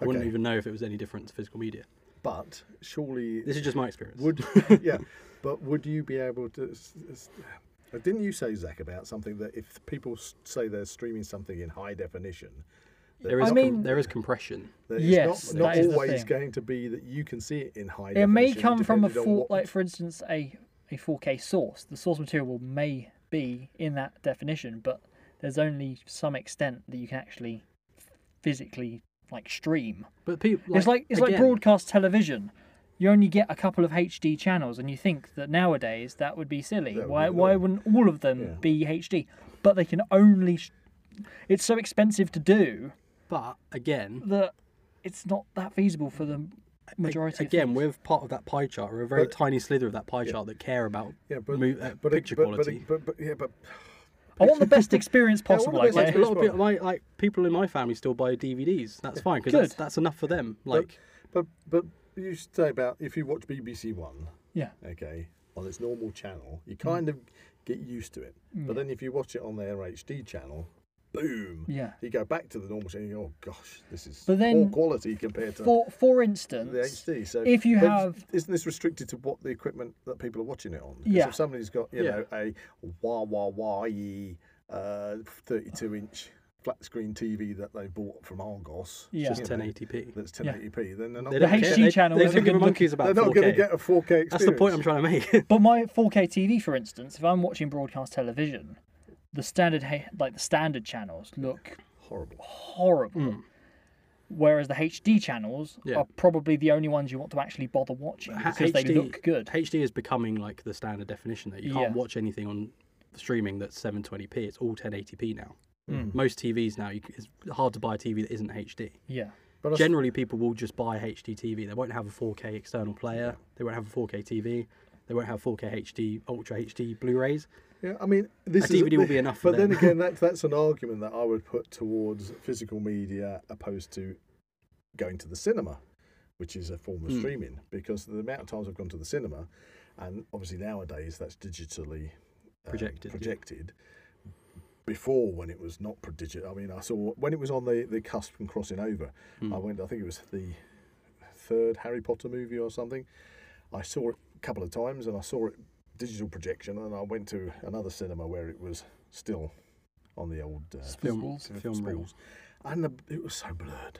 [SPEAKER 2] I wouldn't
[SPEAKER 3] Okay.
[SPEAKER 2] even know if it was any different to physical media.
[SPEAKER 3] but surely
[SPEAKER 2] This is just my experience.
[SPEAKER 3] Would yeah, but would you be able to? s- s- uh, Didn't you say Zach about something that if people s- say they're streaming something in high definition,
[SPEAKER 2] there is
[SPEAKER 1] I
[SPEAKER 2] com-
[SPEAKER 1] mean-
[SPEAKER 2] there is compression.
[SPEAKER 3] that
[SPEAKER 1] Yes,
[SPEAKER 3] it's not,
[SPEAKER 1] that is
[SPEAKER 3] not
[SPEAKER 1] the
[SPEAKER 3] always
[SPEAKER 1] thing.
[SPEAKER 3] going to be that you can see it in high
[SPEAKER 1] It
[SPEAKER 3] definition?
[SPEAKER 1] may come from a
[SPEAKER 3] depending on
[SPEAKER 1] four,
[SPEAKER 3] what-
[SPEAKER 1] like for instance a a 4K source. The source material may be in that definition, but there's only some extent that you can actually physically like stream.
[SPEAKER 2] But people
[SPEAKER 1] it's like it's like
[SPEAKER 2] again,
[SPEAKER 1] broadcast television. You only get a couple of HD channels, and you think that nowadays that would be silly.
[SPEAKER 3] That would
[SPEAKER 1] why
[SPEAKER 3] be
[SPEAKER 1] why
[SPEAKER 3] silly.
[SPEAKER 1] wouldn't all of them
[SPEAKER 3] Yeah.
[SPEAKER 1] be HD? But they can only. sh- It's so expensive to do
[SPEAKER 2] But again,
[SPEAKER 1] that it's not that feasible for the majority.
[SPEAKER 2] again,
[SPEAKER 1] of things.
[SPEAKER 2] we're part of that pie chart. We're a very
[SPEAKER 3] But-
[SPEAKER 2] tiny slither of that pie chart that care about
[SPEAKER 3] yeah, but,
[SPEAKER 2] mo- uh,
[SPEAKER 3] but it-
[SPEAKER 2] picture
[SPEAKER 3] but-
[SPEAKER 2] quality.
[SPEAKER 3] But, but, but yeah, but
[SPEAKER 1] I want the best experience
[SPEAKER 3] I want
[SPEAKER 1] possible.
[SPEAKER 3] the best
[SPEAKER 1] okay?
[SPEAKER 2] like a
[SPEAKER 3] Yeah.
[SPEAKER 2] lot of people, my, like people in my family still buy DVDs. That's fine because that's,
[SPEAKER 1] Good.
[SPEAKER 2] that's enough for them. Like
[SPEAKER 3] but but you say about if you watch BBC One,
[SPEAKER 1] Yeah.
[SPEAKER 3] okay, on its normal channel, you
[SPEAKER 1] Mm.
[SPEAKER 3] kind of get used to it. But then if you watch it on their HD channel, boom.
[SPEAKER 1] Yeah.
[SPEAKER 3] You go back to the normal channel, you go, oh gosh, this is
[SPEAKER 1] But then
[SPEAKER 3] poor quality compared to
[SPEAKER 1] For for
[SPEAKER 3] the
[SPEAKER 1] instance,
[SPEAKER 3] HD. So
[SPEAKER 1] if you
[SPEAKER 3] but
[SPEAKER 1] have-
[SPEAKER 3] isn't this restricted to what the equipment that people are watching it on? 'Cause
[SPEAKER 1] Yeah.
[SPEAKER 3] If somebody's got you
[SPEAKER 2] Yeah.
[SPEAKER 3] know a wah wah wah ye, uh, thirty-two inch flat screen TV that they bought from Argos.
[SPEAKER 1] Yeah.
[SPEAKER 2] just
[SPEAKER 3] you know,
[SPEAKER 2] 1080p.
[SPEAKER 3] that's 1080p. Then they're not.
[SPEAKER 2] They
[SPEAKER 1] The
[SPEAKER 2] don't care.
[SPEAKER 1] HD
[SPEAKER 2] They-
[SPEAKER 1] channel
[SPEAKER 2] They
[SPEAKER 1] is a
[SPEAKER 2] don't give a
[SPEAKER 1] good look-
[SPEAKER 2] monkeys
[SPEAKER 3] they're
[SPEAKER 2] about
[SPEAKER 3] not going to
[SPEAKER 2] 4K.
[SPEAKER 3] get a 4K experience.
[SPEAKER 2] That's the point I'm trying to make.
[SPEAKER 1] but my 4K TV, for instance, if I'm watching broadcast television, the standard ha- like the standard channels look
[SPEAKER 3] Horrible.
[SPEAKER 1] horrible.
[SPEAKER 3] Hmm.
[SPEAKER 1] Whereas the HD channels
[SPEAKER 2] Yeah.
[SPEAKER 1] are probably the only ones you want to actually bother watching
[SPEAKER 2] Ha-
[SPEAKER 1] because they look good.
[SPEAKER 2] HD is becoming like the standard definition that you can't
[SPEAKER 1] Yeah.
[SPEAKER 2] watch anything on streaming that's 720p. It's all 1080p now.
[SPEAKER 3] Hmm.
[SPEAKER 2] Most TVs now, you, c- it's hard to buy a TV that isn't HD.
[SPEAKER 1] Yeah.
[SPEAKER 3] But I s-
[SPEAKER 2] Generally, people will just buy a HD TV. They won't have a 4K external player. They won't have a 4K TV. They won't have 4K HD, Ultra HD Blu-rays.
[SPEAKER 3] Yeah, I mean, this
[SPEAKER 2] A
[SPEAKER 3] is
[SPEAKER 2] DVD will be enough for
[SPEAKER 3] but then
[SPEAKER 2] them.
[SPEAKER 3] again, that's that's an argument that I would put towards physical media opposed to going to the cinema, which is a form of
[SPEAKER 2] Hmm.
[SPEAKER 3] streaming. Because the amount of times I've gone to the cinema, and obviously nowadays that's digitally um,
[SPEAKER 2] Projected, yeah.
[SPEAKER 3] projected. Before when it was not prodigious, I mean, I saw when it was on the the cusp and crossing over.
[SPEAKER 2] Hmm.
[SPEAKER 3] I went. I think it was the third Harry Potter movie or something. I saw it a couple of times and I saw it digital projection and I went to another cinema where it was still on the old uh,
[SPEAKER 2] Film,
[SPEAKER 1] Spools.
[SPEAKER 2] film reel.
[SPEAKER 3] spools. and the, it was so blurred.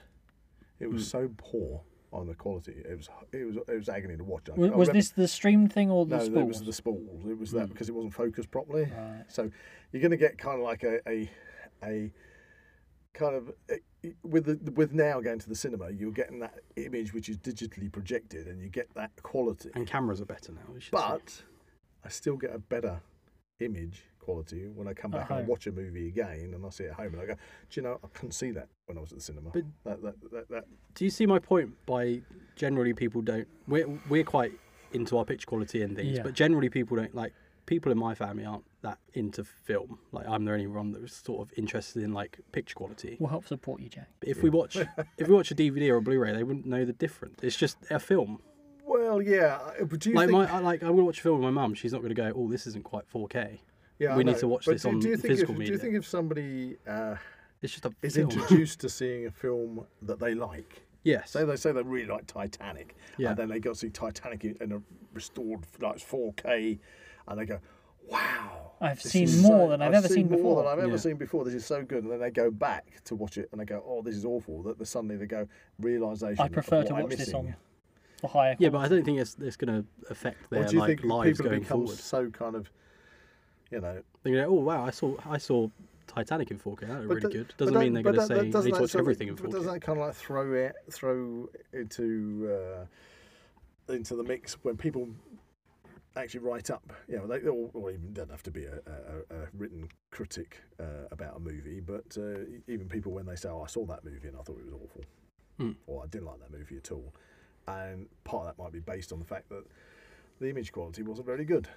[SPEAKER 3] It was so poor on the quality. It was it was it was agony to watch. I-
[SPEAKER 1] Was,
[SPEAKER 3] I
[SPEAKER 1] was
[SPEAKER 3] remember-
[SPEAKER 1] this the streamed thing or the
[SPEAKER 3] Oh, no,
[SPEAKER 1] spool?
[SPEAKER 3] it was the spools. It was that because it wasn't focused properly. So you're going to get kind of like a a, a kind of eh, with the, with now going to the cinema, you're getting that image which is digitally projected, and you get that quality.
[SPEAKER 2] And cameras are better now. we should say.
[SPEAKER 3] But I still get a better image quality when I come
[SPEAKER 1] At
[SPEAKER 3] back and I
[SPEAKER 1] home.
[SPEAKER 3] watch a movie again, and I see it at home, and I go, "Do you know I couldn't see that when I was at the cinema."
[SPEAKER 2] But-
[SPEAKER 3] that, that, that, that
[SPEAKER 2] do you see my point by generally people don't we're, we're quite into our picture quality and things
[SPEAKER 1] Yeah.
[SPEAKER 2] but generally people don't like people in my family aren't that into film. Like I'm the only one that was sort of interested in like picture quality.
[SPEAKER 1] We'll help support you, Jack.
[SPEAKER 2] If we watch if we watch a DVD or a Blu-ray, they wouldn't know the difference. It's just a film.
[SPEAKER 3] Well, yeah. I- but Do you
[SPEAKER 2] Like
[SPEAKER 3] think?
[SPEAKER 2] my I, like I'm gonna watch a film with my mum. She's not gonna go, oh, this isn't quite 4K.
[SPEAKER 3] yeah, I
[SPEAKER 2] we need
[SPEAKER 3] know.
[SPEAKER 2] to watch
[SPEAKER 3] But
[SPEAKER 2] this
[SPEAKER 3] do,
[SPEAKER 2] on
[SPEAKER 3] do you think
[SPEAKER 2] physical
[SPEAKER 3] if, Do
[SPEAKER 2] media.
[SPEAKER 3] you think if somebody uh,
[SPEAKER 2] It's just a
[SPEAKER 3] is
[SPEAKER 2] film.
[SPEAKER 3] introduced to seeing a film that they like,
[SPEAKER 2] yes.
[SPEAKER 3] say they say they really like Titanic,
[SPEAKER 2] Yeah.
[SPEAKER 3] and then they go see Titanic in in a restored like 4K, and they go, "Wow,
[SPEAKER 1] I've
[SPEAKER 3] this
[SPEAKER 1] seen
[SPEAKER 3] is
[SPEAKER 1] more than I've ever seen
[SPEAKER 3] more
[SPEAKER 1] before."
[SPEAKER 3] than I've ever
[SPEAKER 2] Yeah.
[SPEAKER 3] seen before. This is so good." And then they go back to watch it, and they go, "Oh, this is awful." That the suddenly they go realization.
[SPEAKER 1] I prefer
[SPEAKER 3] of
[SPEAKER 1] to
[SPEAKER 3] what I'm
[SPEAKER 1] watch this
[SPEAKER 3] missing."
[SPEAKER 1] on the higher.
[SPEAKER 2] yeah, but I don't think it's it's gonna affect
[SPEAKER 3] Or
[SPEAKER 2] their
[SPEAKER 3] do you
[SPEAKER 2] like
[SPEAKER 3] think
[SPEAKER 2] lives
[SPEAKER 3] people have
[SPEAKER 2] going
[SPEAKER 3] become
[SPEAKER 2] forward.
[SPEAKER 3] so kind of, you know,
[SPEAKER 2] They go, oh wow, I saw I saw Titanic in 4K. That was really
[SPEAKER 3] that-
[SPEAKER 2] good.
[SPEAKER 3] but
[SPEAKER 2] Doesn't
[SPEAKER 3] that-
[SPEAKER 2] mean they're
[SPEAKER 3] but
[SPEAKER 2] gonna
[SPEAKER 3] that- that
[SPEAKER 2] say
[SPEAKER 3] doesn't
[SPEAKER 2] they
[SPEAKER 3] that
[SPEAKER 2] watch
[SPEAKER 3] sort of-
[SPEAKER 2] everything in
[SPEAKER 3] but
[SPEAKER 2] 4K.
[SPEAKER 3] Doesn't that kind of like throw it throw into uh, into the mix when people actually write up? You know, they or, or even don't have to be a, a, a- a written critic uh, about a movie, but uh, even people when they say, "Oh, I saw that movie and I thought it was awful,"
[SPEAKER 2] Hmm.
[SPEAKER 3] or "I didn't like that movie at all," and part of that might be based on the fact that the image quality wasn't very good.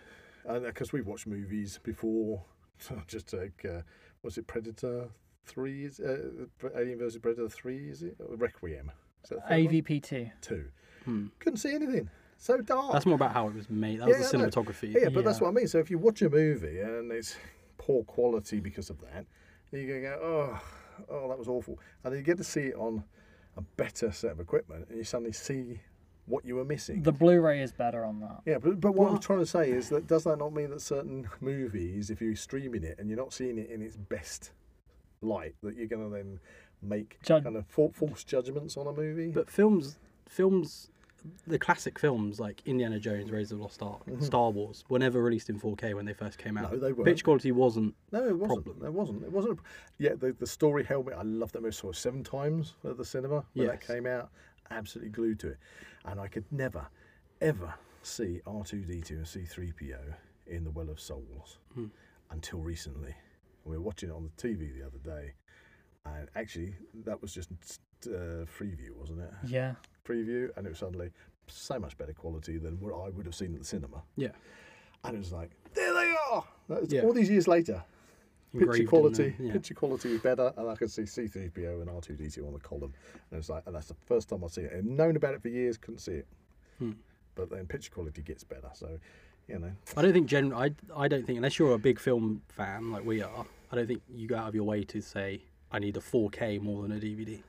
[SPEAKER 3] And because we've watched movies before, so I'll just take uh, was it Predator Three? Is uh, Pre- Alien versus Predator Three? Is it Or Requiem? Is that the third one?
[SPEAKER 1] AVP two.
[SPEAKER 3] two?
[SPEAKER 2] Hmm.
[SPEAKER 3] Couldn't see anything. So dark.
[SPEAKER 2] That's more about how it was made. That
[SPEAKER 3] Yeah,
[SPEAKER 2] was the
[SPEAKER 3] I know.
[SPEAKER 2] cinematography.
[SPEAKER 3] yeah, but that's
[SPEAKER 1] Yeah.
[SPEAKER 3] what I mean. So if you watch a movie and it's poor quality because of that, then you're going to go, oh, oh, that was awful. And then you get to see it on a better set of equipment and you suddenly see what you were missing.
[SPEAKER 1] The Blu-ray is better on that.
[SPEAKER 3] Yeah, but, but what I'm
[SPEAKER 2] Well-
[SPEAKER 3] trying to say is that does that not mean that certain movies, if you're streaming it and you're not seeing it in its best light, that you're going to then make
[SPEAKER 1] Jud-
[SPEAKER 3] kind of fa- false judgments on a movie?
[SPEAKER 2] But films, films, the classic films like Indiana Jones, Raiders of the Lost Ark, Star Wars, were never released in 4K when they first came out.
[SPEAKER 3] Mm-hmm. No, they weren't.
[SPEAKER 2] Pitch quality wasn't.
[SPEAKER 3] no, it wasn't.
[SPEAKER 2] problem.
[SPEAKER 3] It wasn't. It wasn't. A, yeah, the, the story helmet. I love that movie. Saw it seven times at the cinema when
[SPEAKER 2] Yes.
[SPEAKER 3] that came out. Absolutely glued to it, and I could never, ever see R two D two and C three PO in the Well of Souls
[SPEAKER 2] Hmm.
[SPEAKER 3] until recently. We were watching it on the TV the other day, and actually that was just uh, Freeview, wasn't it?
[SPEAKER 2] Hmm.
[SPEAKER 1] Yeah.
[SPEAKER 3] Freeview, and it was suddenly so much better quality than what I would have seen at the cinema.
[SPEAKER 2] Yeah.
[SPEAKER 3] And it was like, there they are. That was
[SPEAKER 2] Yeah.
[SPEAKER 3] All these years later,
[SPEAKER 2] engraved in
[SPEAKER 3] picture
[SPEAKER 2] the-
[SPEAKER 3] quality,
[SPEAKER 2] yeah.
[SPEAKER 3] picture quality is better, and I could see C3PO and R2D2 on the column, and it's like, and that's the first time I see it. And known about it for years, couldn't see it.
[SPEAKER 2] Hmm.
[SPEAKER 3] But then picture quality gets better, so you know.
[SPEAKER 2] I don't think gen. I, I don't think unless you're a big film fan like we are, I don't think you go out of your way to say I need a 4K more than a DVD.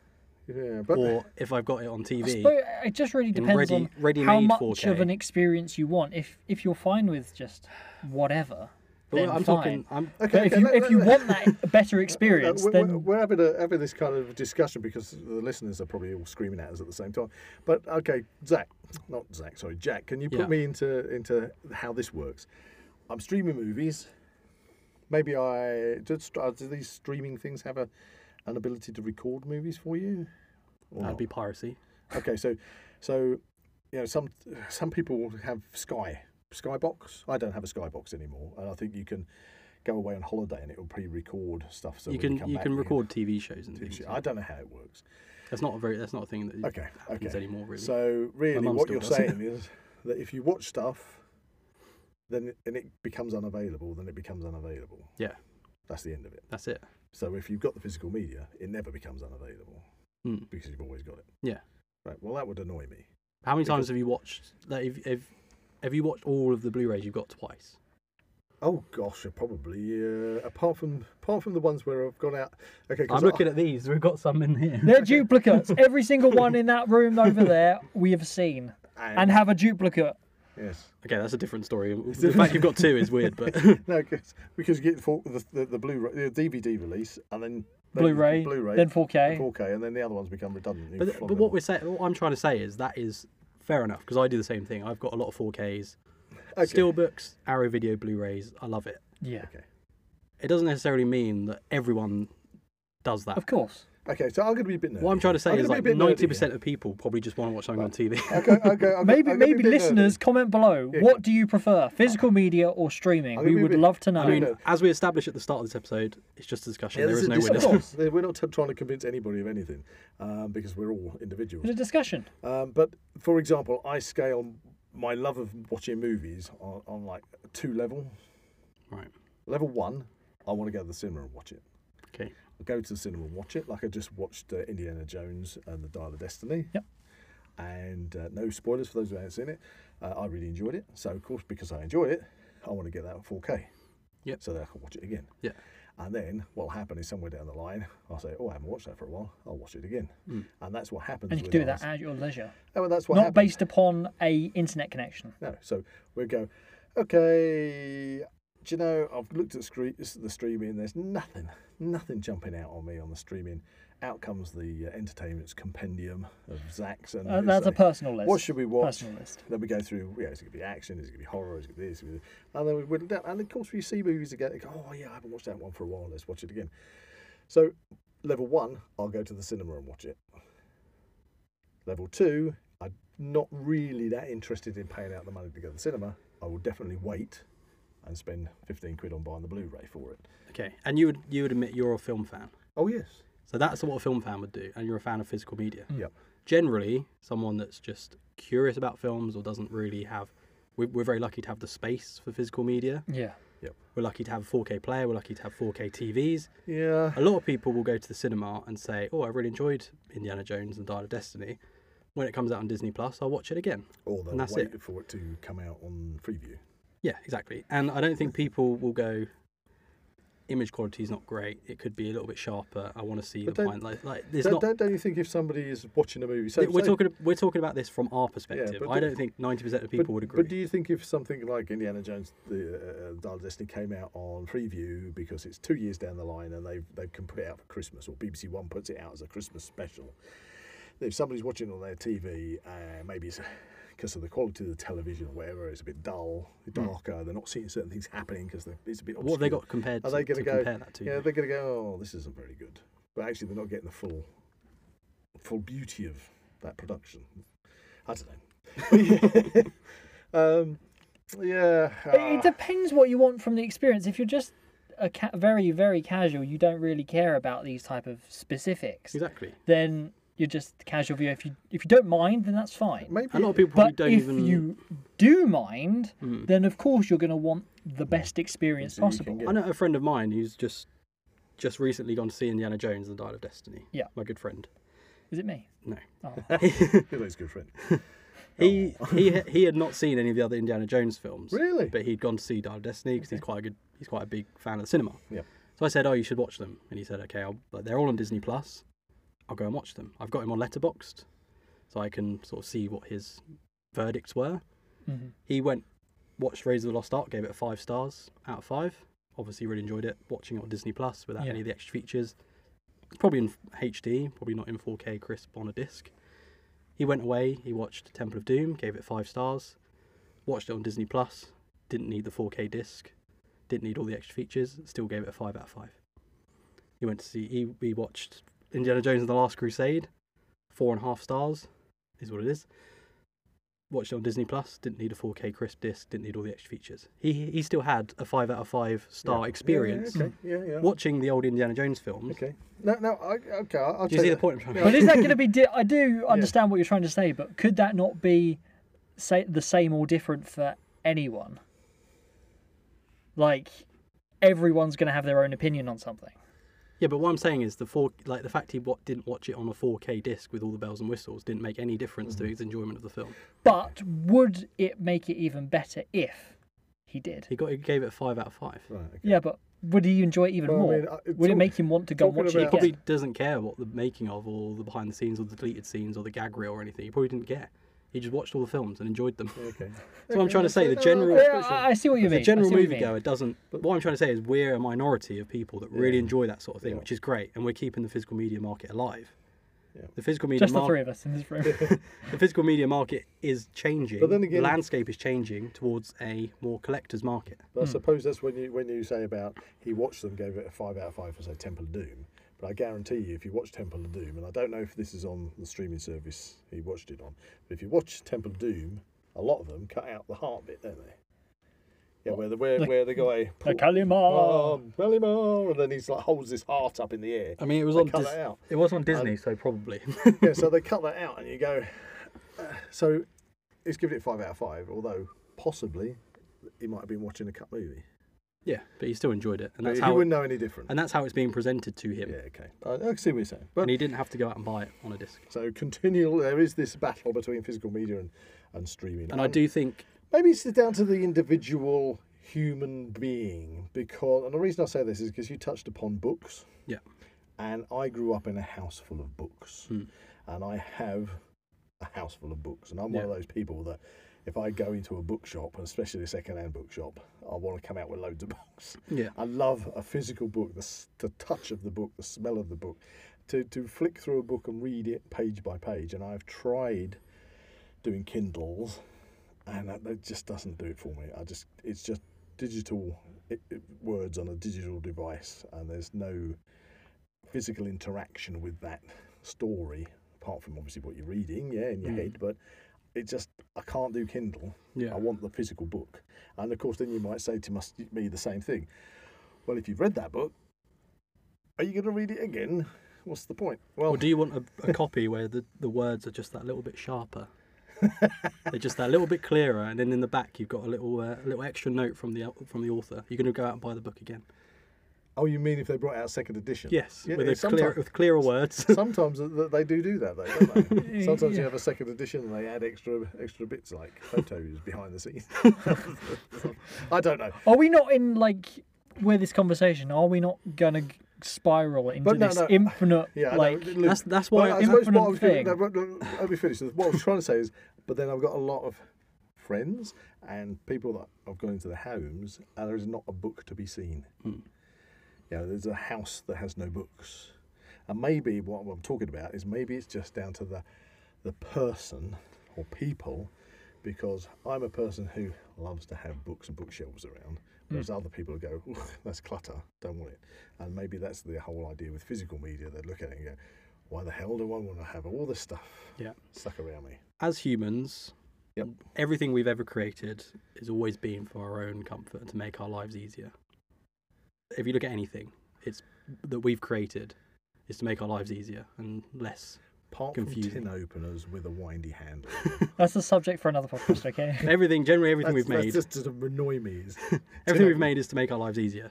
[SPEAKER 3] Yeah, but
[SPEAKER 2] Or if I've got it on
[SPEAKER 1] I
[SPEAKER 2] TV,
[SPEAKER 1] suppose it just really depends
[SPEAKER 2] ready-
[SPEAKER 1] on how
[SPEAKER 2] ready-made
[SPEAKER 1] much
[SPEAKER 2] 4K.
[SPEAKER 1] of an experience you want. If if you're fine with just whatever,
[SPEAKER 2] But
[SPEAKER 1] then
[SPEAKER 2] I'm
[SPEAKER 1] fine.
[SPEAKER 2] talking. I'm,
[SPEAKER 1] But if you
[SPEAKER 3] let-
[SPEAKER 1] if you
[SPEAKER 3] let-
[SPEAKER 1] want that better
[SPEAKER 3] Uh,
[SPEAKER 1] experience,
[SPEAKER 3] we're, we're-
[SPEAKER 1] then
[SPEAKER 3] we're having, a, having this kind of discussion because the listeners are probably all screaming at us at the same time. But okay, Zach, not Zach, sorry, Jack, can you put
[SPEAKER 2] Yeah.
[SPEAKER 3] me into into how this works? I'm streaming movies. Maybe I do, st- uh, do these streaming things have a an ability to record movies for you? Or
[SPEAKER 2] that'd
[SPEAKER 3] not?
[SPEAKER 2] be piracy.
[SPEAKER 3] okay, so so you know some some people have Sky Skybox. I don't have a Skybox anymore, and I think you can go away on holiday and it will pre-record stuff. So
[SPEAKER 2] you
[SPEAKER 3] when you
[SPEAKER 2] can
[SPEAKER 3] come
[SPEAKER 2] you
[SPEAKER 3] back,
[SPEAKER 2] can
[SPEAKER 3] we
[SPEAKER 2] record TV shows and things.
[SPEAKER 3] Shit, I don't know how it works.
[SPEAKER 2] That's not a very. That's not a thing that
[SPEAKER 3] Okay,
[SPEAKER 2] happens
[SPEAKER 3] okay.
[SPEAKER 2] anymore. Really.
[SPEAKER 3] So really,
[SPEAKER 2] mum
[SPEAKER 3] what
[SPEAKER 2] still
[SPEAKER 3] you're
[SPEAKER 2] does.
[SPEAKER 3] saying is that if you watch stuff, then it- and it becomes unavailable, then it becomes unavailable.
[SPEAKER 2] yeah,
[SPEAKER 3] That's the end of it.
[SPEAKER 2] that's it.
[SPEAKER 3] So if you've got the physical media, it never becomes unavailable
[SPEAKER 2] Mm.
[SPEAKER 3] because you've always got it.
[SPEAKER 2] Yeah.
[SPEAKER 3] Right. Well, that would annoy me.
[SPEAKER 2] How many times
[SPEAKER 3] Because-
[SPEAKER 2] have you watched? Like, if, if have you watched all of the Blu-rays you've got twice?
[SPEAKER 3] Oh gosh, I probably uh, apart from apart from the ones where I've gone out. Okay, 'cause
[SPEAKER 2] I'm looking at these. We've got some in here.
[SPEAKER 1] they're duplicates. Every single one in that room over there we have seen
[SPEAKER 3] I,
[SPEAKER 1] and have a duplicate.
[SPEAKER 3] yes.
[SPEAKER 2] Okay, that's a different story. The fact you've got two is weird, but
[SPEAKER 3] No, 'cause- because you get the, full- the, the, the Blu the DVD release and then then the
[SPEAKER 1] Blu-ray,
[SPEAKER 3] Blu-ray,
[SPEAKER 1] then 4K.
[SPEAKER 3] 4K, and then the other ones become redundant. You
[SPEAKER 2] but,
[SPEAKER 3] flog
[SPEAKER 2] but
[SPEAKER 3] them
[SPEAKER 2] what we're saying, what I'm trying to say is that is fair enough because I do the same thing. I've got a lot of 4Ks,
[SPEAKER 3] Okay.
[SPEAKER 2] steelbooks, Arrow Video Blu-rays. I love it.
[SPEAKER 1] Yeah,
[SPEAKER 3] Okay.
[SPEAKER 2] It doesn't necessarily mean that everyone does that.
[SPEAKER 1] of course.
[SPEAKER 3] Okay, so I'm going to be a bit nerdy.
[SPEAKER 2] What I'm trying to say
[SPEAKER 3] I'm
[SPEAKER 2] is
[SPEAKER 3] gonna
[SPEAKER 2] like
[SPEAKER 3] be a bit nerdy
[SPEAKER 2] 90% of people probably just want to watch something on TV.
[SPEAKER 3] here. Okay, okay, I'm
[SPEAKER 1] Maybe
[SPEAKER 3] gonna- I'm gonna be a
[SPEAKER 1] maybe
[SPEAKER 3] bit nerdy.
[SPEAKER 1] listeners comment below. What do you prefer, physical media or streaming?
[SPEAKER 3] I'm
[SPEAKER 1] We
[SPEAKER 3] gonna be a
[SPEAKER 1] would
[SPEAKER 3] bit-
[SPEAKER 1] love to
[SPEAKER 3] I
[SPEAKER 2] I
[SPEAKER 1] know.
[SPEAKER 2] mean,
[SPEAKER 3] no.
[SPEAKER 2] as we established at the start of this episode, it's just a discussion.
[SPEAKER 3] Yeah,
[SPEAKER 2] there
[SPEAKER 3] this
[SPEAKER 2] is no
[SPEAKER 3] a
[SPEAKER 2] witness.
[SPEAKER 3] discourse. We're not t- trying to convince anybody of anything um, because we're all individuals.
[SPEAKER 1] It's a discussion.
[SPEAKER 3] Um, but for example, I scale my love of watching movies on, on like two level.
[SPEAKER 2] Right.
[SPEAKER 3] Level one, I want to go to the cinema and watch it.
[SPEAKER 2] Okay.
[SPEAKER 3] I go to the cinema and watch it, like I just watched uh, Indiana Jones and the Dial of Destiny.
[SPEAKER 1] Yep.
[SPEAKER 3] And uh, no spoilers for those who haven't seen it. Uh, I really enjoyed it. So of course, because I enjoyed it, I want to get that in 4K.
[SPEAKER 2] Yep.
[SPEAKER 3] So that I can watch it again.
[SPEAKER 2] Yeah.
[SPEAKER 3] And then what'll happen is somewhere down the line, I'll say, "Oh, I haven't watched that for a while. I'll watch it again." And that's what happens.
[SPEAKER 1] Hmm. And you
[SPEAKER 3] with
[SPEAKER 1] can do
[SPEAKER 3] ours.
[SPEAKER 1] that at your leisure,
[SPEAKER 3] Oh, well, that's what
[SPEAKER 1] not
[SPEAKER 3] happens.
[SPEAKER 1] based upon a internet connection.
[SPEAKER 3] No. So we go, okay, do you know, I've looked at scre- this- the streaming, there's nothing, nothing jumping out on me on the streaming. Out comes the uh, entertainment's compendium of Zach's. And
[SPEAKER 1] Uh,
[SPEAKER 3] it's
[SPEAKER 1] that's a
[SPEAKER 3] like,
[SPEAKER 1] personal list.
[SPEAKER 3] What should we watch?
[SPEAKER 1] Personal list.
[SPEAKER 3] Then we go through, you know, it's going to be action, it's going to be horror, it's going to be this, it's gonna be that. and then we whittle down. And of course, we see movies again, they go, oh, yeah, I haven't watched that one for a while, let's watch it again. So, level one, I'll go to the cinema and watch it. Level two, I'm not really that interested in paying out the money to go to the cinema. I will definitely wait and spend 15 quid on buying the Blu ray for it.
[SPEAKER 2] Okay. And you would you would admit you're a film fan.
[SPEAKER 3] Oh, yes.
[SPEAKER 2] So that's what a film fan would do, and you're a fan of physical media.
[SPEAKER 3] Yep.
[SPEAKER 2] Generally, someone that's just curious about films or doesn't really have. we- We're very lucky to have the space for physical media.
[SPEAKER 1] Yeah.
[SPEAKER 2] We're lucky to have a 4K player. We're lucky to have 4K TVs.
[SPEAKER 3] Yeah.
[SPEAKER 2] A lot of people will go to the cinema and say, "Oh, I really enjoyed Indiana Jones and the Dial of Destiny." When it comes out on Disney Plus, I'll watch it again.
[SPEAKER 3] Or they'll
[SPEAKER 2] And that's
[SPEAKER 3] wait
[SPEAKER 2] it.
[SPEAKER 3] for it to come out on Freeview.
[SPEAKER 2] Yeah, exactly. And I don't think people will go. Image quality is not great. It could be a little bit sharper. I want to see
[SPEAKER 3] But
[SPEAKER 2] the
[SPEAKER 3] don't-
[SPEAKER 2] point. Like, like there's
[SPEAKER 3] Don't,
[SPEAKER 2] not.
[SPEAKER 3] don't, don't you think if somebody is watching a movie, so
[SPEAKER 2] we're
[SPEAKER 3] say-
[SPEAKER 2] talking. We're talking about this from our perspective.
[SPEAKER 3] but
[SPEAKER 2] I
[SPEAKER 3] do-
[SPEAKER 2] don't think ninety percent of people
[SPEAKER 3] but,
[SPEAKER 2] would agree.
[SPEAKER 3] But do you think if something like Indiana Jones, the uh, Dial of Destiny came out on Freeview because it's two years down the line and they they can put it out for Christmas, or BBC One puts it out as a Christmas special, if somebody's watching on their TV, uh, maybe it's because of the quality of the television or whatever, it's a bit dull, darker. They're not seeing certain things happening because it's a bit.
[SPEAKER 2] Hmm. what have they
[SPEAKER 3] obscure.
[SPEAKER 2] got compared?
[SPEAKER 3] Are
[SPEAKER 2] to,
[SPEAKER 3] they going
[SPEAKER 2] to
[SPEAKER 3] to go?
[SPEAKER 2] compare that to?
[SPEAKER 3] yeah, they're going to go. Oh, this isn't very good. But actually, they're not getting the full, full beauty of that production. I don't know. um, yeah.
[SPEAKER 1] It, it
[SPEAKER 3] ah,
[SPEAKER 1] depends what you want from the experience. If you're just a ca- very very casual, you don't really care about these type of specifics.
[SPEAKER 2] exactly.
[SPEAKER 1] Then you're just a casual viewer. If you if you don't mind, then that's fine.
[SPEAKER 3] maybe.
[SPEAKER 2] A lot of people probably
[SPEAKER 1] But
[SPEAKER 2] don't
[SPEAKER 1] if
[SPEAKER 2] even.
[SPEAKER 1] you do mind, then of course you're going to want the best experience
[SPEAKER 3] So Hmm. you can
[SPEAKER 1] possible.
[SPEAKER 3] get-
[SPEAKER 2] I know a friend of mine who's just just recently gone to see Indiana Jones and the Dial of Destiny.
[SPEAKER 1] Yeah. Oh.
[SPEAKER 2] my good friend.
[SPEAKER 1] Is it me?
[SPEAKER 2] No,
[SPEAKER 3] You're his good friend.
[SPEAKER 2] he he ha- he had not seen any of the other Indiana Jones films.
[SPEAKER 3] Really?
[SPEAKER 2] but he'd gone to see Dial of Destiny because he's quite a good he's quite a big fan of the cinema.
[SPEAKER 3] Yeah.
[SPEAKER 2] So I said, "Oh, you should watch them," and he said, "Okay, I'll, but they're all on Disney Plus. I'll go and watch them. I've got him on Letterboxd, so I can sort of see what his verdicts were."
[SPEAKER 1] Mhm.
[SPEAKER 2] He went, watched Raiders of the Lost Ark, gave it five stars out of five. Obviously, really enjoyed it. Watching it on Disney Plus without
[SPEAKER 1] Yeah.
[SPEAKER 2] any of the extra features. It's probably in HD, probably not in 4K crisp on a disc. He went away. He watched Temple of Doom, gave it five stars. Watched it on Disney Plus. Didn't need the 4K disc. Didn't need all the extra features. Still gave it a five out of five. He went to see. He, he watched Indiana Jones and the Last Crusade. Four and a half stars is what it is. Watched it on Disney Plus. Didn't need a 4K crisp disc. Didn't need all the extra features. He he still had a five out of five star experience.
[SPEAKER 3] Yeah, yeah, okay. Yeah, yeah.
[SPEAKER 2] Watching the old Indiana Jones films.
[SPEAKER 3] Okay. No, no. I, okay. I'll I'll
[SPEAKER 2] Do you
[SPEAKER 3] take
[SPEAKER 2] see the
[SPEAKER 3] that.
[SPEAKER 2] point I'm trying to
[SPEAKER 1] But is that going to be? Di- I do understand what you're trying to say, but could that not be, say, the same or different for anyone? Like, everyone's going to have their own opinion on something.
[SPEAKER 2] Yeah, but what I'm saying is the four, like the fact he wa didn't watch it on a 4K disc with all the bells and whistles didn't make any difference
[SPEAKER 3] Mm.
[SPEAKER 2] to his enjoyment of the film.
[SPEAKER 1] But would it make it even better if he did?
[SPEAKER 2] He got he gave it a five out of five.
[SPEAKER 3] Right, okay.
[SPEAKER 1] Yeah, but would he enjoy it even
[SPEAKER 3] Well, I
[SPEAKER 1] more?
[SPEAKER 3] mean, I-
[SPEAKER 1] would it
[SPEAKER 3] talk-
[SPEAKER 1] make him want to go and
[SPEAKER 3] talking
[SPEAKER 1] watch
[SPEAKER 3] about-
[SPEAKER 1] it
[SPEAKER 2] He
[SPEAKER 1] again?
[SPEAKER 2] probably doesn't care what the making of or the behind the scenes or the deleted scenes or the gag reel or anything. He probably didn't care. He just watched all the films and enjoyed them.
[SPEAKER 3] Okay.
[SPEAKER 2] That's what I'm trying to say. The
[SPEAKER 3] No,
[SPEAKER 2] general,
[SPEAKER 1] Yeah, I I see what you mean.
[SPEAKER 2] the
[SPEAKER 1] I
[SPEAKER 2] general
[SPEAKER 1] see what you mean.
[SPEAKER 2] moviegoer doesn't. What I'm trying to say is we're a minority of people that really enjoy that sort of thing, which is great, and we're keeping the physical media market alive.
[SPEAKER 3] Yeah.
[SPEAKER 2] The physical media
[SPEAKER 1] Just the
[SPEAKER 2] market.
[SPEAKER 1] three of us in this room.
[SPEAKER 2] the physical media market is changing.
[SPEAKER 3] But then
[SPEAKER 2] the
[SPEAKER 3] again-
[SPEAKER 2] landscape is changing towards a more collector's market.
[SPEAKER 3] But I suppose that's when you when you say about he watched them, gave it a five out of five for say Temple of Doom. But I guarantee you, if you watch Temple of Doom, and I don't know if this is on the streaming service he watched it on, but if you watch Temple of Doom, a lot of them cut out the heart bit, don't they? Yeah, where the where, where the guy
[SPEAKER 1] The
[SPEAKER 3] pull-
[SPEAKER 1] Kalimar.
[SPEAKER 3] um, Malimar, and then he's like holds his heart up in the air.
[SPEAKER 2] I mean, it was
[SPEAKER 3] They
[SPEAKER 2] on
[SPEAKER 3] cut
[SPEAKER 2] Dis-
[SPEAKER 3] that out.
[SPEAKER 2] it was on Disney, so probably.
[SPEAKER 3] yeah, so they cut that out, and you go. uh, so it's giving it five out of five. Although possibly he might have been watching a cut movie.
[SPEAKER 2] Yeah, but he still enjoyed it, and that's
[SPEAKER 3] he
[SPEAKER 2] how
[SPEAKER 3] wouldn't know any different.
[SPEAKER 2] and that's how it's being presented to him.
[SPEAKER 3] yeah, okay. I, I see what you're saying. But
[SPEAKER 2] And he didn't have to go out and buy it on a disc.
[SPEAKER 3] so continual, there is this battle between physical media and, and streaming.
[SPEAKER 2] And I do think
[SPEAKER 3] Maybe it's down to the individual human being because, and the reason I say this is because you touched upon books,
[SPEAKER 2] yeah,
[SPEAKER 3] and I grew up in a house full of books,
[SPEAKER 2] Hmm.
[SPEAKER 3] and I have a house full of books, and I'm one of
[SPEAKER 2] Yeah.
[SPEAKER 3] those people that if I go into a bookshop, and especially a second-hand bookshop, I want to come out with loads of books.
[SPEAKER 2] yeah.
[SPEAKER 3] I love a physical book, the, s- the touch of the book, the smell of the book, to, to flick through a book and read it page by page. And I've tried doing Kindles, and that, that just doesn't do it for me. I just it's just digital it, it- words on a digital device, and there's no physical interaction with that story apart from obviously what you're reading, yeah, in your head, but. It just I can't do Kindle.
[SPEAKER 2] Hmm. Yeah.
[SPEAKER 3] I want the physical book, and of course, then you might say to mus- me the same thing. Well, if you've read that book, are you going to read it again? What's the point? Well,
[SPEAKER 2] Or do you want a, a copy where the, the words are just that little bit sharper? They're just that little bit clearer, and then in the back you've got a little uh, little extra note from the au- from the author. You're going to go out and buy the book again.
[SPEAKER 3] oh, you mean if they brought out second edition?
[SPEAKER 2] Yes,
[SPEAKER 3] Yeah,
[SPEAKER 2] with
[SPEAKER 3] yeah,
[SPEAKER 2] a clear,
[SPEAKER 3] sometimes-
[SPEAKER 2] with clearer words.
[SPEAKER 3] Sometimes th- th- they do do that, though. Don't they? Sometimes
[SPEAKER 1] Yeah.
[SPEAKER 3] you have a second edition and they add extra extra bits like photos behind the scenes. I don't know.
[SPEAKER 1] Are we not in like with this conversation? Are we not gonna g- spiral into
[SPEAKER 3] no,
[SPEAKER 1] this
[SPEAKER 3] no.
[SPEAKER 1] infinite
[SPEAKER 3] Yeah, I know.
[SPEAKER 1] like?
[SPEAKER 3] Look,
[SPEAKER 2] that's that's why.
[SPEAKER 1] I
[SPEAKER 2] I-
[SPEAKER 1] suppose-
[SPEAKER 3] what I
[SPEAKER 1] infinite
[SPEAKER 3] was gonna-
[SPEAKER 1] thing.
[SPEAKER 3] no, but- no, Let me finish. What I was trying to say is, but then I've got a lot of friends and people that I've gone into their homes, and there is not a book to be seen. You know, there's a house that has no books, and maybe what I'm talking about is maybe it's just down to the the person or people, because I'm a person who loves to have books and bookshelves around.
[SPEAKER 2] Hmm.
[SPEAKER 3] Whereas other people go, "Ooh, that's clutter, don't want it. And maybe that's the whole idea with physical media. They look at it and go, why the hell do I want to have all this stuff
[SPEAKER 2] yeah.
[SPEAKER 3] stuck around me?
[SPEAKER 2] As humans,
[SPEAKER 3] Yep.
[SPEAKER 2] everything we've ever created has always been for our own comfort and to make our lives easier. If you look at anything, it's that we've created is to make our lives easier and less.
[SPEAKER 3] Apart
[SPEAKER 2] Confusing.
[SPEAKER 3] from tin openers with a windy handle.
[SPEAKER 1] That's the subject for another podcast. Okay.
[SPEAKER 2] Everything generally, everything
[SPEAKER 3] that's,
[SPEAKER 2] we've made.
[SPEAKER 3] That's just to annoy me. is tin
[SPEAKER 2] Everything we've
[SPEAKER 3] openers.
[SPEAKER 2] made is to make our lives easier.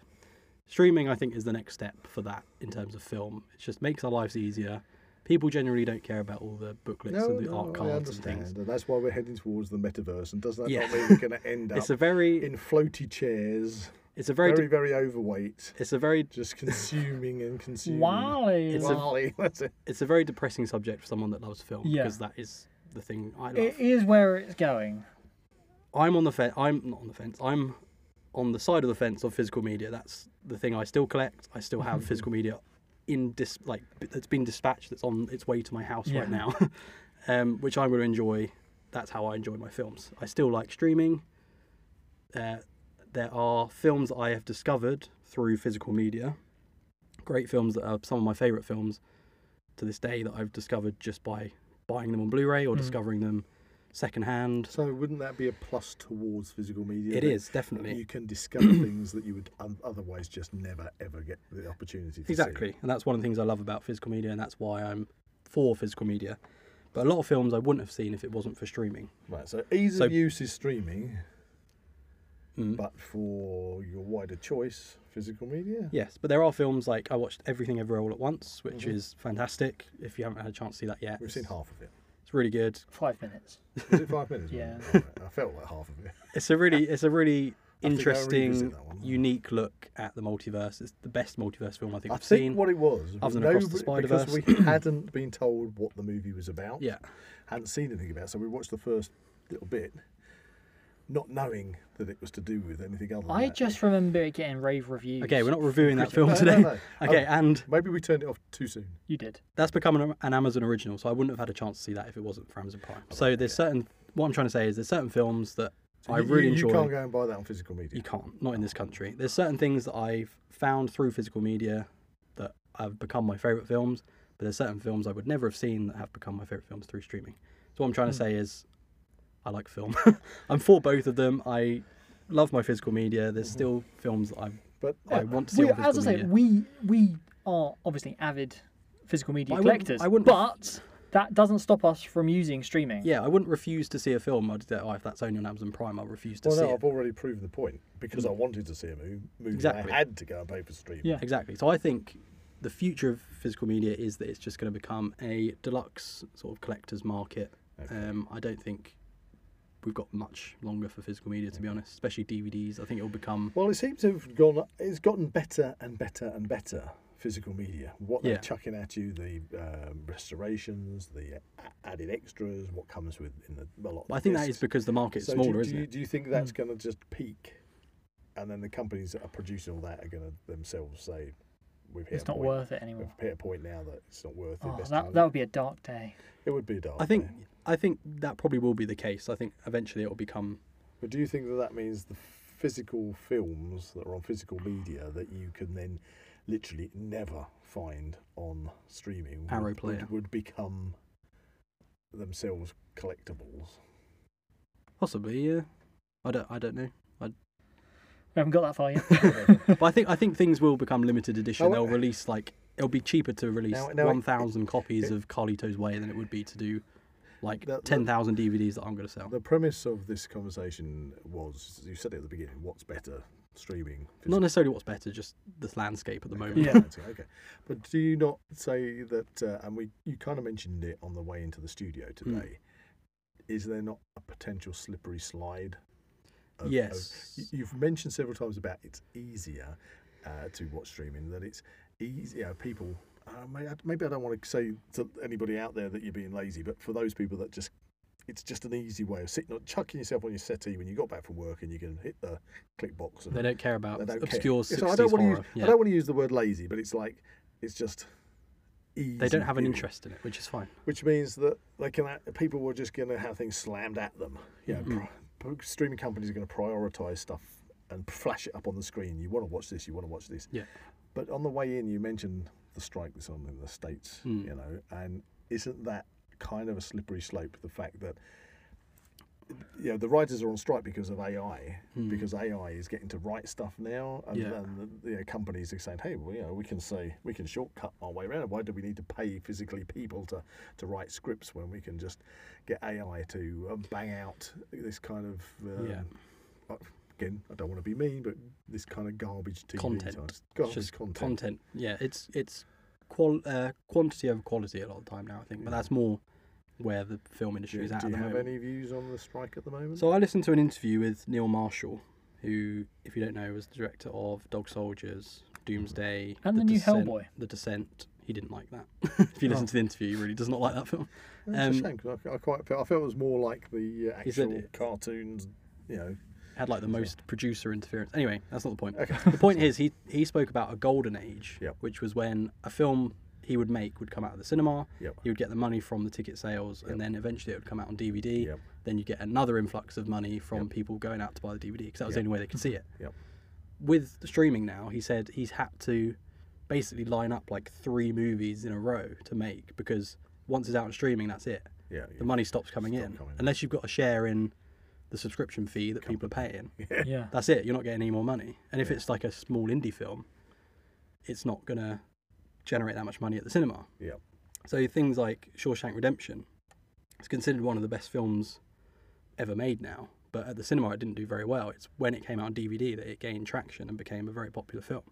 [SPEAKER 2] Streaming, I think, is the next step for that in terms of film. It just makes our lives easier. People generally don't care about all the booklets and the art
[SPEAKER 3] I
[SPEAKER 2] cards and things.
[SPEAKER 3] understand, and that's why we're heading towards the metaverse. And does that
[SPEAKER 2] Yeah.
[SPEAKER 3] not mean we're going to end up
[SPEAKER 2] It's a very,
[SPEAKER 3] in floaty chairs,
[SPEAKER 2] it's a very,
[SPEAKER 3] very,
[SPEAKER 2] de-
[SPEAKER 3] very, overweight,
[SPEAKER 2] it's a very,
[SPEAKER 3] just consuming and consuming?
[SPEAKER 1] Wally.
[SPEAKER 2] It's a-
[SPEAKER 3] Wally, that's it.
[SPEAKER 2] it's a very depressing subject for someone that loves film
[SPEAKER 1] Yeah.
[SPEAKER 2] because that is the thing I love.
[SPEAKER 1] It is where it's going.
[SPEAKER 2] I'm on the fence. I'm not on the fence. I'm on the side of the fence of physical media. That's the thing I still collect. I still have physical media in dis like b- that's been dispatched. That's on its way to my house
[SPEAKER 1] Yeah.
[SPEAKER 2] right now, um, which I'm going to enjoy. That's how I enjoy my films. I still like streaming. Uh, there are films that I have discovered through physical media. Great films that are some of my favourite films to this day that I've discovered just by buying them on Blu-ray or discovering them secondhand.
[SPEAKER 3] So wouldn't that be a plus towards physical media?
[SPEAKER 2] It
[SPEAKER 3] that
[SPEAKER 2] is definitely.
[SPEAKER 3] You can discover things that you would un- otherwise just never ever get the opportunity to see.
[SPEAKER 2] Exactly, and that's one of the things I love about physical media, and that's why I'm for physical media. But a lot of films I wouldn't have seen if it wasn't for streaming.
[SPEAKER 3] Right. So ease
[SPEAKER 2] So-
[SPEAKER 3] of use is streaming,
[SPEAKER 2] Mm.
[SPEAKER 3] but for your wider choice, physical media.
[SPEAKER 2] Yes, but there are films like I watched Everything Everywhere All at Once, which is fantastic. If you haven't had a chance to see that yet,
[SPEAKER 3] Mm-hmm. We've seen half of it.
[SPEAKER 2] it's really good.
[SPEAKER 1] Five minutes.
[SPEAKER 3] Was it five minutes?
[SPEAKER 1] Yeah.
[SPEAKER 3] All right, I felt like half of it.
[SPEAKER 2] It's a really, it's a really
[SPEAKER 3] I'll revisit
[SPEAKER 2] interesting,
[SPEAKER 3] that one.
[SPEAKER 2] unique look at the multiverse. It's the best multiverse film I think
[SPEAKER 3] I
[SPEAKER 2] I've
[SPEAKER 3] think
[SPEAKER 2] seen.
[SPEAKER 3] what it was, was
[SPEAKER 2] than Across the
[SPEAKER 3] nobody- because we
[SPEAKER 2] Spider-Verse.
[SPEAKER 3] hadn't been told what the movie was about.
[SPEAKER 2] Yeah,
[SPEAKER 3] hadn't seen anything about. it, So we watched the first little bit, not knowing that it was to do with anything other. Than
[SPEAKER 1] I
[SPEAKER 3] that.
[SPEAKER 1] just remember it getting rave reviews.
[SPEAKER 2] okay, we're not reviewing that
[SPEAKER 3] No,
[SPEAKER 2] film
[SPEAKER 3] no,
[SPEAKER 2] today.
[SPEAKER 3] no.
[SPEAKER 2] Okay,
[SPEAKER 3] Um,
[SPEAKER 2] and
[SPEAKER 3] maybe we turned it off too soon.
[SPEAKER 1] You did.
[SPEAKER 2] that's become an, an Amazon original, so I wouldn't have had a chance to see that if it wasn't for Amazon Prime. So there's certain what I'm trying to say is there's certain films that
[SPEAKER 3] So
[SPEAKER 2] I
[SPEAKER 3] you-
[SPEAKER 2] really
[SPEAKER 3] you,
[SPEAKER 2] enjoy.
[SPEAKER 3] You can't go and buy that on physical media.
[SPEAKER 2] You can't, not in this country. There's certain things that I've found through physical media that have become my favourite films, but there's certain films I would never have seen that have become my favourite films through streaming. So what I'm
[SPEAKER 3] Hmm.
[SPEAKER 2] trying to say is, I like film. I'm for both of them. I love my physical media. There's
[SPEAKER 3] Hmm.
[SPEAKER 2] still films that I
[SPEAKER 3] But
[SPEAKER 2] I want to see
[SPEAKER 1] We,
[SPEAKER 2] on
[SPEAKER 1] as I
[SPEAKER 2] physical
[SPEAKER 1] say,
[SPEAKER 2] media.
[SPEAKER 1] we we are obviously avid physical media
[SPEAKER 2] But I wouldn't-
[SPEAKER 1] collectors.
[SPEAKER 2] I wouldn't-
[SPEAKER 1] but that doesn't stop us from using streaming.
[SPEAKER 2] Yeah, I wouldn't refuse to see a film. I'd say, oh, if that's only on Amazon Prime, I'll refuse to
[SPEAKER 3] Well,
[SPEAKER 2] see
[SPEAKER 3] no,
[SPEAKER 2] it. Mm.
[SPEAKER 3] I've already proven the point because I wanted to see a movie. movie
[SPEAKER 2] Exactly.
[SPEAKER 3] I had to go and pay for streaming.
[SPEAKER 1] Yeah.
[SPEAKER 2] Exactly. So I think the future of physical media is that it's just going to become a deluxe sort of collector's market. Um, I don't think we've got much longer for physical media, to be honest, especially DVDs. I think it'll become.
[SPEAKER 3] Well, it seems to have gone. It's gotten better and better and better. Physical media, what
[SPEAKER 2] Yeah.
[SPEAKER 3] they're chucking at you, the um, restorations, the a- added extras, what comes with in the a lot. Of
[SPEAKER 2] But I think that is
[SPEAKER 3] discs.
[SPEAKER 2] because the market's
[SPEAKER 3] So do-
[SPEAKER 2] smaller,
[SPEAKER 3] do,
[SPEAKER 2] isn't
[SPEAKER 3] you,
[SPEAKER 2] it? Hmm.
[SPEAKER 3] Do you think that's going to just peak, and then the companies that are producing all that are going to themselves say, "We've hit
[SPEAKER 1] It's
[SPEAKER 3] a
[SPEAKER 1] not
[SPEAKER 3] point.
[SPEAKER 1] worth it anymore.
[SPEAKER 3] We've hit a point now that it's not worth
[SPEAKER 1] Oh,
[SPEAKER 3] investing." in
[SPEAKER 1] that,
[SPEAKER 3] it."
[SPEAKER 1] that would be a dark day.
[SPEAKER 3] it would be a dark.
[SPEAKER 2] Ah, I think
[SPEAKER 3] day.
[SPEAKER 2] I think that probably will be the case. I think eventually it will become.
[SPEAKER 3] But do you think that that means the physical films that are on physical media that you can then literally never find on streaming would-
[SPEAKER 2] Arrow
[SPEAKER 3] would,
[SPEAKER 2] Player.
[SPEAKER 3] would, become themselves collectibles?
[SPEAKER 2] Possibly, yeah. I don't. I don't know.
[SPEAKER 1] We haven't got that far yet.
[SPEAKER 2] but I think I think things will become limited edition.
[SPEAKER 3] Now,
[SPEAKER 2] They'll release like it'll be cheaper to release
[SPEAKER 3] Oh, Now- now it-
[SPEAKER 2] one thousand copies of Carlito's Way than it would be to do like
[SPEAKER 3] That- that-
[SPEAKER 2] ten thousand DVDs that I'm going to sell.
[SPEAKER 3] The premise of this conversation was you said it at the beginning. What's better, streaming?
[SPEAKER 2] Not necessarily what's better, just this landscape at the moment.
[SPEAKER 1] Yeah.
[SPEAKER 3] Okay, okay. But do you not say that? Uh, and we you kind of mentioned it on the way into the studio
[SPEAKER 2] Hmm.
[SPEAKER 3] today. Is there not a potential slippery slide? of- of-
[SPEAKER 2] Yes.
[SPEAKER 3] y- you've mentioned several times about it's easier uh, to watch streaming. That it's easy. You know, people. Uh, may- maybe I don't want to say to anybody out there that you're being lazy, but for those people that just, it's just an easy way of sitting, chucking yourself on your settee when you got back from work and you can hit the click box. And
[SPEAKER 2] They don't care about
[SPEAKER 3] I don't care.
[SPEAKER 2] obscure
[SPEAKER 3] So
[SPEAKER 2] 60s
[SPEAKER 3] I don't want to
[SPEAKER 2] horror.
[SPEAKER 3] use,
[SPEAKER 2] yeah.
[SPEAKER 3] I don't want to use the word lazy, but it's like it's just easy.
[SPEAKER 2] they don't have an
[SPEAKER 3] viewing,
[SPEAKER 2] interest in it, which is fine.
[SPEAKER 3] which means that they can act- people were just going to have things slammed at them. You know, pro- pro- streaming companies are going to prioritize stuff and flash it up on the screen. You want to watch this, you want to watch this.
[SPEAKER 2] Yeah.
[SPEAKER 3] But on the way in, you mentioned the strike that's on in the states.
[SPEAKER 2] Hmm.
[SPEAKER 3] You know, and isn't that kind of a slippery slope? The fact that you know the writers are on strike because of AI, because AI is getting to write stuff now, and,
[SPEAKER 2] Hmm. Yeah.
[SPEAKER 3] and the you know, companies are saying, "Hey, well, you know, we can say we can shortcut our way around. it. Why do we need to pay physically people to, to write scripts when we can just get AI to um, bang out this kind of um,
[SPEAKER 2] Yeah.
[SPEAKER 3] uh, again, I don't want to be mean, but this kind of garbage TV
[SPEAKER 2] Content.
[SPEAKER 3] type-
[SPEAKER 2] It's
[SPEAKER 3] garbage
[SPEAKER 2] just
[SPEAKER 3] content.
[SPEAKER 2] Yeah, it's it's qual- uh, quantity over quality a lot of the time now, I think. But that's more where the film
[SPEAKER 3] Do
[SPEAKER 2] industry
[SPEAKER 3] you,
[SPEAKER 2] is at.
[SPEAKER 3] do
[SPEAKER 2] at
[SPEAKER 3] you
[SPEAKER 2] the
[SPEAKER 3] have
[SPEAKER 2] moment.
[SPEAKER 3] any views on the strike at the moment?
[SPEAKER 2] So I listened to an interview with Neil Marshall, who, if you don't know, was the director of Dog Soldiers, Doomsday,
[SPEAKER 1] And the new
[SPEAKER 2] Descent-
[SPEAKER 1] Hellboy.
[SPEAKER 2] The Descent. He didn't like that. if you listen
[SPEAKER 1] Oh.
[SPEAKER 2] to the interview, he really does not like that film.
[SPEAKER 3] That's
[SPEAKER 2] um,
[SPEAKER 3] a shame 'cause I, I quite felt, I felt it was more like the uh,
[SPEAKER 2] He said
[SPEAKER 3] actual
[SPEAKER 2] it-
[SPEAKER 3] cartoons, you know.
[SPEAKER 2] had like the most producer interference. Anyway, that's not the point. The point is he he spoke about a golden age,
[SPEAKER 3] Yep.
[SPEAKER 2] which was when a film he would make would come out of the cinema.
[SPEAKER 3] Yep.
[SPEAKER 2] He would get the money from the ticket sales, and then eventually it would come out on DVD.
[SPEAKER 3] Yep.
[SPEAKER 2] Then you get another influx of money from people going out to buy the DVD because that was the only way they could see it.
[SPEAKER 3] Yep.
[SPEAKER 2] With the streaming now, he said he's had to basically line up like three movies in a row to make because once it's out on streaming, that's it.
[SPEAKER 3] Yeah,
[SPEAKER 2] The money stops coming
[SPEAKER 3] Stop
[SPEAKER 2] in
[SPEAKER 3] coming in.
[SPEAKER 2] unless you've got a share in the subscription fee that people are paying
[SPEAKER 1] yeah.
[SPEAKER 2] that's it. You're not getting any more money. And if it's like a small indie film, it's not gonna generate that much money at the cinema.
[SPEAKER 3] yeah.
[SPEAKER 2] So things like Shawshank Redemption, it's considered one of the best films ever made now. But at the cinema, it didn't do very well. It's when it came out on DVD that it gained traction and became a very popular film.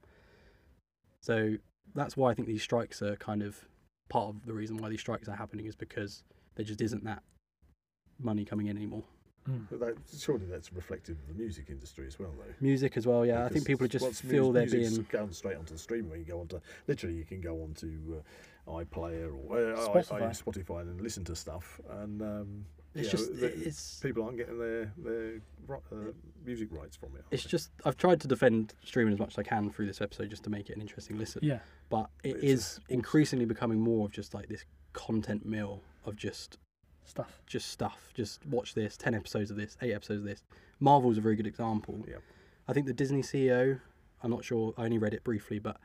[SPEAKER 2] So that's why I think these strikes are kind of part of the reason why these strikes are happening is because there just isn't that money coming in anymore.
[SPEAKER 1] Mm.
[SPEAKER 3] But that, surely that's reflective of the music industry as well, though.
[SPEAKER 2] Music as well, yeah. I think
[SPEAKER 3] Because
[SPEAKER 2] people just
[SPEAKER 3] once mu-
[SPEAKER 2] feel they're
[SPEAKER 3] music's
[SPEAKER 2] being
[SPEAKER 3] gone straight onto the streamer. You go onto literally, you can go onto uh, iPlayer or uh,
[SPEAKER 1] Spotify.
[SPEAKER 3] I, I use Spotify and listen to stuff, and um,
[SPEAKER 2] It's
[SPEAKER 3] you
[SPEAKER 2] just-
[SPEAKER 3] know, the-
[SPEAKER 2] it's-
[SPEAKER 3] people aren't getting their their ri- uh, music rights from it. are
[SPEAKER 2] it's
[SPEAKER 3] they?
[SPEAKER 2] just I've tried to defend streaming as much as I can through this episode just to make it an interesting listen.
[SPEAKER 1] Yeah.
[SPEAKER 2] But it
[SPEAKER 3] It's
[SPEAKER 2] is
[SPEAKER 3] just-
[SPEAKER 2] increasingly becoming more of just like this content mill of just
[SPEAKER 1] Stuff.
[SPEAKER 2] just stuff. Just watch this, ten episodes of this, eight episodes of this. Marvel's a very good example.
[SPEAKER 3] Yep.
[SPEAKER 2] I think the Disney CEO, I'm not sure, I only read it briefly, but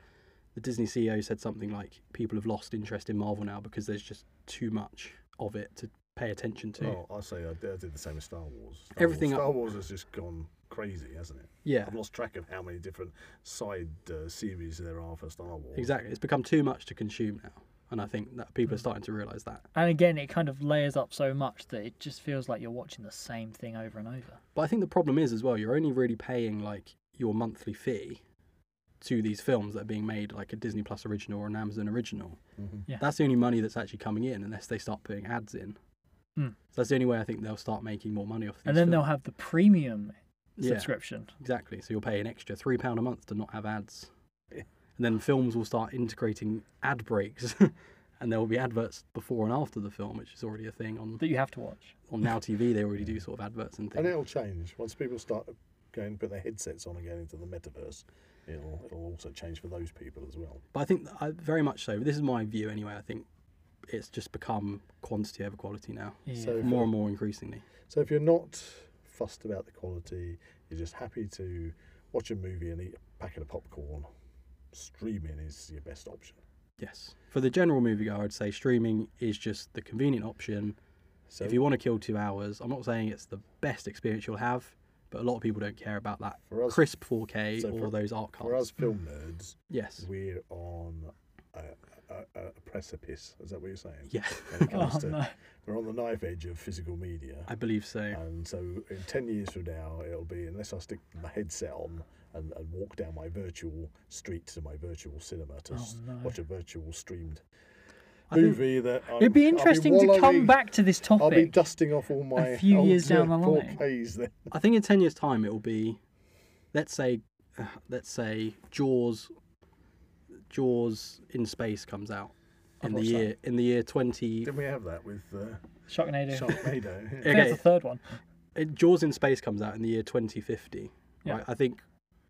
[SPEAKER 2] the Disney CEO said something like people have lost interest in Marvel now because there's just too much of it to pay attention to.
[SPEAKER 3] Oh, I say I, did- I did the same with Star Wars. Star
[SPEAKER 2] Everything
[SPEAKER 3] Wars,
[SPEAKER 2] I-
[SPEAKER 3] Star Wars has just gone crazy, hasn't it?
[SPEAKER 2] yeah.
[SPEAKER 3] I've lost track of how many different side uh, series there are for Star Wars.
[SPEAKER 2] Exactly. It's become too much to consume now. and I think that people are starting to realise that.
[SPEAKER 1] And again, it kind of layers up so much that it just feels like you're watching the same thing over and over.
[SPEAKER 2] But I think the problem is as well, you're only really paying like your monthly fee to these films that are being made like a Disney Plus original or an Amazon original.
[SPEAKER 1] Yeah.
[SPEAKER 2] That's the only money that's actually coming in unless they start putting ads in.
[SPEAKER 1] Mm.
[SPEAKER 2] So that's the only way I think they'll start making more money off these.
[SPEAKER 1] And then they'll
[SPEAKER 2] films.
[SPEAKER 1] have the premium
[SPEAKER 2] Yeah.
[SPEAKER 1] subscription.
[SPEAKER 2] exactly. So you'll pay an extra three pound a month to not have ads, and then films will start integrating ad breaks, and there will be adverts before and after the film, which is already a thing on
[SPEAKER 1] that you have to watch.
[SPEAKER 2] on Now TV. They already do sort of adverts and
[SPEAKER 3] And
[SPEAKER 2] things.
[SPEAKER 3] it'll change once people start going to put their headsets on and going into the metaverse. It'll it'll also change for those people as well.
[SPEAKER 2] But I think that I, very much so. This is my view anyway. I think it's just become quantity over quality now,
[SPEAKER 1] Yeah.
[SPEAKER 3] So if
[SPEAKER 2] more and more increasingly.
[SPEAKER 3] So if you're not fussed about the quality, you're just happy to watch a movie and eat a packet of popcorn, streaming is your best option.
[SPEAKER 2] Yes. For the general moviegoer, I'd say streaming is just the convenient option.
[SPEAKER 3] So
[SPEAKER 2] If you want to kill two hours, I'm not saying it's the best experience you'll have, but a lot of people don't care about that
[SPEAKER 3] For us-
[SPEAKER 2] crisp 4K
[SPEAKER 3] so
[SPEAKER 2] or
[SPEAKER 3] for-
[SPEAKER 2] those art cards.
[SPEAKER 3] for us Mhm. film nerds,
[SPEAKER 2] yes.
[SPEAKER 3] we're on a, a, a precipice. Is that what you're saying?
[SPEAKER 2] Yeah,
[SPEAKER 3] When it comes
[SPEAKER 1] Oh,
[SPEAKER 3] to-
[SPEAKER 1] no.
[SPEAKER 3] We're on the knife edge of physical media.
[SPEAKER 2] I believe so.
[SPEAKER 3] And so in 10 years from now, it'll be unless I stick my headset on and, and walk down my virtual street to my virtual cinema to
[SPEAKER 1] Oh,
[SPEAKER 3] s-
[SPEAKER 1] no.
[SPEAKER 3] watch a virtual streamed
[SPEAKER 2] I think-
[SPEAKER 3] movie that I'm,
[SPEAKER 1] It'd be
[SPEAKER 3] I'll
[SPEAKER 1] interesting to come
[SPEAKER 3] wallowing-
[SPEAKER 1] back to this
[SPEAKER 3] I'll be
[SPEAKER 1] topic.
[SPEAKER 3] dusting off all my
[SPEAKER 1] few
[SPEAKER 3] old,
[SPEAKER 1] years down
[SPEAKER 3] uh,
[SPEAKER 1] the line.
[SPEAKER 3] 4Ks then.
[SPEAKER 2] I think in ten years' time it will be, let's say, uh, let's say Jaws, Jaws in space comes out in the
[SPEAKER 1] watched that.
[SPEAKER 2] year in the year twenty.
[SPEAKER 3] Didn't we have that with uh,
[SPEAKER 1] Sharknado.
[SPEAKER 3] Sharknado?
[SPEAKER 1] I
[SPEAKER 3] Yeah.
[SPEAKER 1] think That's
[SPEAKER 2] Okay.
[SPEAKER 1] the third one.
[SPEAKER 2] uh, Jaws in space comes out in the year twenty fifty.
[SPEAKER 1] Yeah.
[SPEAKER 2] Right? I think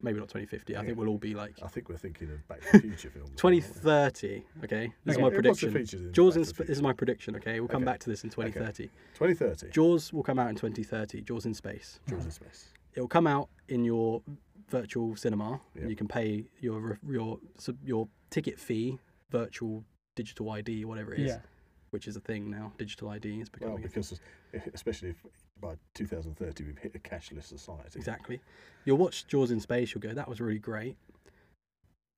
[SPEAKER 2] maybe not twenty fifty. I think we'll all be like
[SPEAKER 3] I think we're thinking of Back to the Future films.
[SPEAKER 2] twenty thirty. Okay,
[SPEAKER 1] Okay.
[SPEAKER 2] this is my
[SPEAKER 3] What's the
[SPEAKER 2] prediction.
[SPEAKER 3] features in
[SPEAKER 2] Jaws
[SPEAKER 3] Back
[SPEAKER 2] in
[SPEAKER 3] to the
[SPEAKER 2] sp- this
[SPEAKER 3] Future?
[SPEAKER 2] is my prediction. Okay, we'll come
[SPEAKER 3] Okay.
[SPEAKER 2] back to this in twenty thirty.
[SPEAKER 3] 2030.
[SPEAKER 2] Jaws will come out in twenty thirty. Jaws in space.
[SPEAKER 3] Jaws in Space.
[SPEAKER 2] it'll come out in your virtual cinema.
[SPEAKER 3] Yeah.
[SPEAKER 2] and You can pay your your sub- your ticket fee, virtual digital ID, whatever it is,
[SPEAKER 1] Yeah.
[SPEAKER 2] which is a thing now. Digital ID is becoming
[SPEAKER 3] Well,
[SPEAKER 2] a-
[SPEAKER 3] because if- especially if by 2030 we've hit a cashless society.
[SPEAKER 2] exactly. You'll watch Jaws in space. You'll go, that was really great.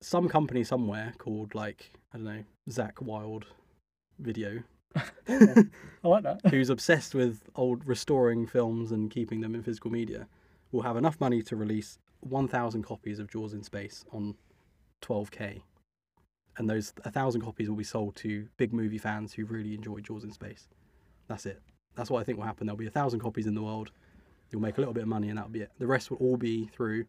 [SPEAKER 2] Some company somewhere called like I don't know Zach Wild Video,
[SPEAKER 1] I like that.
[SPEAKER 2] who's obsessed with old restoring films and keeping them in physical media, will have enough money to release 1,000 copies of Jaws in Space on 12K. And those 1,000 copies will be sold to big movie fans who really enjoy Jaws in Space. That's it. That's what I think will happen. There'll be 1,000 copies in the world. You'll make a little bit of money and that'll be it. The rest will all be through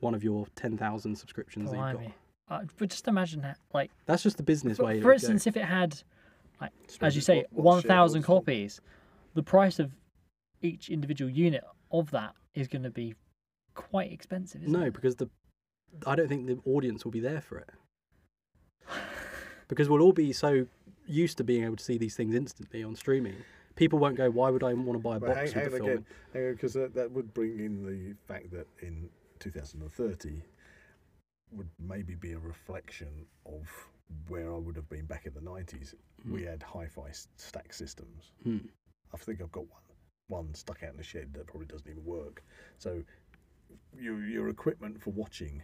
[SPEAKER 2] one of your 10,000 subscriptions that you've got.
[SPEAKER 1] Blimey. Uh, but just imagine that, like,
[SPEAKER 2] That's just the business
[SPEAKER 1] for,
[SPEAKER 2] way. it
[SPEAKER 1] for
[SPEAKER 2] would go.
[SPEAKER 1] instance, if it had, like,
[SPEAKER 3] Suppose
[SPEAKER 1] as you
[SPEAKER 3] it's
[SPEAKER 1] say,
[SPEAKER 3] what- what the
[SPEAKER 1] 1,000
[SPEAKER 3] shareholders want.
[SPEAKER 1] copies, the price of each individual unit of that is going to be quite expensive, isn't
[SPEAKER 2] No,
[SPEAKER 1] it?
[SPEAKER 2] because the I don't think the audience will be there for it. Because we'll all be so used to being able to see these things instantly on streaming. People won't go, why would I want to buy a
[SPEAKER 3] Well,
[SPEAKER 2] box
[SPEAKER 3] hang,
[SPEAKER 2] with the
[SPEAKER 3] hang
[SPEAKER 2] film?
[SPEAKER 3] on again, because that, that would bring in the fact that in 2030 would maybe be a reflection of where I would have been back in the 90s. We had hi-fi s- stack systems.
[SPEAKER 2] Hmm.
[SPEAKER 3] I think I've got one one stuck out in the shed that probably doesn't even work. So your your equipment for watching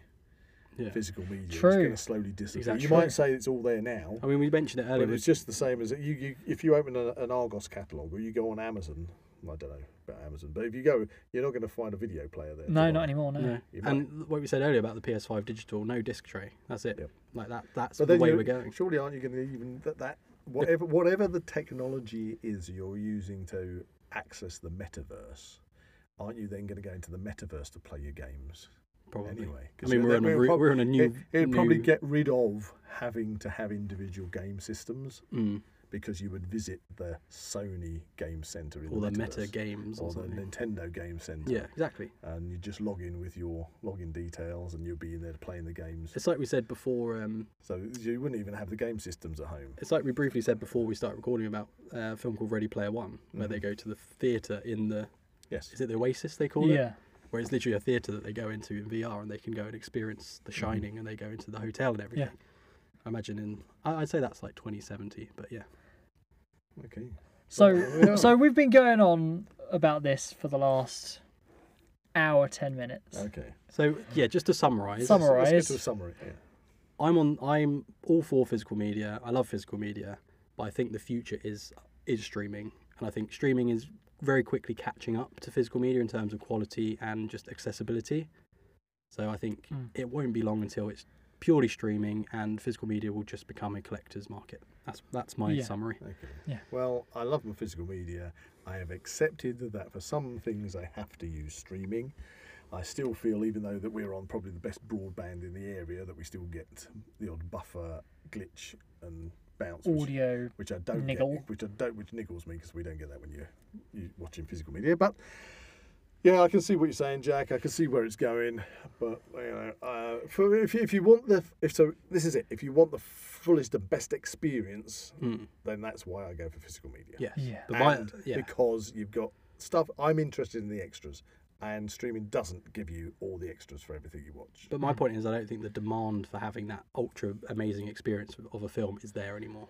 [SPEAKER 2] Yeah.
[SPEAKER 3] physical media
[SPEAKER 1] True.
[SPEAKER 3] is going to slowly disappear.
[SPEAKER 2] Exactly.
[SPEAKER 3] You
[SPEAKER 2] True.
[SPEAKER 3] might say it's all there now.
[SPEAKER 2] I mean, we mentioned it earlier.
[SPEAKER 3] But it's
[SPEAKER 2] with-
[SPEAKER 3] just the same as you, you if you open a, an Argos catalogue or you go on Amazon. I don't know about Amazon, but if you go, you're not going to find a video player there. to
[SPEAKER 1] No,
[SPEAKER 3] buy.
[SPEAKER 1] not anymore, no.
[SPEAKER 2] no.
[SPEAKER 3] you
[SPEAKER 2] And what we said earlier about the PS5 digital, no disc tray. That's it.
[SPEAKER 3] Yep.
[SPEAKER 2] Like that. That's
[SPEAKER 3] But
[SPEAKER 2] the
[SPEAKER 3] then
[SPEAKER 2] way
[SPEAKER 3] you-
[SPEAKER 2] we're going.
[SPEAKER 3] Surely, aren't you going to even that that whatever whatever the technology is you're using to access the metaverse, aren't you then going to go into the metaverse to play your games?
[SPEAKER 2] Probably.
[SPEAKER 3] Anyway,
[SPEAKER 2] I mean, we're on, a, re- we're on a new.
[SPEAKER 3] It, it'd probably
[SPEAKER 2] new-
[SPEAKER 3] get rid of having to have individual game systems
[SPEAKER 2] Mm,
[SPEAKER 3] because you would visit the Sony Game Center in
[SPEAKER 2] all the
[SPEAKER 3] the
[SPEAKER 2] meta
[SPEAKER 3] metaverse.
[SPEAKER 2] games or
[SPEAKER 3] or the
[SPEAKER 2] something.
[SPEAKER 3] Nintendo Game Center.
[SPEAKER 2] Yeah, exactly.
[SPEAKER 3] And you just log in with your login details, and you'll be in there playing the games.
[SPEAKER 2] It's like we said before. Um,
[SPEAKER 3] So you wouldn't even have the game systems at home.
[SPEAKER 2] It's like we briefly said before we started recording about uh, a film called Ready Player One,
[SPEAKER 3] Mm.
[SPEAKER 2] where they go to the theatre in the
[SPEAKER 3] Yes.
[SPEAKER 2] is it the Oasis they call it,
[SPEAKER 1] Yeah.
[SPEAKER 2] where it's literally a theatre that they go into in VR and they can go and experience The Shining, and they go into the hotel and everything. I imagine in I- I'd say that's like 2070, but yeah,
[SPEAKER 3] Okay.
[SPEAKER 1] So, so we've been going on about this for the last hour, 10 minutes.
[SPEAKER 3] Okay.
[SPEAKER 2] so yeah, just to summarise,
[SPEAKER 1] Summarise.
[SPEAKER 3] Let's get to a
[SPEAKER 1] Alright.
[SPEAKER 3] summary. Yeah.
[SPEAKER 2] I'm on. I'm all for physical media. I love physical media, but I think the future is is streaming, and I think streaming is very quickly catching up to physical media in terms of quality and just accessibility. So I think
[SPEAKER 1] Mm.
[SPEAKER 2] it won't be long until it's purely streaming, and physical media will just become a collector's market. That's that's my
[SPEAKER 1] Yeah.
[SPEAKER 2] summary.
[SPEAKER 3] Okay.
[SPEAKER 1] Yeah.
[SPEAKER 3] Well, I love my physical media. I have accepted that for some things I have to use streaming. I still feel, even though that we're on probably the best broadband in the area, that we still get the odd buffer glitch and bounce, which,
[SPEAKER 1] Audio.
[SPEAKER 3] which I don't
[SPEAKER 1] niggle.
[SPEAKER 3] get, which I don't, which niggles me because we don't get that when you're, you watching physical media. But yeah, I can see what you're saying, Jack. I can see where it's going. But you know, uh, for, if you- if you want the if so, this is it. If you want the fullest and best experience,
[SPEAKER 2] Mm.
[SPEAKER 3] then that's why I go for physical media.
[SPEAKER 2] Yes.
[SPEAKER 1] Yeah.
[SPEAKER 2] The vi-
[SPEAKER 3] And
[SPEAKER 2] yeah.
[SPEAKER 3] because you've got stuff. I'm interested in the extras, and streaming doesn't give you all the extras for everything you watch.
[SPEAKER 2] But my
[SPEAKER 1] Hmm.
[SPEAKER 2] point is, I don't think the demand for having that ultra amazing experience of- of a film is there anymore.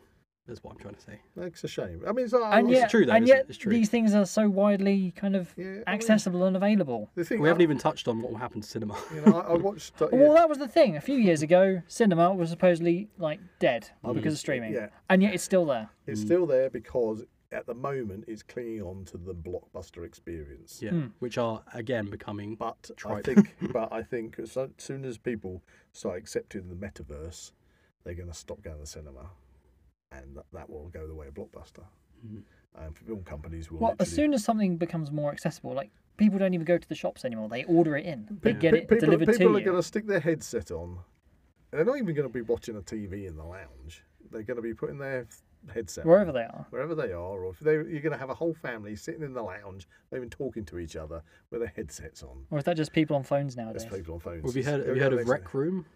[SPEAKER 2] That's what I'm trying to say.
[SPEAKER 3] That's a shame. I mean, it's, I-
[SPEAKER 1] And
[SPEAKER 2] it's
[SPEAKER 1] yet,
[SPEAKER 2] true though,
[SPEAKER 1] and
[SPEAKER 2] isn't it?
[SPEAKER 1] yet
[SPEAKER 2] It's true.
[SPEAKER 1] these things are so widely kind of
[SPEAKER 3] Yeah, I mean-
[SPEAKER 1] accessible and available.
[SPEAKER 3] the thing
[SPEAKER 2] We haven't even touched on what will happen to cinema.
[SPEAKER 3] You know, I, I watched. yeah.
[SPEAKER 1] Well, that was the thing. A few years ago, cinema was supposedly like dead because of streaming,
[SPEAKER 3] yeah.
[SPEAKER 1] and yet it's still there.
[SPEAKER 3] It's still there because at the moment it's clinging on to the blockbuster experience.
[SPEAKER 2] yeah,
[SPEAKER 1] Hmm.
[SPEAKER 2] which are again becoming
[SPEAKER 3] But I
[SPEAKER 2] Tripe.
[SPEAKER 3] think, but I think as so- soon as people start accepting the metaverse, they're going to stop going to the cinema, and that, that will go the way of blockbuster. And film companies will.
[SPEAKER 1] Well, as
[SPEAKER 3] literally-
[SPEAKER 1] soon as something becomes more accessible, like people don't even go to the shops anymore. They order it in. They
[SPEAKER 3] Pe-
[SPEAKER 1] get
[SPEAKER 3] pe-
[SPEAKER 1] it
[SPEAKER 3] people,
[SPEAKER 1] delivered
[SPEAKER 3] people
[SPEAKER 1] to
[SPEAKER 3] are
[SPEAKER 1] you.
[SPEAKER 3] going to stick their headset on. They're not even going to be watching a TV in the lounge. They're going to be putting their headset on.
[SPEAKER 1] Wherever they are.
[SPEAKER 3] wherever they are, or if they, you're going to have a whole family sitting in the lounge, not even talking to each other with their headsets on.
[SPEAKER 1] Or is that just people on phones nowadays?
[SPEAKER 3] There's people on phones.
[SPEAKER 2] Oh, Well, have you heard?
[SPEAKER 3] They'll
[SPEAKER 2] Have you
[SPEAKER 3] go
[SPEAKER 2] heard of
[SPEAKER 3] next to-
[SPEAKER 2] Rec Room?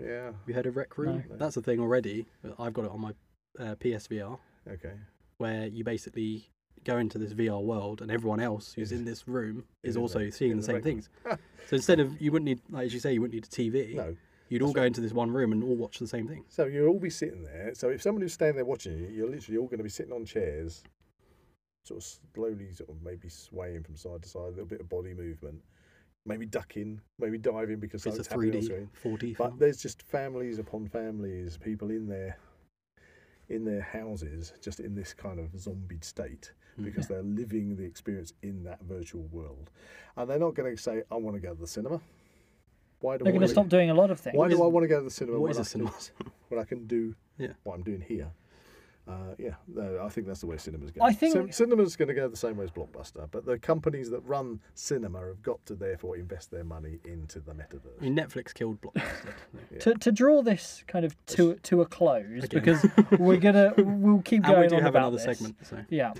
[SPEAKER 3] Yeah.
[SPEAKER 2] Have you heard of Rec Room? That's a thing already. but I've got it on my uh, PSVR,
[SPEAKER 3] Okay.
[SPEAKER 2] where you basically go into this VR world, and everyone else who's in this room is
[SPEAKER 3] in
[SPEAKER 2] also
[SPEAKER 3] the-
[SPEAKER 2] seeing
[SPEAKER 3] in
[SPEAKER 2] the
[SPEAKER 3] the
[SPEAKER 2] same
[SPEAKER 3] Rec Room.
[SPEAKER 2] things. so instead of you wouldn't need, like as you say, you wouldn't need a TV.
[SPEAKER 3] No.
[SPEAKER 2] You'd all go into this one room and all watch the same thing.
[SPEAKER 3] So you'll all be sitting there. So if somebody's standing there watching you, you're literally all going to be sitting on chairs, sort of slowly, sort of maybe swaying from side to side, a little bit of body movement, maybe ducking, maybe diving because
[SPEAKER 2] It's a
[SPEAKER 3] something's happening on
[SPEAKER 2] 3D,
[SPEAKER 3] screen.
[SPEAKER 2] 4D
[SPEAKER 3] But
[SPEAKER 2] film.
[SPEAKER 3] there's just families upon families, people in their in their houses, just in this kind of zombied state,
[SPEAKER 1] Hmm.
[SPEAKER 3] because they're living the experience in that virtual world, and they're not going to say, "I want to go to the cinema." Why do
[SPEAKER 1] They're going
[SPEAKER 3] I
[SPEAKER 1] to stop doing a lot of things.
[SPEAKER 3] Why
[SPEAKER 2] is-
[SPEAKER 3] do I want to go to the cinema?
[SPEAKER 2] What is
[SPEAKER 3] when
[SPEAKER 2] a
[SPEAKER 3] I can-
[SPEAKER 2] cinema?
[SPEAKER 3] When I can do
[SPEAKER 2] Yeah.
[SPEAKER 3] what I'm doing here. Uh, yeah, no, I think that's the way cinema's going.
[SPEAKER 1] I think-
[SPEAKER 3] Cin- cinema's going to go the same way as blockbuster, but the companies that run cinema have got to therefore invest their money into the metaverse.
[SPEAKER 2] I mean, Netflix killed Blockbuster.
[SPEAKER 1] To, to draw this kind of to to a close because we're gonna we'll keep going
[SPEAKER 2] and we do
[SPEAKER 1] on
[SPEAKER 2] have
[SPEAKER 1] about
[SPEAKER 2] another
[SPEAKER 1] this.
[SPEAKER 2] segment. So
[SPEAKER 1] Yeah.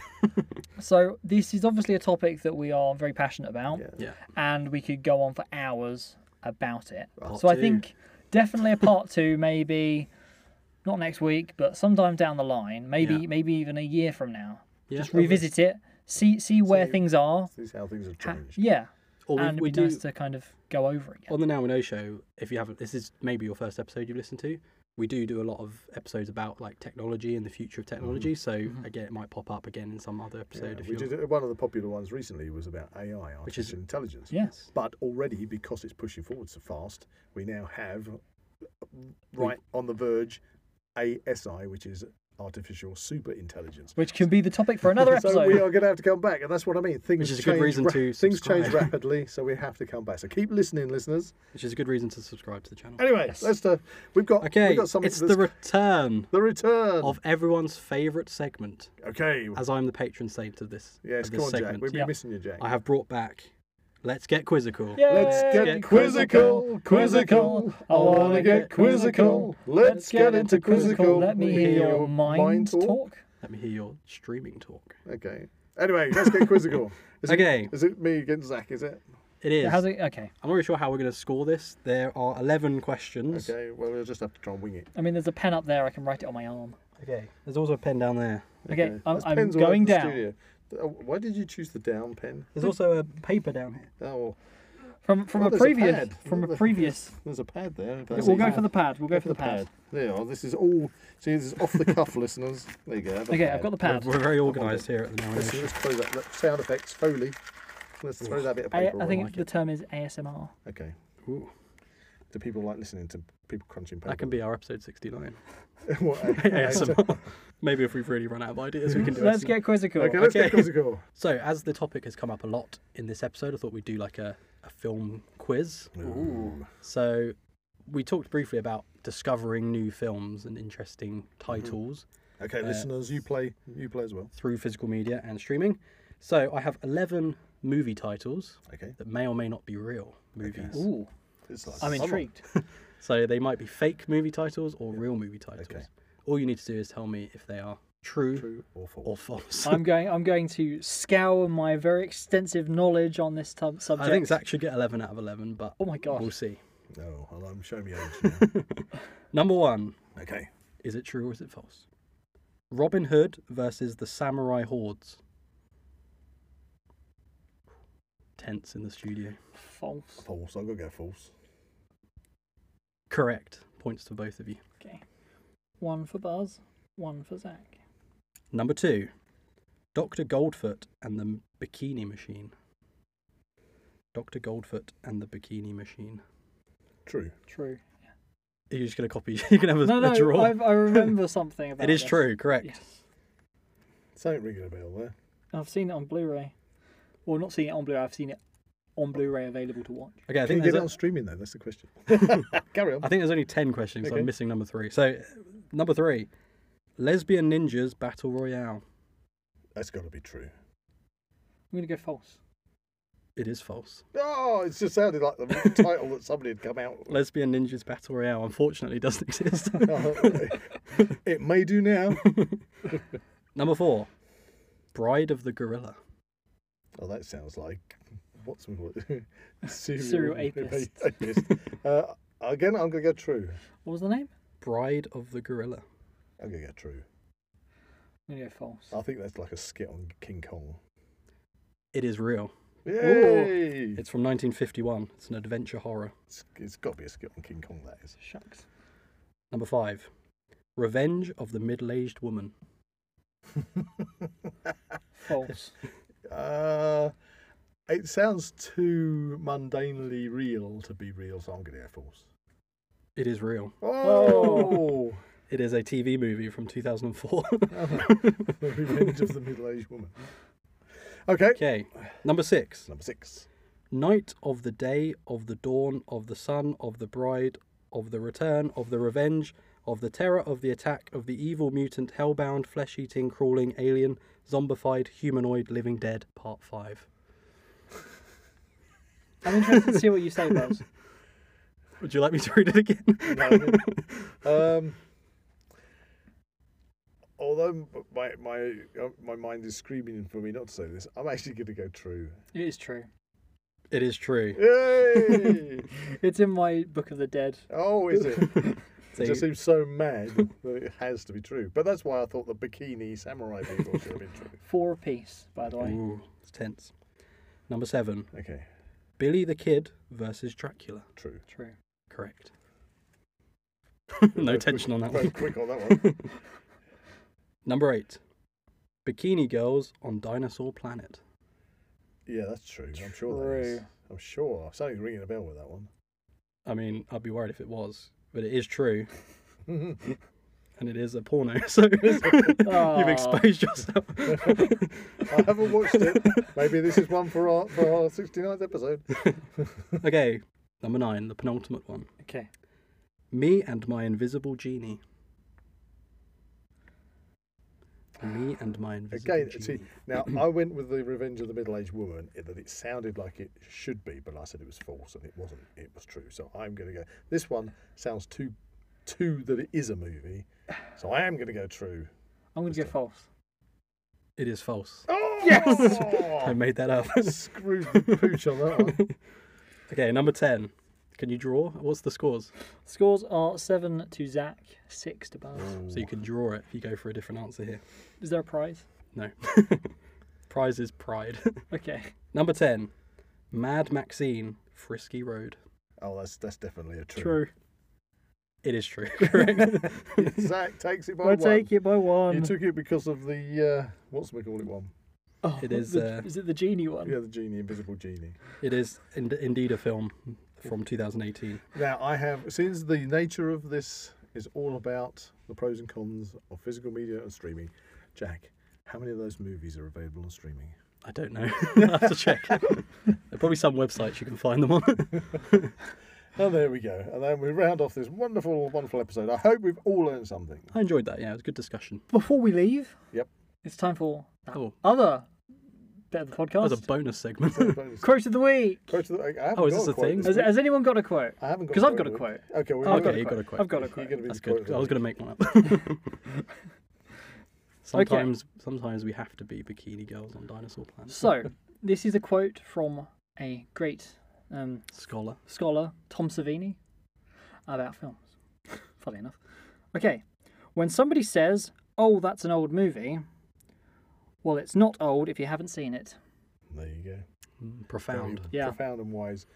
[SPEAKER 1] so this is obviously a topic that we are very passionate about,
[SPEAKER 2] yeah,
[SPEAKER 1] and we could go on for hours about it.
[SPEAKER 2] Part
[SPEAKER 1] so I
[SPEAKER 2] two.
[SPEAKER 1] think definitely a part two, maybe not next week, but sometime down the line, maybe
[SPEAKER 2] Yeah.
[SPEAKER 1] maybe even a year from now.
[SPEAKER 2] yeah.
[SPEAKER 1] Just revisit it, see see where
[SPEAKER 3] See-
[SPEAKER 1] things are.
[SPEAKER 3] This is how things have
[SPEAKER 1] ha-
[SPEAKER 3] changed.
[SPEAKER 1] yeah,
[SPEAKER 2] Or we,
[SPEAKER 1] and it'd
[SPEAKER 2] we
[SPEAKER 1] be
[SPEAKER 2] do
[SPEAKER 1] nice to kind of go over again.
[SPEAKER 2] on the Now We Know show. If you haven't, this is maybe your first episode you've listened to. We do do a lot of episodes about like technology and the future of technology. So again, it might pop up again in some other
[SPEAKER 3] Mm-hmm. Yeah,
[SPEAKER 2] episode. if
[SPEAKER 3] we
[SPEAKER 2] you're,
[SPEAKER 3] did, one of the popular ones recently was about AI, artificial
[SPEAKER 2] is-
[SPEAKER 3] intelligence.
[SPEAKER 1] Yes.
[SPEAKER 3] But already, because it's pushing forward so fast, we now have uh, right on the verge ASI, which is artificial super intelligence.
[SPEAKER 1] Which can be the topic for another episode.
[SPEAKER 3] So we are going to have to come back, and that's what I mean. Things
[SPEAKER 2] Which is a good
[SPEAKER 3] change
[SPEAKER 2] reason
[SPEAKER 3] ra-
[SPEAKER 2] to
[SPEAKER 3] things change
[SPEAKER 2] subscribe.
[SPEAKER 3] rapidly, so we have to come back. So keep listening, listeners.
[SPEAKER 2] which is a good reason to subscribe to the channel.
[SPEAKER 3] Anyway, let's. Uh, we've got.
[SPEAKER 2] Okay,
[SPEAKER 3] We've got something
[SPEAKER 2] it's the Oh,
[SPEAKER 3] that's-
[SPEAKER 2] return
[SPEAKER 3] the return.
[SPEAKER 2] of everyone's favourite segment,
[SPEAKER 3] okay.
[SPEAKER 2] as I'm the patron saint of this.
[SPEAKER 3] Yes,
[SPEAKER 2] of
[SPEAKER 3] come
[SPEAKER 2] this
[SPEAKER 3] on, Jack.
[SPEAKER 2] segment.
[SPEAKER 3] We've been
[SPEAKER 1] Yeah.
[SPEAKER 3] missing you, Jack.
[SPEAKER 2] I have brought back. Let's get quizzical.
[SPEAKER 1] Yay!
[SPEAKER 3] Let's get quizzical, quizzical. I want to get quizzical. Let's get into quizzical.
[SPEAKER 1] Let me hear your mind, talk.
[SPEAKER 2] Let me hear your streaming talk.
[SPEAKER 3] Okay. Anyway, let's get quizzical. Is
[SPEAKER 2] Okay.
[SPEAKER 3] It, is it me against Zach? Is it?
[SPEAKER 2] It is.
[SPEAKER 1] How's it? Okay.
[SPEAKER 2] I'm not really sure how we're going to score this. There are 11 questions.
[SPEAKER 3] Okay. Well, we'll just have to try and wing it.
[SPEAKER 1] I mean, there's a pen up there. I can write it on my arm.
[SPEAKER 2] Okay. There's also a pen down there.
[SPEAKER 1] Okay. I'm,
[SPEAKER 3] There's
[SPEAKER 1] I'm
[SPEAKER 3] pens all over
[SPEAKER 1] going
[SPEAKER 3] the
[SPEAKER 1] down
[SPEAKER 3] studio. Uh, Why did you choose the down pen?
[SPEAKER 2] There's also a paper down here.
[SPEAKER 3] Oh,
[SPEAKER 1] from from
[SPEAKER 3] Oh,
[SPEAKER 1] a
[SPEAKER 3] there's a
[SPEAKER 1] previous
[SPEAKER 3] pad.
[SPEAKER 1] from a
[SPEAKER 3] There's a-
[SPEAKER 1] previous.
[SPEAKER 3] there's a pad there.
[SPEAKER 1] We'll go for the pad. We'll go for the
[SPEAKER 3] the pad.
[SPEAKER 1] pad.
[SPEAKER 3] There you are. This is all. See, this is off the cuff, listeners. There you go. have a
[SPEAKER 1] Okay,
[SPEAKER 3] pad.
[SPEAKER 1] I've got the pad.
[SPEAKER 2] We're very organised here at the Now.
[SPEAKER 3] Let's, let's throw that, that sound effects Foley. Let's throw that bit of
[SPEAKER 1] I,
[SPEAKER 3] paper.
[SPEAKER 1] I
[SPEAKER 3] away.
[SPEAKER 1] think the term is ASMR.
[SPEAKER 3] Okay.
[SPEAKER 2] Ooh.
[SPEAKER 3] Do people like listening to people crunching paper?
[SPEAKER 2] That can be our episode 69.
[SPEAKER 3] What,
[SPEAKER 2] ASMR. Maybe if we've really run out of ideas, we can do
[SPEAKER 1] Let's
[SPEAKER 2] ASMR.
[SPEAKER 1] get quizzical.
[SPEAKER 3] Okay, let's get
[SPEAKER 2] Okay.
[SPEAKER 3] quizzical.
[SPEAKER 2] So, as the topic has come up a lot in this episode, I thought we'd do like a, a film quiz.
[SPEAKER 3] Ooh.
[SPEAKER 2] So, we talked briefly about discovering new films and interesting titles
[SPEAKER 3] Okay, listeners, you play. You play as well.
[SPEAKER 2] through physical media and streaming. So, I have 11 movie titles
[SPEAKER 3] Okay,
[SPEAKER 2] that may or may not be real movies.
[SPEAKER 1] Ooh,
[SPEAKER 3] it's like
[SPEAKER 1] I'm
[SPEAKER 3] summer.
[SPEAKER 1] intrigued.
[SPEAKER 2] So, they might be fake movie titles or real movie titles.
[SPEAKER 3] Okay.
[SPEAKER 2] All you need to do is tell me if they are true,
[SPEAKER 3] True or false?
[SPEAKER 1] Oh.
[SPEAKER 2] or false.
[SPEAKER 1] I'm going. I'm going to scour my very extensive knowledge on this tub-
[SPEAKER 2] I
[SPEAKER 1] subject.
[SPEAKER 2] think Zach should get 11 out of 11, but
[SPEAKER 1] Oh my gosh.
[SPEAKER 2] we'll see.
[SPEAKER 3] No, well, I'm showing me age.
[SPEAKER 2] Number one.
[SPEAKER 3] now. okay,
[SPEAKER 2] Is it true or is it false? Robin Hood versus the samurai hordes. Tense in the studio.
[SPEAKER 1] false.
[SPEAKER 3] false. I've got to go false.
[SPEAKER 2] Correct. Points to both of you.
[SPEAKER 1] Okay, one for Buzz, one for Zach.
[SPEAKER 2] Number two. Dr. Goldfoot and the Bikini Machine. Dr. Goldfoot and the Bikini Machine.
[SPEAKER 3] True.
[SPEAKER 1] True.
[SPEAKER 2] Are you just going to copy? You're going to have a,
[SPEAKER 1] no,
[SPEAKER 2] a
[SPEAKER 1] no.
[SPEAKER 2] draw?
[SPEAKER 1] I, I remember something about
[SPEAKER 2] It is
[SPEAKER 1] this.
[SPEAKER 2] true. Correct.
[SPEAKER 1] Yes,
[SPEAKER 3] Something ringing a bell there.
[SPEAKER 1] I've seen it on Blu-ray. Well, not seen it on Blu-ray. I've seen it on Blu-ray available to watch.
[SPEAKER 2] Okay, I
[SPEAKER 3] Can
[SPEAKER 2] think,
[SPEAKER 3] you get
[SPEAKER 2] there's
[SPEAKER 3] it
[SPEAKER 2] a-
[SPEAKER 3] on streaming though? That's the question. Carry on.
[SPEAKER 2] I think there's only 10 questions. so
[SPEAKER 3] Okay.
[SPEAKER 2] I'm missing number three. So, number three. Lesbian Ninjas Battle Royale.
[SPEAKER 3] That's got to be true.
[SPEAKER 1] I'm gonna go false.
[SPEAKER 2] It is false.
[SPEAKER 3] Oh, it's just sounded like the title that somebody had come out. with. Oh,
[SPEAKER 2] Lesbian Ninjas Battle Royale unfortunately doesn't exist.
[SPEAKER 3] it may do now.
[SPEAKER 2] Number four, Bride of the Gorilla.
[SPEAKER 3] Oh, that sounds like what's we call it? serial,
[SPEAKER 1] Serial apist.
[SPEAKER 3] apist. uh, again, I'm gonna go true.
[SPEAKER 1] What was the name?
[SPEAKER 2] Bride of the Gorilla.
[SPEAKER 3] I'm gonna go true.
[SPEAKER 1] I'm gonna go false.
[SPEAKER 3] I think that's like a skit on King Kong.
[SPEAKER 2] It is real.
[SPEAKER 3] Yay! It's,
[SPEAKER 2] It's from 1951. It's an adventure horror.
[SPEAKER 3] it's got to be a skit on King Kong. That is.
[SPEAKER 1] Shucks.
[SPEAKER 2] Number five, Revenge of the Middle Aged Woman.
[SPEAKER 1] False.
[SPEAKER 3] Uh, it sounds too mundanely real to be real, so I'm gonna go false.
[SPEAKER 2] It is real.
[SPEAKER 3] Oh,
[SPEAKER 2] It is a TV movie from 2004.
[SPEAKER 3] the revenge of the middle-aged woman. Okay,
[SPEAKER 2] okay. Number six,
[SPEAKER 3] number six.
[SPEAKER 2] Night of the Day of the Dawn of the Sun of the Bride of the Return of the Revenge of the Terror of the Attack of the Evil Mutant Hellbound Flesh Eating Crawling Alien Zombified Humanoid Living Dead Part 5.
[SPEAKER 1] I'm interested to see what you say, Buzz.
[SPEAKER 2] Would you like me to read it again?
[SPEAKER 3] um, although my my uh, my mind is screaming for me not to say this, I'm actually going to go true.
[SPEAKER 1] It is true.
[SPEAKER 2] It is true.
[SPEAKER 3] Yay!
[SPEAKER 1] It's in my Book of the Dead.
[SPEAKER 3] oh, is it?
[SPEAKER 2] So
[SPEAKER 3] It just
[SPEAKER 2] you-
[SPEAKER 3] seems so mad that it has to be true. But that's why I thought the bikini samurai people should have been true.
[SPEAKER 1] Four apiece, by the way.
[SPEAKER 2] Ooh, it's tense. Number seven
[SPEAKER 3] Okay,
[SPEAKER 2] Billy the Kid versus Dracula.
[SPEAKER 3] true.
[SPEAKER 1] True.
[SPEAKER 2] Correct. no tension on that
[SPEAKER 3] Very
[SPEAKER 2] one.
[SPEAKER 3] quick on that one.
[SPEAKER 2] Number eight Bikini Girls on Dinosaur Planet.
[SPEAKER 3] Yeah, that's true. I'm sure that is.
[SPEAKER 1] True.
[SPEAKER 3] I'm sure. Something's ringing a bell with that one.
[SPEAKER 2] I mean, I'd be worried if it was, but it is true. and it is a porno, so you've
[SPEAKER 1] Aw.
[SPEAKER 2] exposed yourself.
[SPEAKER 3] I haven't watched it. Maybe this is one for our for our 69th episode.
[SPEAKER 2] okay, number nine, the penultimate one.
[SPEAKER 1] Okay.
[SPEAKER 2] Me and my invisible genie. Me and my invisible
[SPEAKER 3] Again,
[SPEAKER 2] genie.
[SPEAKER 3] see, now I went with the Revenge of the Middle Aged Woman in that it sounded like it should be, but I said it was false and it wasn't. It was true. So I'm going to go. This one sounds too, too that it is a movie. So I am going to go true.
[SPEAKER 1] I'm going to go false.
[SPEAKER 2] It is false.
[SPEAKER 3] Oh,
[SPEAKER 2] I
[SPEAKER 3] yes!
[SPEAKER 2] made that up.
[SPEAKER 3] Screwed the pooch on that one.
[SPEAKER 2] okay, number ten. Can you draw? What's the scores?
[SPEAKER 1] Scores are seven to Zach, six to Buzz.
[SPEAKER 2] So you can draw it if you go for a different answer here.
[SPEAKER 1] Is there a prize?
[SPEAKER 2] No. Prize is pride.
[SPEAKER 1] Okay.
[SPEAKER 2] number ten. Mad Maxine, Frisky Road.
[SPEAKER 3] Oh, that's that's definitely a true.
[SPEAKER 2] It is true. Correct.
[SPEAKER 3] Zach takes it by
[SPEAKER 1] I
[SPEAKER 3] one.
[SPEAKER 1] take it by
[SPEAKER 3] You
[SPEAKER 1] one.
[SPEAKER 3] took it because of the uh, what's we call it one.
[SPEAKER 1] Oh,
[SPEAKER 2] It is,
[SPEAKER 1] the-
[SPEAKER 2] uh,
[SPEAKER 1] Is it the genie one?
[SPEAKER 3] Yeah, the genie, invisible genie.
[SPEAKER 2] it is in- indeed a film from 2018.
[SPEAKER 3] Now, I have, since the nature of this is all about the pros and cons of physical media and streaming, Jack, how many of those movies are available on streaming?
[SPEAKER 2] I don't know. I'll have to check. there are probably some websites you can find them on.
[SPEAKER 3] Oh, there we go. And then we round off this wonderful, wonderful episode. I hope we've all learned something.
[SPEAKER 2] I enjoyed that. Yeah, it was a good discussion.
[SPEAKER 1] Before we leave,
[SPEAKER 3] Yep.
[SPEAKER 1] it's time for that
[SPEAKER 2] Oh.
[SPEAKER 1] other bit of the
[SPEAKER 2] That was a
[SPEAKER 1] podcast.
[SPEAKER 2] bonus segment.
[SPEAKER 3] Bonus.
[SPEAKER 1] Quote of the week.
[SPEAKER 3] Quote to the- I haven't
[SPEAKER 2] Oh, is
[SPEAKER 3] got
[SPEAKER 2] this a
[SPEAKER 3] quote
[SPEAKER 2] thing?
[SPEAKER 1] Has, has anyone got a quote?
[SPEAKER 3] I haven't got
[SPEAKER 1] Because I've got a
[SPEAKER 3] have we?
[SPEAKER 1] quote.
[SPEAKER 3] Okay, well,
[SPEAKER 1] I've
[SPEAKER 2] Oh, Okay,
[SPEAKER 1] got a
[SPEAKER 2] you've
[SPEAKER 1] quote.
[SPEAKER 2] got a quote.
[SPEAKER 1] I've got a
[SPEAKER 3] You're
[SPEAKER 1] quote.
[SPEAKER 3] going to be
[SPEAKER 2] That's
[SPEAKER 3] the quote
[SPEAKER 2] good.
[SPEAKER 3] of the
[SPEAKER 2] I was
[SPEAKER 3] week.
[SPEAKER 2] going to make one up. sometimes, sometimes we have to be bikini girls on Dinosaur Planet.
[SPEAKER 1] So, this is a quote from a great um,
[SPEAKER 2] Scholar.
[SPEAKER 1] scholar, Tom Savini, about films. Funny enough. Okay, when somebody says, oh, that's an old movie, well, it's not old if you haven't seen it.
[SPEAKER 3] There you go.
[SPEAKER 2] Mm, Profound.
[SPEAKER 1] Yeah.
[SPEAKER 3] Profound and wise.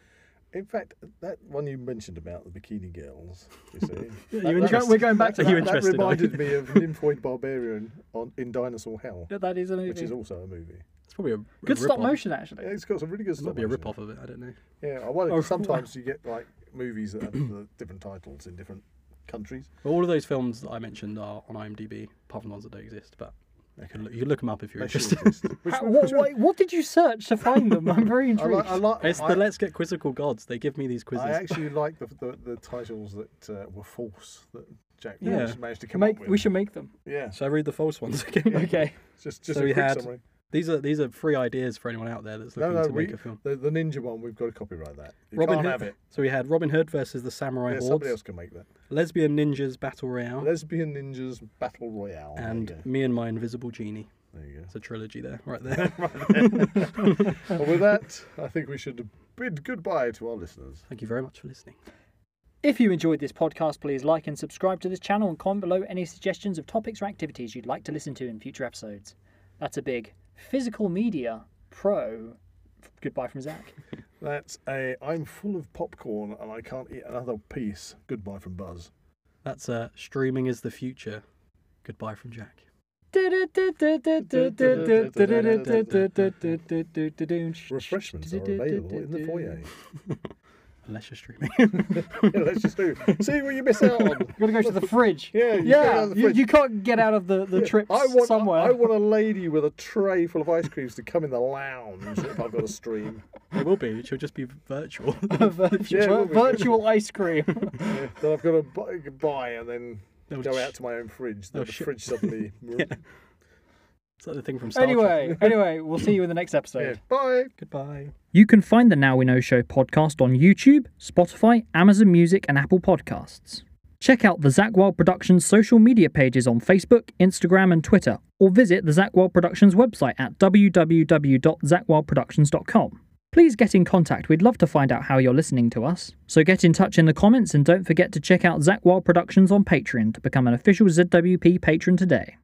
[SPEAKER 3] In fact, that one you mentioned about the bikini girls, you see,
[SPEAKER 2] Are
[SPEAKER 3] that-
[SPEAKER 1] We're,
[SPEAKER 2] you
[SPEAKER 1] go- we're
[SPEAKER 2] interested?
[SPEAKER 1] going back to
[SPEAKER 2] Are you
[SPEAKER 1] that.
[SPEAKER 3] that
[SPEAKER 2] interested, are
[SPEAKER 3] reminded me of Nymphoid Barbarian on in Dinosaur Hell,
[SPEAKER 1] That- that is a movie.
[SPEAKER 3] which is also a movie.
[SPEAKER 2] It's probably a
[SPEAKER 1] Good
[SPEAKER 2] a
[SPEAKER 1] stop
[SPEAKER 2] rip-off.
[SPEAKER 1] motion, actually.
[SPEAKER 3] Yeah, It's got some really good
[SPEAKER 2] It
[SPEAKER 3] stuff.
[SPEAKER 2] might be a
[SPEAKER 3] actually.
[SPEAKER 2] rip off of it. I don't know.
[SPEAKER 3] Yeah, I wonder.
[SPEAKER 2] Oh,
[SPEAKER 3] sometimes you get like movies that have the different titles in different countries.
[SPEAKER 2] Well, all of those films that I mentioned are on IMDb, apart from the ones that don't exist. But you can look, you can look them up if you're
[SPEAKER 3] They should
[SPEAKER 2] interested.
[SPEAKER 3] exist. Which-
[SPEAKER 1] How- what,
[SPEAKER 3] which-
[SPEAKER 1] what, what did you search to find them? I'm very
[SPEAKER 3] I
[SPEAKER 1] intrigued.
[SPEAKER 3] like. I, like,
[SPEAKER 2] It's
[SPEAKER 3] I,
[SPEAKER 2] the Let's Get Quizzical Gods. They give me these quizzes.
[SPEAKER 3] I actually like the, the the titles that uh, were false that Jack
[SPEAKER 2] Yeah.
[SPEAKER 3] managed, managed to come
[SPEAKER 1] make,
[SPEAKER 3] up with.
[SPEAKER 1] we should make them.
[SPEAKER 3] Yeah,
[SPEAKER 2] Shall I read the false ones again?
[SPEAKER 1] Okay.
[SPEAKER 3] just just
[SPEAKER 2] So
[SPEAKER 3] a
[SPEAKER 2] we
[SPEAKER 3] quick
[SPEAKER 2] had-
[SPEAKER 3] summary.
[SPEAKER 2] These are these are free ideas for anyone out there that's
[SPEAKER 3] No,
[SPEAKER 2] looking
[SPEAKER 3] no,
[SPEAKER 2] to make
[SPEAKER 3] we,
[SPEAKER 2] a film.
[SPEAKER 3] the, the ninja one. We've got to copyright that. You
[SPEAKER 2] Robin
[SPEAKER 3] can't
[SPEAKER 2] Hood.
[SPEAKER 3] have it.
[SPEAKER 2] So we had Robin Hood versus the Samurai
[SPEAKER 3] Yeah, somebody
[SPEAKER 2] Hordes,
[SPEAKER 3] else can make that.
[SPEAKER 2] Lesbian Ninjas Battle Royale,
[SPEAKER 3] Lesbian ninjas battle royale. There you
[SPEAKER 2] and
[SPEAKER 3] go.
[SPEAKER 2] Me and My Invisible Genie.
[SPEAKER 3] there you go.
[SPEAKER 2] It's a trilogy there, right there.
[SPEAKER 3] Well, with that, I think we should bid goodbye to our listeners.
[SPEAKER 2] Thank you very much for listening.
[SPEAKER 1] If you enjoyed this podcast, please like and subscribe to this channel and comment below any suggestions of topics or activities you'd like to listen to in future episodes. That's a big physical media pro. Goodbye from Zach.
[SPEAKER 3] That's a. I'm full of popcorn and I can't eat another piece. Goodbye from Buzz.
[SPEAKER 2] That's uh, streaming is the future. Goodbye from Jack.
[SPEAKER 3] Refreshments are available in the foyer.
[SPEAKER 2] Unless you're streaming.
[SPEAKER 3] Yeah, let's just do. See what you miss out on.
[SPEAKER 1] Gotta go to the fridge.
[SPEAKER 3] Yeah, you get out
[SPEAKER 1] yeah.
[SPEAKER 3] of the
[SPEAKER 1] You,
[SPEAKER 3] fridge.
[SPEAKER 1] you can't get out of the the trip
[SPEAKER 3] I want,
[SPEAKER 1] somewhere.
[SPEAKER 3] I want a lady with a tray full of ice creams to come in the lounge if I've got a stream.
[SPEAKER 2] it will be. She'll just be virtual.
[SPEAKER 1] virtual,
[SPEAKER 3] Yeah, we'll be-
[SPEAKER 1] virtual ice cream.
[SPEAKER 3] Yeah, then I've got to buy, buy and then
[SPEAKER 2] They'll
[SPEAKER 3] go
[SPEAKER 2] sh-
[SPEAKER 3] out to my own fridge. Then
[SPEAKER 2] they'll
[SPEAKER 3] the
[SPEAKER 2] sh-
[SPEAKER 3] fridge suddenly.
[SPEAKER 2] It's like the thing from Star Trek.
[SPEAKER 1] anyway, anyway, we'll see you in the next episode.
[SPEAKER 3] Yeah, Bye.
[SPEAKER 2] Goodbye.
[SPEAKER 1] You can find the Now We Know Show podcast on YouTube, Spotify, Amazon Music, and Apple Podcasts. Check out the Zach Wild Productions social media pages on Facebook, Instagram, and Twitter, or visit the Zach Wild Productions website at www.zachwildproductions.com. Please get in contact. We'd love to find out how you're listening to us. So get in touch in the comments and don't forget to check out Zach Wild Productions on Patreon to become an official ZWP patron today.